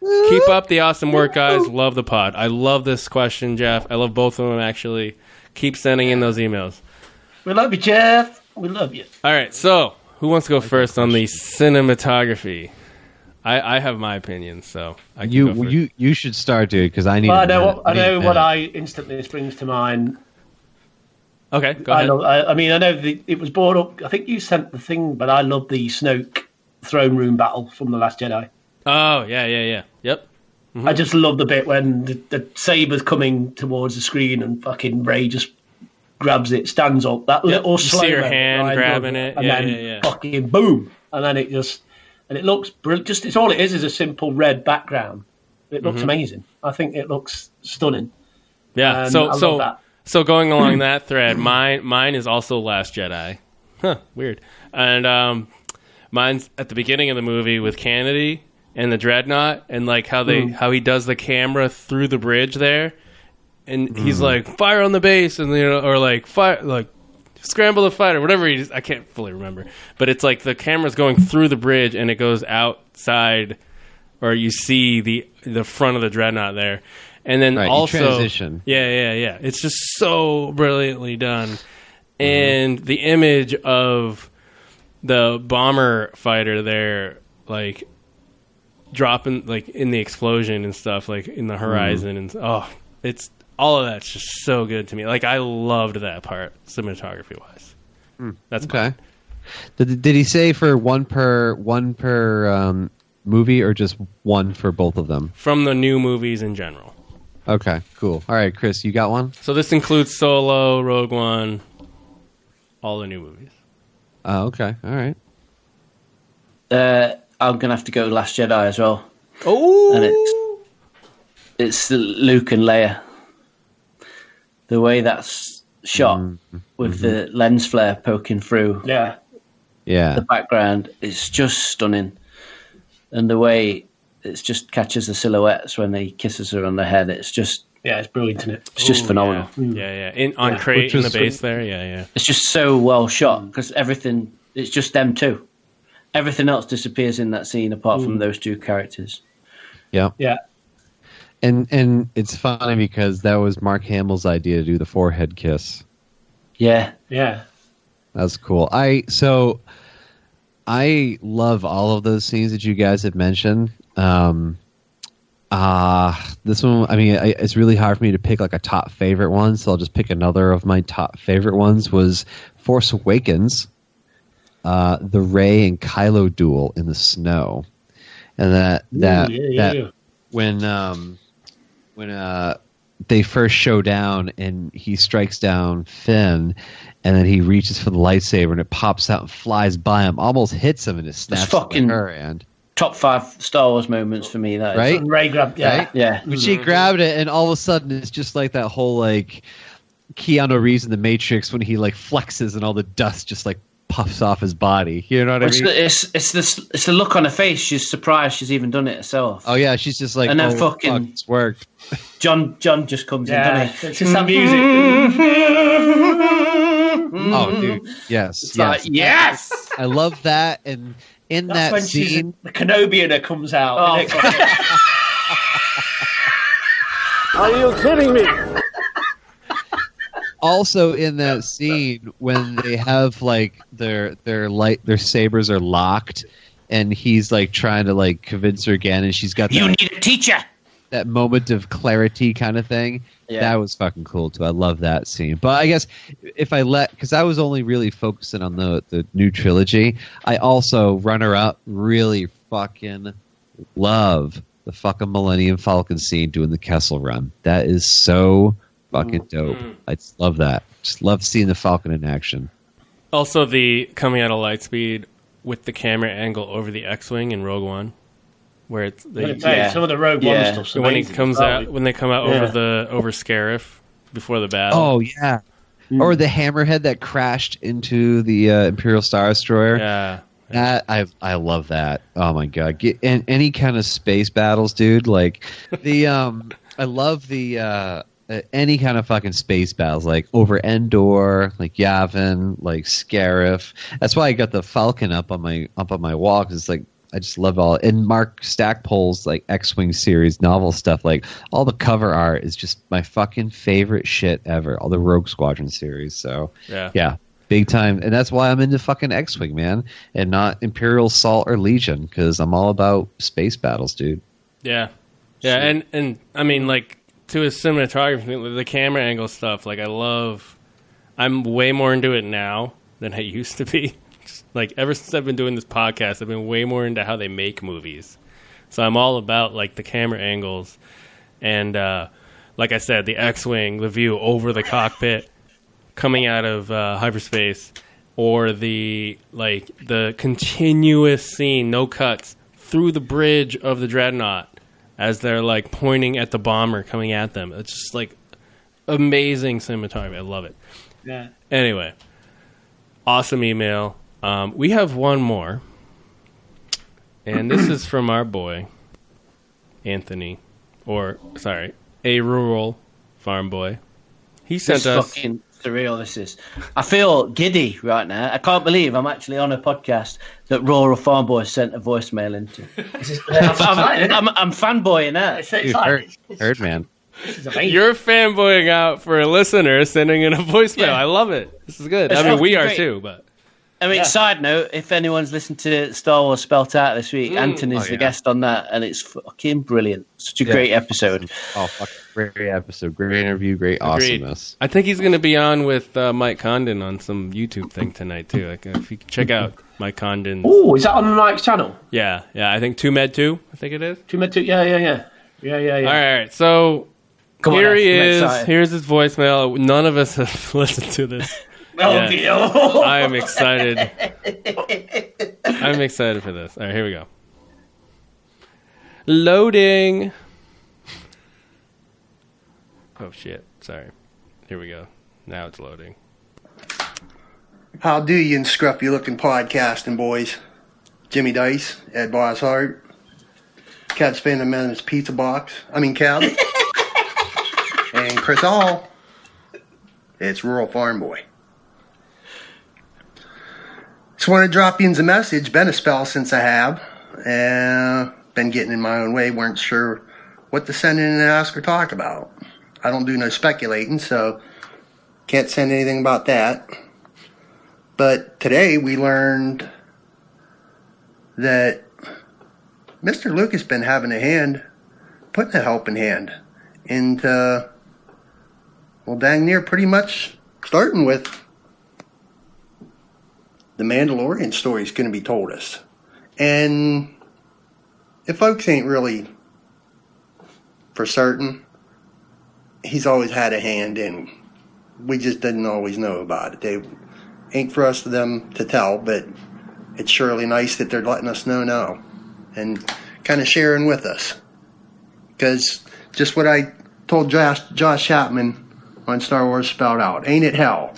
S7: Keep up the awesome work, guys. Love the pod. I love this question, Jeff. I love both of them actually. Keep sending in those emails.
S8: We love you, Jeff. We love you.
S7: All right, so who wants to go first on the cinematography? I, I have my opinion, so I can go
S6: You
S7: first.
S6: you you should start, dude, because I need.
S8: Well, I
S6: a
S8: know.
S6: minute.
S8: What, I
S6: need a
S8: know what
S6: minute.
S8: I instantly springs to mind.
S7: okay? Go
S8: I,
S7: ahead.
S8: love, I, I mean, I know the, it was brought up. I think you sent the thing, but I love the Snoke throne room battle from the Last Jedi.
S7: oh yeah, yeah, yeah. Yep. Mm-hmm.
S8: I just love the bit when the, the saber's coming towards the screen and fucking Ray just grabs it, stands up. That little
S7: see
S8: slow
S7: her
S8: mo
S7: hand
S8: that I
S7: grabbing
S8: love,
S7: it.
S8: and
S7: Yeah,
S8: then
S7: yeah, yeah.
S8: fucking boom, and then it just and it looks brilliant. Just it's all it is is a simple red background. It
S7: Mm-hmm.
S8: looks amazing. I think it looks stunning.
S7: Yeah.
S8: Um, I
S7: so
S8: love
S7: so
S8: that.
S7: so going along that thread, mine mine is also Last Jedi. Huh, weird. And um, mine's at the beginning of the movie with Kennedy and the dreadnought, and like how they
S8: Hmm.
S7: how he does the camera through the bridge there, and he's
S6: Mm-hmm.
S7: like fire on the base, and you know, or like fire like scramble the fight or whatever. He's, I can't fully remember, but it's like the camera's going through the bridge and it goes outside, or you see the the front of the dreadnought there, and then
S6: Right, you
S7: also
S6: transition.
S7: Yeah, yeah, yeah. It's just so brilliantly done,
S6: Mm-hmm.
S7: and the image of the bomber fighter there, like dropping like in the explosion and stuff, like in the horizon, and oh, it's all of that's just so good to me. Like I loved that part cinematography wise. That's
S6: Hmm. Okay. Did, did he say for one per one per um, movie or just one for both of them?
S7: from the new movies in general.
S6: Okay, cool. All right, Chris, you got one.
S7: So this includes Solo, Rogue One, all the new movies.
S6: Oh, okay, all right.
S10: Uh, I'm gonna have to go Last Jedi as well.
S7: Oh,
S10: and it's it's Luke and Leia. The way that's shot
S8: Mm,
S10: with
S8: mm-hmm.
S10: the lens flare poking through
S8: Yeah.
S6: Yeah.
S10: the background is just stunning, and the way it just catches the silhouettes when he kisses her on the head, it's just
S8: Yeah, it's brilliant, isn't it?
S10: it's just phenomenal.
S7: Yeah, yeah. yeah. In, on crate
S6: Which
S7: in the
S6: is-
S7: base there. Yeah, yeah.
S10: It's just so well shot because everything it's just them two. Everything else disappears in that scene apart from those two characters.
S6: Yeah.
S8: Yeah.
S6: And and it's funny because that was Mark Hamill's idea to do the forehead kiss.
S10: Yeah,
S8: Yeah.
S6: That's cool. I so I love all of those scenes that you guys have mentioned. Um uh this one I mean I, it's really hard for me to pick like a top favorite one, so I'll just pick another of my top favorite ones was Force Awakens. Uh the Ray and Kylo duel in the snow. And that that
S8: Ooh, yeah, yeah,
S6: that
S8: yeah.
S6: when um when uh they first show down and he strikes down Finn and then he reaches for the lightsaber and it pops out and flies by him, almost hits him and it snaps
S10: fucking-
S6: fucking her hand.
S10: top five Star Wars moments for me. That is.
S6: Right?
S8: And Ray grabbed. Yeah.
S6: Right?
S10: Yeah,
S6: But she grabbed it and all of a sudden it's just like that whole like Keanu Reeves in the Matrix when he like flexes and all the dust just like puffs off his body. You know what I
S10: it's
S6: mean?
S10: the, it's it's the it's the look on her face. She's surprised she's even done it herself.
S6: oh yeah, she's just like
S10: And then
S6: oh,
S10: fucking-
S6: fuck, it's worked.
S10: John John just comes in,
S8: Yeah.
S10: doesn't he?
S8: It's just that music.
S6: Oh dude. Yes. yes.
S10: Like, yes.
S6: I love that and in
S8: That's
S6: that
S8: when
S6: scene
S8: she's, the Kenobi in her comes out.
S10: Oh,
S8: isn't it?
S6: also in that scene when they have like their their light their sabers are locked and he's like trying to like convince her again and she's got that,
S10: you need a teacher.
S6: that moment of clarity kind of thing
S10: Yeah.
S6: that was fucking cool too i love that scene but i guess if i let because i was only really focusing on the the new trilogy i also runner up really fucking love the fucking millennium falcon scene doing the kessel run that is so fucking dope i just love that just love seeing the falcon in action
S7: Also, the coming out of Lightspeed with the camera angle over the X-wing in Rogue One, where it's
S8: Let
S7: they,
S8: me tell you,
S10: Yeah.
S8: Some of the Rogue
S10: Yeah.
S8: One Oh, stuff.
S7: when he comes out when they come out
S8: Yeah.
S7: over the over Scarif before the battle.
S6: oh yeah or the hammerhead that crashed into the uh, imperial star destroyer
S7: yeah.
S6: That I I love that. Oh my god! Get, and any kind of space battles, dude. Like the um, I love the uh, uh, any kind of fucking space battles, like over Endor, like Yavin, like Scarif. That's why I got the Falcon up on my up on my wall 'cause it's like I just love all and Mark Stackpole's like X Wing series novel stuff. Like all the cover art is just my fucking favorite shit ever. All the Rogue Squadron series. So
S7: Yeah.
S6: yeah, big time, and that's why I'm into fucking X Wing, man, and not Imperial Salt or Legion, because I'm all about space battles, dude.
S7: Yeah, yeah, and and I mean, like to his cinematography, the camera angle stuff. Like, I love. I'm way more into it now than I used to be. Just, like ever since I've been doing this podcast, I've been way more into how they make movies. So I'm all about like the camera angles, and uh, like I said, the X-wing, the view over the cockpit, coming out of uh, hyperspace, or the like the continuous scene, no cuts, through the bridge of the dreadnought as they're like pointing at the bomber coming at them. It's just like amazing cinematography. I love it.
S8: Yeah.
S7: Anyway, awesome email. Um, we have one more, and this is from our boy Anthony, or sorry, a rural farm boy. He sent
S10: It's
S7: us.
S10: fucking surreal. This is. I feel giddy right now. I can't believe I'm actually on a podcast that Rural Farm Boy sent a voicemail into.
S8: This is- It's exciting,
S10: I'm,
S8: isn't it?
S10: I'm, I'm fanboying out.
S8: It's exciting.
S6: Dude, herd, herd man.
S8: This is amazing.
S7: You're fanboying out for a listener sending in a voicemail.
S8: Yeah.
S7: I love it. This is good. I
S10: It's
S7: mean, we are
S10: fucking great.
S7: too, but
S10: I mean,
S8: Yeah.
S10: side note: if anyone's listened to Star Wars Spelt Out this
S7: Mm.
S10: week, Anton is
S6: Oh,
S10: the
S6: yeah.
S10: guest on that, and it's fucking brilliant. Such a great episode.
S6: Oh, fuck. Great, great episode, great interview, great
S7: Agreed.
S6: awesomeness.
S7: I think he's going to be on with uh, Mike Condon on some YouTube thing tonight too. Like, if you check out Mike Condon,
S8: Oh, is that on Mike's channel?
S7: yeah, yeah, I think two med two. I think it is.
S8: Two men, two. Yeah, yeah, yeah. Yeah, yeah, yeah.
S7: All right, all right. so
S10: Come on,
S7: here he
S10: Anthony,
S7: is.
S10: I'm excited.
S7: Here's his voicemail. None of us have listened to this.
S8: Oh,
S7: Yeah.
S8: dear.
S7: I am excited. I'm excited for this. All right, here we go. Loading. Oh shit! Sorry. Here we go. Now it's loading.
S11: How do you and scruffy looking podcasting boys? Jimmy Dice, Ed Boshart, Cat's Phantom Man's Pizza Box, I mean Cal, and Chris Hall. It's Rural Farm Boy. Just want to drop you a message. Been a spell since I have. Uh, been getting in my own way. Weren't sure what to send in and ask or talk about. I don't do no speculating, so can't send anything about that. But today we learned that Mr. Luke has been having a hand, putting a helping hand into, well, dang near pretty much starting with the Mandalorian story is going to be told us. And if folks ain't really for certain, he's always had a hand in. We just didn't always know about it. They ain't for us to them to tell, but it's surely nice that they're letting us know now and kind of sharing with us. Because just what I told Josh, Josh Chapman on Star Wars spelled out ain't it hell?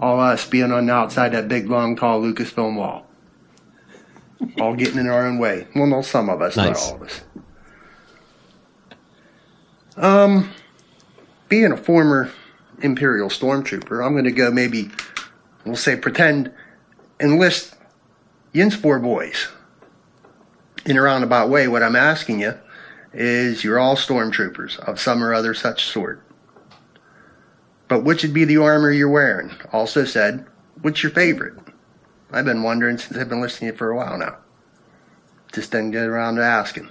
S11: All us being on the outside that big, long, tall Lucasfilm wall. All getting in our own way. Well, no, some of us, not
S6: Nice.
S11: all of us. Um, being a former Imperial Stormtrooper, I'm going to go maybe, we'll say, pretend, enlist Yin's four boys. In a roundabout way, what I'm asking you is you're all stormtroopers of some or other such sort. But which would be the armor you're wearing? Also said, what's your favorite? I've been wondering since I've been listening to you for a while now. Just didn't get around to asking.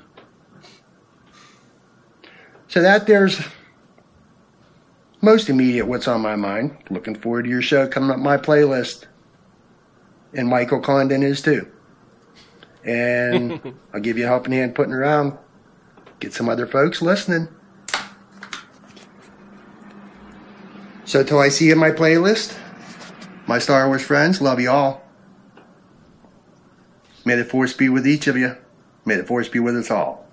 S11: So that there's most immediate what's on my mind. Looking forward to your show coming up my playlist. And Michael Condon is too. And I'll give you a helping hand putting around. Get some other folks listening. So till I see you in my playlist, my Star Wars friends, love you all. May the force be with each of you. May the force be with us all.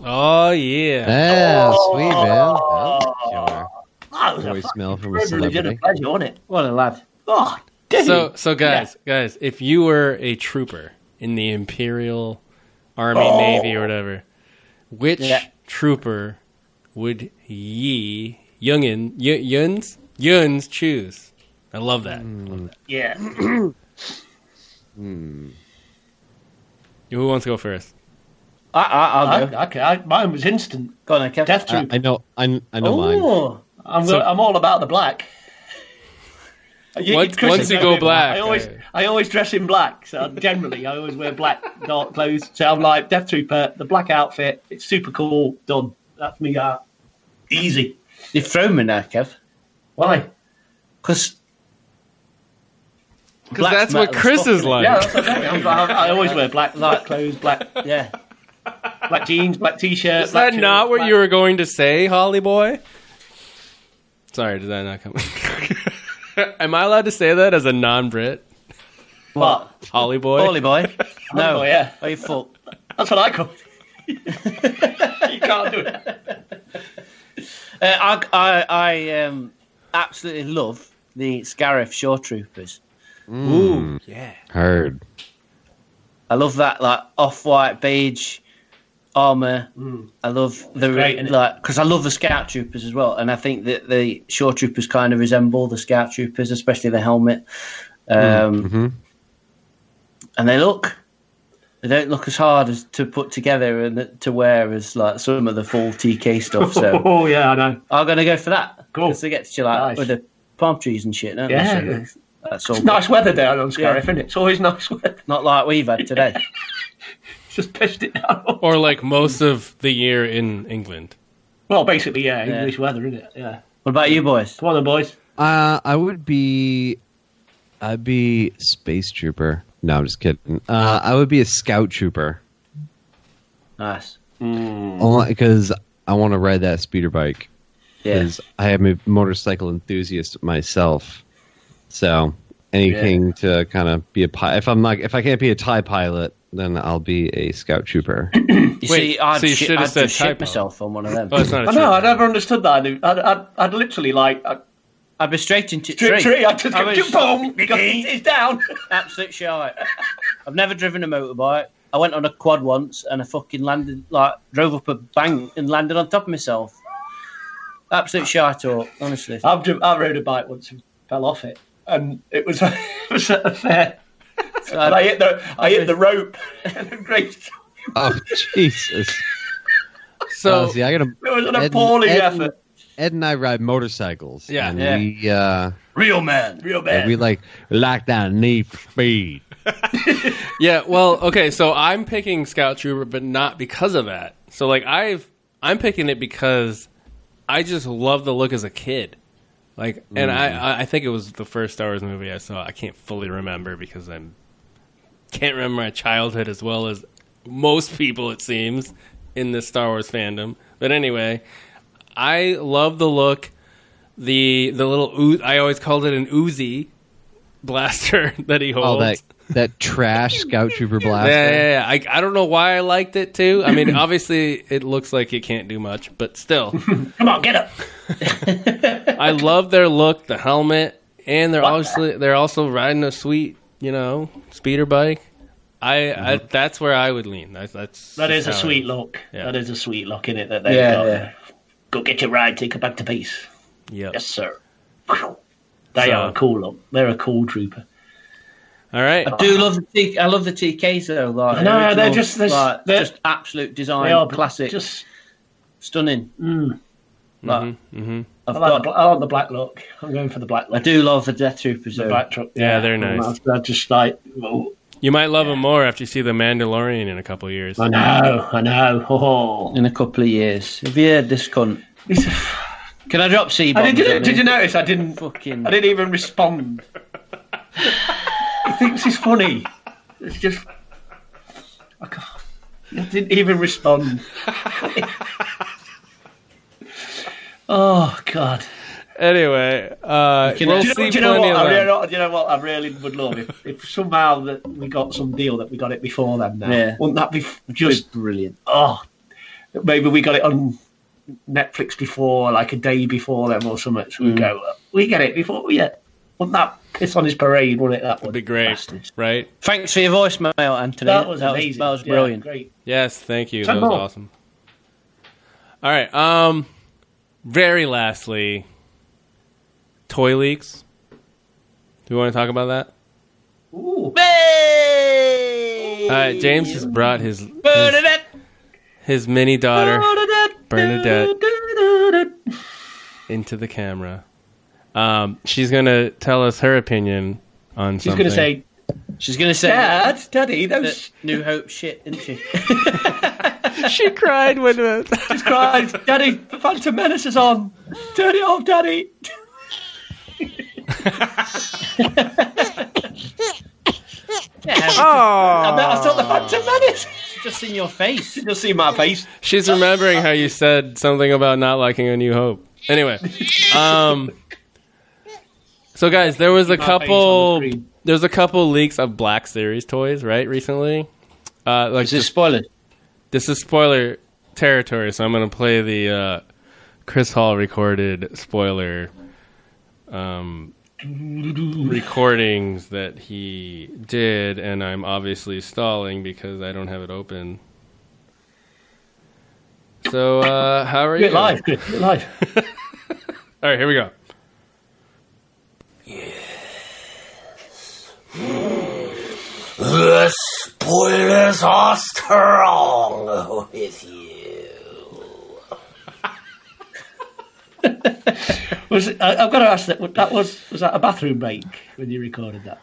S7: Oh yeah.
S6: Yeah,
S7: Oh.
S6: sweet man. Oh,
S10: That
S6: sure. Voicemail from a
S10: It's a
S6: celebrity.
S10: legitimate pleasure, wasn't it? What a lad. Oh, did
S7: So
S10: he?
S7: so guys, guys, if you were a trooper in the Imperial Army,
S10: Oh.
S7: Navy, or whatever, which
S10: Yeah.
S7: trooper would ye youngin y- yuns yuns choose? I love that. Love that.
S10: Yeah.
S7: Who wants to go first?
S10: I, I, I'll
S8: I,
S10: go.
S8: I, ca- I, mine was instant.
S10: Go on, then, Kev. Uh,
S8: Death
S6: I,
S8: Troop.
S6: I know. I, I know mine.
S10: Oh,
S8: I'm,
S7: So-
S8: go- I'm all about the black. You-
S7: Once-
S8: Chris
S7: once you
S8: knows
S7: go
S8: me,
S7: black,
S8: I always,
S7: uh,
S8: I always dress in black. So generally, I always wear black dark clothes. So I'm like Death Trooper, the black outfit. It's super cool. Done. That's me. Uh, easy.
S10: you've thrown me now, Kev.
S8: Why?
S10: Because
S7: Because that's what Chris is like.
S8: Yeah, that's what I'm, saying. I'm, I'm, I always wear black, black clothes, black,
S10: yeah,
S8: black jeans, black t-shirt.
S7: Is that not what you were going to say, Holly boy? Sorry, did that not come? Am I allowed to say that as a non-Brit,
S8: What?
S7: Holly boy?
S10: Holy boy. No,
S8: Oh yeah,
S10: oh, you fuck.
S8: that's what I call. it. you can't do it.
S10: Uh, I, I, I um, absolutely love the Scarif Shore Troopers.
S7: Ooh, yeah.
S6: Heard.
S10: I love that like off-white beige armor. I love the
S8: Mm. great, isn't it?
S10: like because I love the scout troopers as well, and I think that the shore troopers kind of resemble the scout troopers, especially the helmet. Um,
S8: Mm.
S6: mhm.
S10: And they look. They don't look as hard as to put together and to wear as like some of the full TK stuff. So
S8: Oh yeah, I know.
S10: I'm gonna go for that.
S8: Cool.
S10: 'Cause they get to chill out
S8: Nice.
S10: with the palm trees and shit. Don't
S8: Yeah.
S10: They? So that's all.
S8: It's nice weather down on Scarif,
S10: Yeah.
S8: isn't it? It's always nice weather.
S10: Not like we've had today.
S8: Just pissed it down.
S7: Or like most of the year in England.
S8: Well, basically, yeah,
S10: Yeah.
S8: English weather, isn't it? Yeah.
S10: What about you boys?
S8: Come on, then, boys.
S6: Uh, I would be. I'd be space trooper. No, I'm just kidding. Uh, I would be a scout trooper.
S10: Nice.
S6: because I want to ride that speeder bike.
S10: Yeah.
S6: Because I am a motorcycle enthusiast myself. So anything to kind of be a pilot. If I'm not, if I can't be a tie pilot, then I'll be a scout trooper.
S10: you
S7: Wait,
S10: see, I'd,
S7: so you
S10: shit,
S7: should've
S10: I'd
S7: said
S10: just shit
S7: typo.
S10: myself on one of them.
S7: Oh, it's not a
S8: I
S7: tree.
S8: know. I never understood that. I'd, I'd, I'd literally like I'd,
S10: I'd be straight into
S8: tree.
S10: three.
S8: I just
S10: I
S8: go,
S10: was-
S8: "Jump on, because it's down.
S10: Absolute shite. I've never driven a motorbike. I went on a quad once and I fucking landed, like, drove up a bank and landed on top of myself. Absolute shite talk, honestly.
S8: I've driv- I rode a bike once and fell off it, and it was it was at a fair. And I hit the I hit the rope. and the great-
S6: oh Jesus!
S7: So
S6: Oh, see, I got
S8: It was an
S6: Ed-
S8: appalling
S6: Ed-
S8: effort.
S6: Ed and I ride motorcycles.
S7: Yeah.
S6: and
S10: Yeah.
S6: we uh,
S10: Real man.
S8: Real bad.
S6: we like lock down Need for Speed.
S7: yeah, well, okay, so I'm picking Scout Trooper, but not because of that. So like I've I'm picking it because I just love the look as a kid. Like, and I I I think it was the first Star Wars movie I saw. I can't fully remember because I'm can't remember my childhood as well as most people it seems in the Star Wars fandom. But anyway, I love the look. The the little oo- I always called it an Uzi blaster that he holds.
S6: All Oh, that that trash scout trooper blaster.
S7: Yeah, yeah, yeah. I, I don't know why I liked it too. I mean, obviously, it looks like it can't do much, but still,
S8: Come on, get up.
S7: I love their look, the helmet, and they're obviously they're also riding a sweet, you know, speeder bike. I, I that's where I would lean. That's that's
S8: That is a
S7: how I-
S8: sweet look.
S7: Yeah.
S8: That is a sweet look in it that they
S10: Yeah,
S8: got.
S10: yeah.
S8: Go get your ride. Take her back to base.
S7: Yep.
S8: Yes, sir. They
S7: So-
S8: are a cool look. They're a cool trooper.
S7: All right.
S10: I do love the T- I love the TKs though. Like
S8: No,
S10: the
S8: they're
S10: original,
S8: just- they're-
S10: like,
S8: they're-
S10: just absolute
S8: They
S10: design,
S8: are
S10: classic,
S8: Just mm.
S10: stunning. Like,
S7: Mm-hmm.
S10: I've
S8: I like, the,
S10: got,
S8: bla- I like the black look. I'm going for the black
S10: I
S8: look.
S10: do love the Death Troopers
S8: The
S10: though.
S8: black truck.
S7: Yeah, they're nice.
S8: I, I just like. oh,
S7: You might love him more after you see the Mandalorian in a couple of years.
S8: I know. I know. Oh.
S10: in a couple of years. Have you heard this cunt? Can I drop C
S8: I did,
S10: bombs?
S8: did, you, did you notice I didn't?
S10: Fucking.
S8: I didn't even respond. he thinks he's funny. It's just. I, can't, I didn't even respond. oh God!
S7: Anyway, uh,
S10: You know-
S7: we'll
S8: Do you, know,
S7: see
S8: do you know
S7: plenty
S8: what?
S7: of
S8: I
S7: them.
S8: really, do you know what? I really would love if, if somehow that we got some deal that we got it before them. Now,
S10: Yeah.
S8: wouldn't that be f- just
S10: brilliant.
S8: oh, maybe we got it on Netflix before, like a day before them or something. So we
S10: Mm.
S8: go, we get it before yeah. Wouldn't that piss on his parade, wouldn't it? That would
S7: It'd be great,
S8: Bastards.
S7: right?
S10: Thanks for your voicemail, Anthony.
S8: That was amazing.
S10: That was,
S8: Yeah,
S10: brilliant.
S8: great.
S7: Yes, thank you.
S8: Ten
S7: That was
S8: more.
S7: awesome. All right. Um, very lastly, toy leaks. Do we want to talk about that?
S8: Ooh.
S7: All right, James has brought his his,
S10: Bernadette,
S7: his mini daughter
S10: Bernadette,
S7: Bernadette into the camera. Um, she's gonna tell us her opinion on
S8: She's
S7: something.
S8: going to say,
S10: She's gonna say
S8: Dad, Daddy,
S10: that
S8: those
S10: New Hope shit, isn't she?
S7: she cried when it.
S8: cries, Daddy, the Phantom Menace is on. Turn it off, Daddy.
S7: oh,
S8: I, I thought the Phantom Menace.
S10: Ah. Just in your face.
S8: You'll see my face.
S7: She's remembering how you said something about not liking A New Hope. Anyway, um, so guys, there was a
S8: My face on the
S7: couple.
S8: screen.
S7: There's a couple leaks of Black Series toys, right? Recently, uh, like
S10: Is it
S7: this,
S10: spoilers?
S7: this is spoiler territory, so I'm gonna play the uh, Chris Hall recorded spoiler um, recordings that he did, and I'm obviously stalling because I don't have it open. So, uh, how are you?
S8: Good life, good good life.
S7: All right, here we go.
S5: The spoilers are strong with you.
S8: Was it, I, I've got to ask that. That was was that a bathroom break when you recorded that?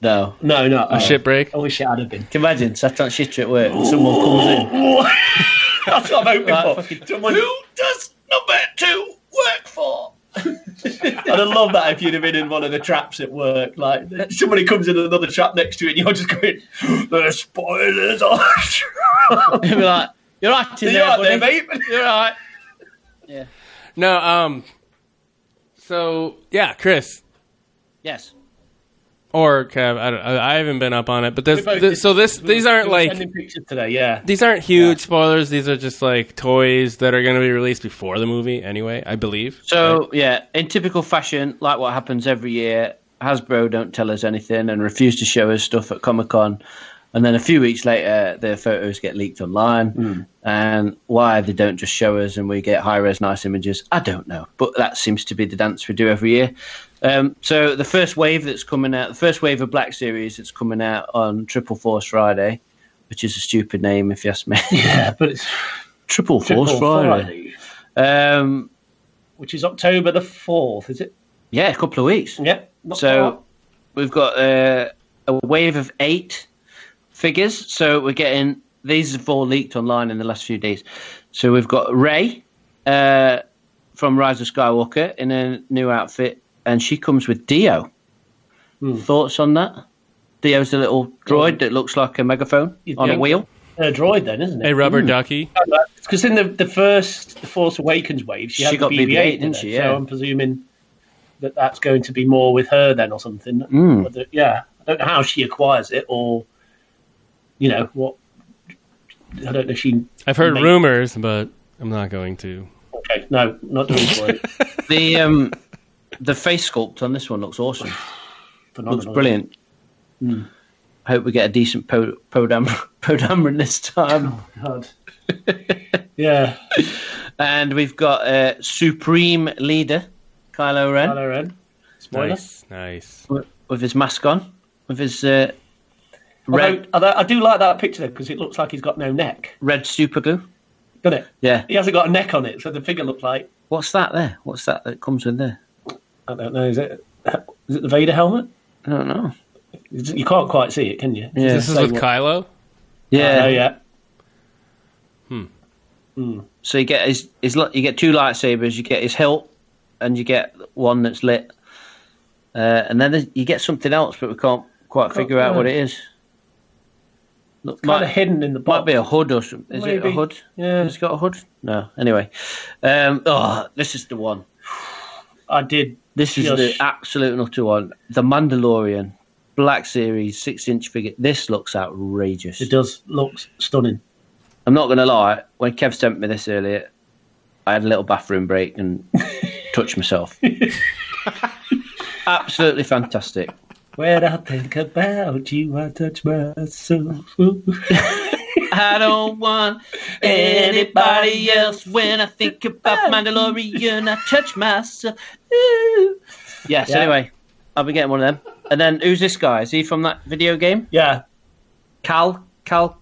S10: No.
S8: No, no.
S7: A shit break.
S8: I wish it had been.
S10: Can you imagine sat on shit at work and someone comes in.
S8: That's what I'm hoping
S10: Right,
S8: for.
S10: fucking-
S8: Someone who does number two work for? I'd have loved that if you'd have been in one of the traps at work. Like somebody comes in another trap next to it, and you're just going, "The spoilers are."
S10: They'd be like, You're acting
S8: You're
S10: there,
S8: out
S10: buddy.
S8: there, mate.
S10: You're right.
S7: No, um, so yeah, Chris,
S10: Yes.
S7: or Kev. I, don't, I I haven't been up on it, but there's
S8: We both
S7: th-
S8: did-
S7: so this these aren't
S8: we were
S7: like
S8: sending pictures today. Yeah,
S7: these aren't huge spoilers. These are just like toys that are going to be released before the movie anyway. I believe.
S10: So yeah, in typical fashion, like what happens every year, Hasbro don't tell us anything and refuse to show us stuff at Comic Con, and then a few weeks later, their photos get leaked online. And why they don't just show us and we get high res nice images, I don't know. But that seems to be the dance we do every year. Um, so the first wave that's coming out, the first wave of Black Series that's coming out on Triple Force Friday, which is a stupid name if you ask me.
S8: yeah, but it's
S10: Triple Force
S8: Triple
S10: Friday. Um,
S8: which is October the fourth. Is it?
S10: yeah, a couple of weeks.
S8: Yeah. not
S10: So-
S8: far.
S10: we've got uh, a wave of eight figures. So we're getting these have all leaked online in the last few days. So we've got Ray uh, from Rise of Skywalker in a new outfit, and she comes with Dio. Thoughts on that? Dio's a little droid that looks like a megaphone on a
S8: think-
S10: wheel.
S8: a droid then, isn't it?
S7: a rubber ducky.
S8: Because in the, the first the Force Awakens wave, she,
S10: She
S8: had the
S10: got
S8: BB-8,
S10: BB-8,
S8: didn't
S10: didn't she?
S8: So
S10: Yeah.
S8: I'm presuming that that's going to be more with her then, or something.
S10: Hmm.
S8: Whether- yeah, I don't know how she acquires it, or you know what. I don't know. if She
S7: I've heard
S8: Mate.
S7: rumors, but I'm not going to.
S8: okay? No, not doing it for it.
S10: The um, the face sculpt on this one looks awesome. looks
S8: Phenomenal.
S10: brilliant. I hope we get a decent po- podam podamron this time.
S8: God. yeah,
S10: And we've got uh, Supreme Leader, Kylo Ren,
S8: Kylo Ren. Spoiler.
S7: Nice, nice.
S10: with- with his mask on, with his uh,
S8: Although,
S10: red
S8: although I do like that picture though because it looks like he's got no neck,
S10: red super glue.
S8: doesn't it?
S10: Yeah.
S8: He hasn't got a neck on it, so the figure looked like
S10: What's that there? What's that that comes with there?
S8: I don't know. Is it is it the Vader helmet?
S10: I don't know.
S8: Is it- You can't quite see it, can you?
S10: Yeah.
S7: This is
S8: So
S7: with
S8: what-
S7: Kylo.
S10: yeah.
S8: Oh yeah.
S10: So you get his, his li- you get two lightsabers. You get his hilt, and you get one that's lit. Uh, and then there's- you get something else, but we can't quite figure out what it is. Look,
S8: Kind
S10: might-
S8: of hidden in the
S10: Might
S8: box.
S10: be a hood or something. Is it a
S8: Maybe.
S10: hood?
S8: Yeah.
S10: Has it got a hood? No. Anyway. Um, oh, this is the one.
S8: I did.
S10: This is
S8: Yes.
S10: the absolute nutter one. The Mandalorian Black Series six inch figure. This looks outrageous.
S8: It does look stunning.
S10: I'm not going to lie. When Kev sent me this earlier, I had a little bathroom break and touched myself. Absolutely fantastic.
S8: When I think about you, I touch myself. Ooh.
S10: I don't want anybody else when I think about Mandalorian. I touch myself. Ooh. Yes,
S8: Yeah.
S10: anyway, I'll be getting one of them. And then who's this guy? Is he from that video game?
S8: yeah,
S10: Cal Cal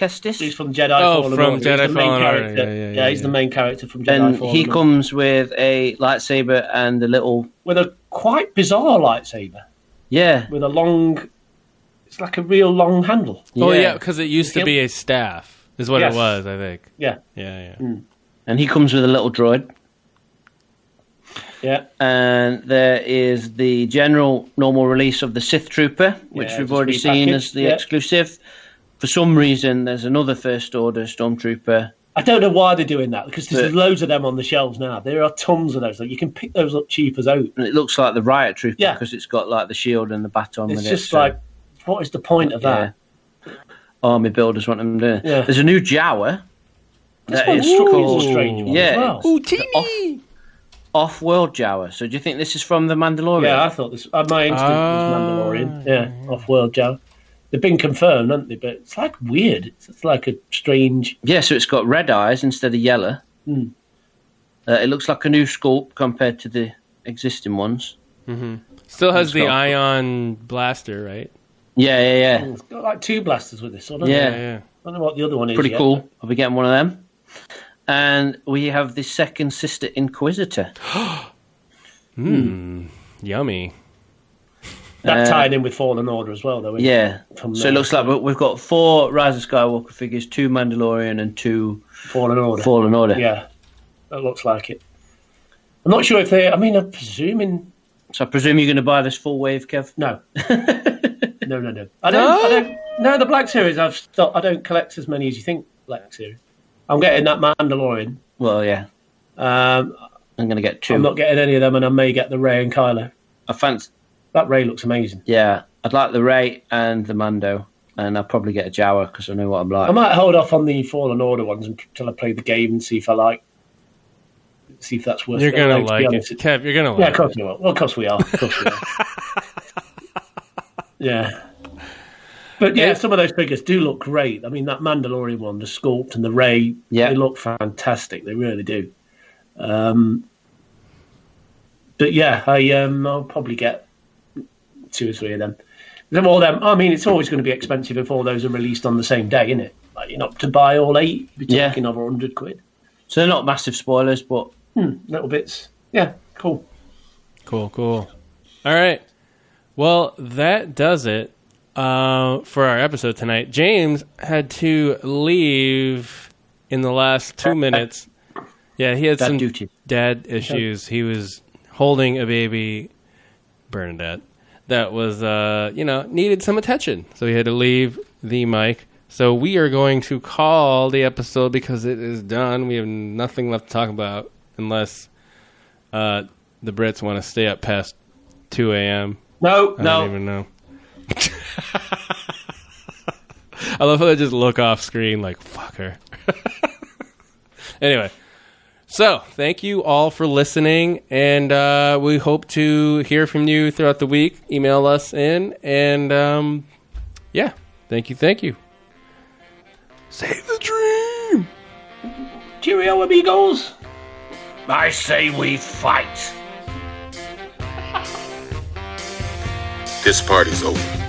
S8: he's
S10: Kestis?
S8: from Jedi
S7: Oh,
S8: Fallen
S7: from
S8: Order. He's
S7: Jedi
S8: the main
S7: Fallen Order.
S8: character.
S7: Yeah, yeah, yeah,
S8: he's
S7: yeah.
S8: the main character from Jedi
S10: And
S8: Fallen
S10: he
S8: Order.
S10: comes with a lightsaber and a little
S8: with a quite bizarre lightsaber
S10: yeah.
S8: with a long. It's like a real long handle.
S7: Oh yeah, because it used to
S8: Him?
S7: be a staff. Is what
S8: Yes.
S7: it was, I think.
S8: Yeah,
S7: Yeah, yeah.
S10: And he comes with a little droid.
S8: yeah.
S10: And there is the general normal release of the Sith Trooper, which
S8: Yeah,
S10: we've
S8: just
S10: already seen
S8: repackaged,
S10: as the
S8: yeah.
S10: exclusive. For some reason, there's another First Order Stormtrooper.
S8: I don't know why they're doing that because there's
S10: The-
S8: loads of them on the shelves now. There are tons of those. Like you can pick those up cheap as out.
S10: And it looks like the Riot Trooper
S8: Yeah.
S10: because it's got like the shield and the baton
S8: It's
S10: with it.
S8: just
S10: so-
S8: like, what is the point of that?
S10: Army builders want them doing.
S8: Yeah.
S10: There's a new Jawa. That
S8: one
S10: is
S8: struck me as a
S10: called
S8: strange one
S10: yeah,
S8: as well.
S10: it's the off, world Jawa. So do you think this is from the Mandalorian?
S8: Yeah, I thought this. Uh, my instinct
S7: Ah,
S8: was Mandalorian. Yeah, off-world Joe. They've been confirmed, haven't they? But it's like weird. It's, it's like a strange.
S10: Yeah, so it's got red eyes instead of yellow.
S8: Hmm.
S10: Uh, it looks like a new sculpt compared to the existing ones.
S7: Still has
S10: It's
S7: the
S10: got-
S7: ion blaster, right?
S10: Yeah, yeah, yeah.
S8: oh, It's got like two blasters with this one. hasn't
S10: Yeah.
S8: it?
S7: Yeah, yeah.
S8: I don't know what the other one is.
S10: Pretty
S8: yet,
S10: cool. I'll be getting one of them. And we have the second sister Inquisitor.
S7: Hmm. Yummy.
S8: but That
S10: Uh,
S8: tied in with Fallen Order as well, though. isn't it?
S10: Yeah.
S8: From
S10: So
S8: the-
S10: it looks like we- we've got four Rise of Skywalker figures, two Mandalorian, and two
S8: Fallen Order.
S10: Fallen Order.
S8: Yeah, that looks like it. I'm not sure if they. I mean, I'm presuming.
S10: So I presume you're going to buy this full wave, Kev.
S8: No. no, no, no. I don't, I don't. No, the Black Series. I've stopped. I don't collect as many as you think. Black Series. I'm getting that Mandalorian.
S10: Well, yeah.
S8: Um,
S10: I'm going to get 2
S8: I'm not getting any of them, and I may get the Ray and Kylo.
S10: I fancy.
S8: That Ray looks amazing.
S10: Yeah, I'd like the Ray and the Mando, and I'll probably get a Jawa because I know what I'm like.
S8: I might hold off on the Fallen Order ones until I play the game and see if I like. See if that's worth.
S7: You're
S8: it.
S7: gonna
S8: be
S7: like it.
S8: honest,
S7: Kev, you're gonna
S8: Yeah,
S7: like
S8: of course
S7: it.
S8: we are. Well, of course we are. Of course we are. yeah. But yeah,
S7: Yeah.
S8: some of those figures do look great. I mean, that Mandalorian one, the sculpt and the ray,
S10: Yeah.
S8: they look fantastic. They really do. Um, but yeah, I um, I'll probably get two or three of them. Them all them. I mean, it's always going to be expensive if all those are released on the same day, isn't it? Like you're not to buy all eight. You're
S10: Yeah.
S8: talking over hundred quid.
S10: So they're not massive spoilers, but
S8: Little bits. Yeah, cool.
S7: Cool, cool. All right. Well, that does it uh, for our episode tonight. James had to leave in the last two minutes. Yeah, he had
S10: Dad
S7: some
S10: duty.
S7: dad issues. He was holding a baby, Bernadette, that was, uh, you know, needed some attention. So he had to leave the mic. So we are going to call the episode because it is done. We have nothing left to talk about unless uh, the Brits want to stay up past 2 a.m.
S8: No,
S7: I
S8: no.
S7: don't even know. I love how they just look off screen like fucker. anyway, so thank you all for listening, and uh, we hope to hear from you throughout the week. Email us in, and um, yeah, thank you, thank you. Save the dream.
S8: Cheerio, amigos.
S10: I say we fight.
S2: This party's over.